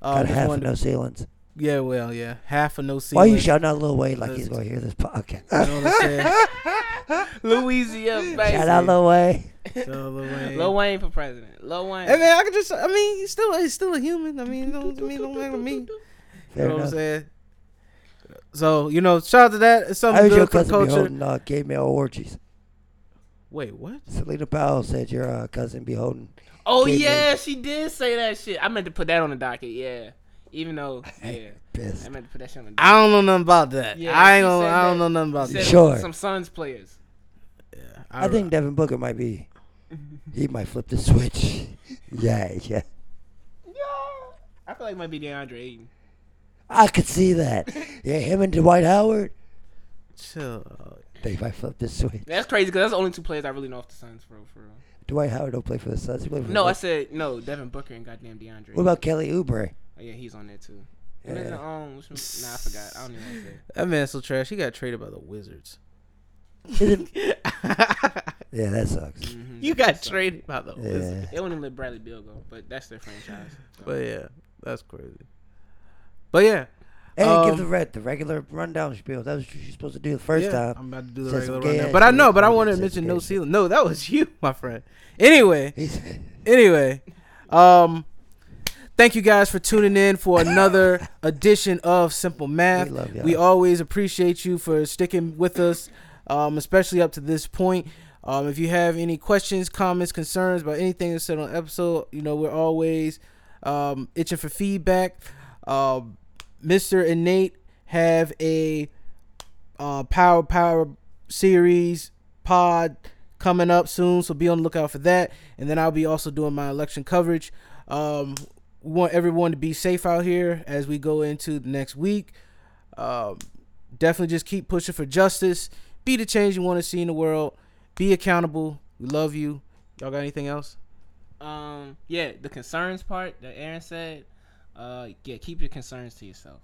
S2: Oh,
S1: uh
S3: Got
S1: just
S3: half of
S1: wanted to-
S3: no ceilings.
S1: yeah well yeah half of no ceilings
S3: Why you shouting out Lil Wayne like
S1: Listen.
S3: he's gonna hear this podcast?
S1: You know what I'm saying?
S2: Louisiana, baby.
S3: Shout out Lil Wayne.
S1: Shout out Lil Wayne.
S2: Lil Wayne for president. Lil Wayne.
S1: Hey man, I could just I mean he's still he's still a human. I mean don't I mean don't matter to me. You
S3: Fair
S1: know what I'm
S3: enough.
S1: saying? So, you know, shout out to that. It's
S3: I
S1: something
S3: heard your
S1: good for the
S3: cousin be
S1: culture.
S3: holding uh, gay male orgies.
S1: Wait, what?
S3: Selena Powell said your uh, cousin be holding.
S2: Oh
S3: Kid
S2: yeah, she did say that shit. I meant to put that on the docket. Yeah, even though yeah,
S3: Pissed.
S2: I meant to put that shit on the docket.
S1: I don't know nothing about that.
S2: Yeah,
S1: I ain't
S2: he
S1: gonna,
S2: said
S1: I don't know
S2: that.
S1: nothing about
S2: Said
S1: that.
S3: Shit. Sure.
S2: Some Suns players.
S3: I think Devin Booker might be. He might flip the switch. yeah, yeah.
S2: Yeah. I feel like it might be DeAndre Ayton.
S3: I could see that. Yeah, him and Dwight Howard,
S1: chill. out.
S3: they might flip the switch.
S2: That's crazy because that's the only two players I really know off the Suns, bro. For real.
S3: Dwight Howard don't play for the Suns. He played for
S2: No,
S3: the
S2: I said no. Devin Booker and goddamn DeAndre.
S3: What about Kelly Oubre?
S2: Oh, yeah, he's on there too. And then,
S3: Yeah.
S2: um, which one- nah, I forgot. I don't even want to say.
S1: That man's so trash. He got traded by the Wizards.
S3: Isn't- yeah, that sucks.
S2: Mhm.
S1: You got traded by the Wizards.
S3: Yeah.
S2: They won't even let Bradley Beal go, but that's their franchise. so.
S1: But yeah, that's crazy. But yeah,
S3: And
S1: Um,
S3: give the red the regular rundown spiel. That was what you're supposed to do the first
S1: yeah,
S3: time.
S1: I'm about to do the
S3: Said
S1: regular
S3: some gay
S1: rundown.
S3: ass
S1: But I
S3: shit.
S1: know, but I
S3: Gay
S1: wanted
S3: ass
S1: to mention no
S3: education.
S1: ceiling. No, that was you, my friend. Anyway,
S3: He said,
S1: anyway, um, Thank you guys for tuning in for another edition of Simple Math.
S3: We love y'all.
S1: We always appreciate you for sticking with us, um, especially up to this point. Um, if you have any questions, comments, concerns about anything that's said on the episode, you know we're always um, itching for feedback. Um, Mr. and Nate have a uh, Power Power series pod coming up soon, so be on the lookout for that. And then I'll be also doing my election coverage. Um, we want everyone to be safe out here as we go into the next week. Um, definitely just keep pushing for justice. Be the change you want to see in the world. Be accountable. We love you. Y'all got anything else?
S2: Um, yeah, the concerns part that Aaron said. Uh, yeah, keep your concerns to yourself.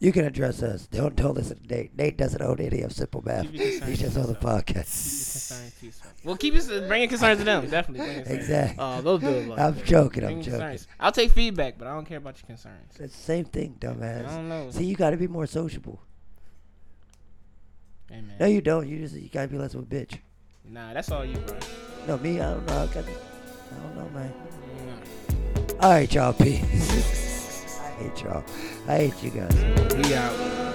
S3: You can address us. Don't don't listen to Nate. Nate doesn't own any of Simple Math.
S2: Keep your concerns
S3: He's just
S2: to
S3: on the
S2: yourself.
S3: podcast.
S2: Keep your concerns to yourself. Well, keep your bring your concerns to them. Definitely. Bring your concerns.
S3: Exactly.
S1: Uh, those do it.
S2: Oh,
S1: Like,
S3: I'm joking.
S2: Bring
S3: I'm
S2: your
S3: joking.
S2: concerns. I'll take feedback, but I don't care about your concerns.
S3: It's the same thing,
S2: I
S3: dumbass.
S2: don't know.
S3: See, you got to be more sociable.
S2: Hey, man.
S3: No, you don't. You just you got to be less of a bitch.
S2: Nah, that's all you, bro.
S3: No, me. I don't know. I, got, I don't know, man.
S2: Nah.
S3: All right, y'all. Peace. I hate y'all. I hate you guys.
S1: we out.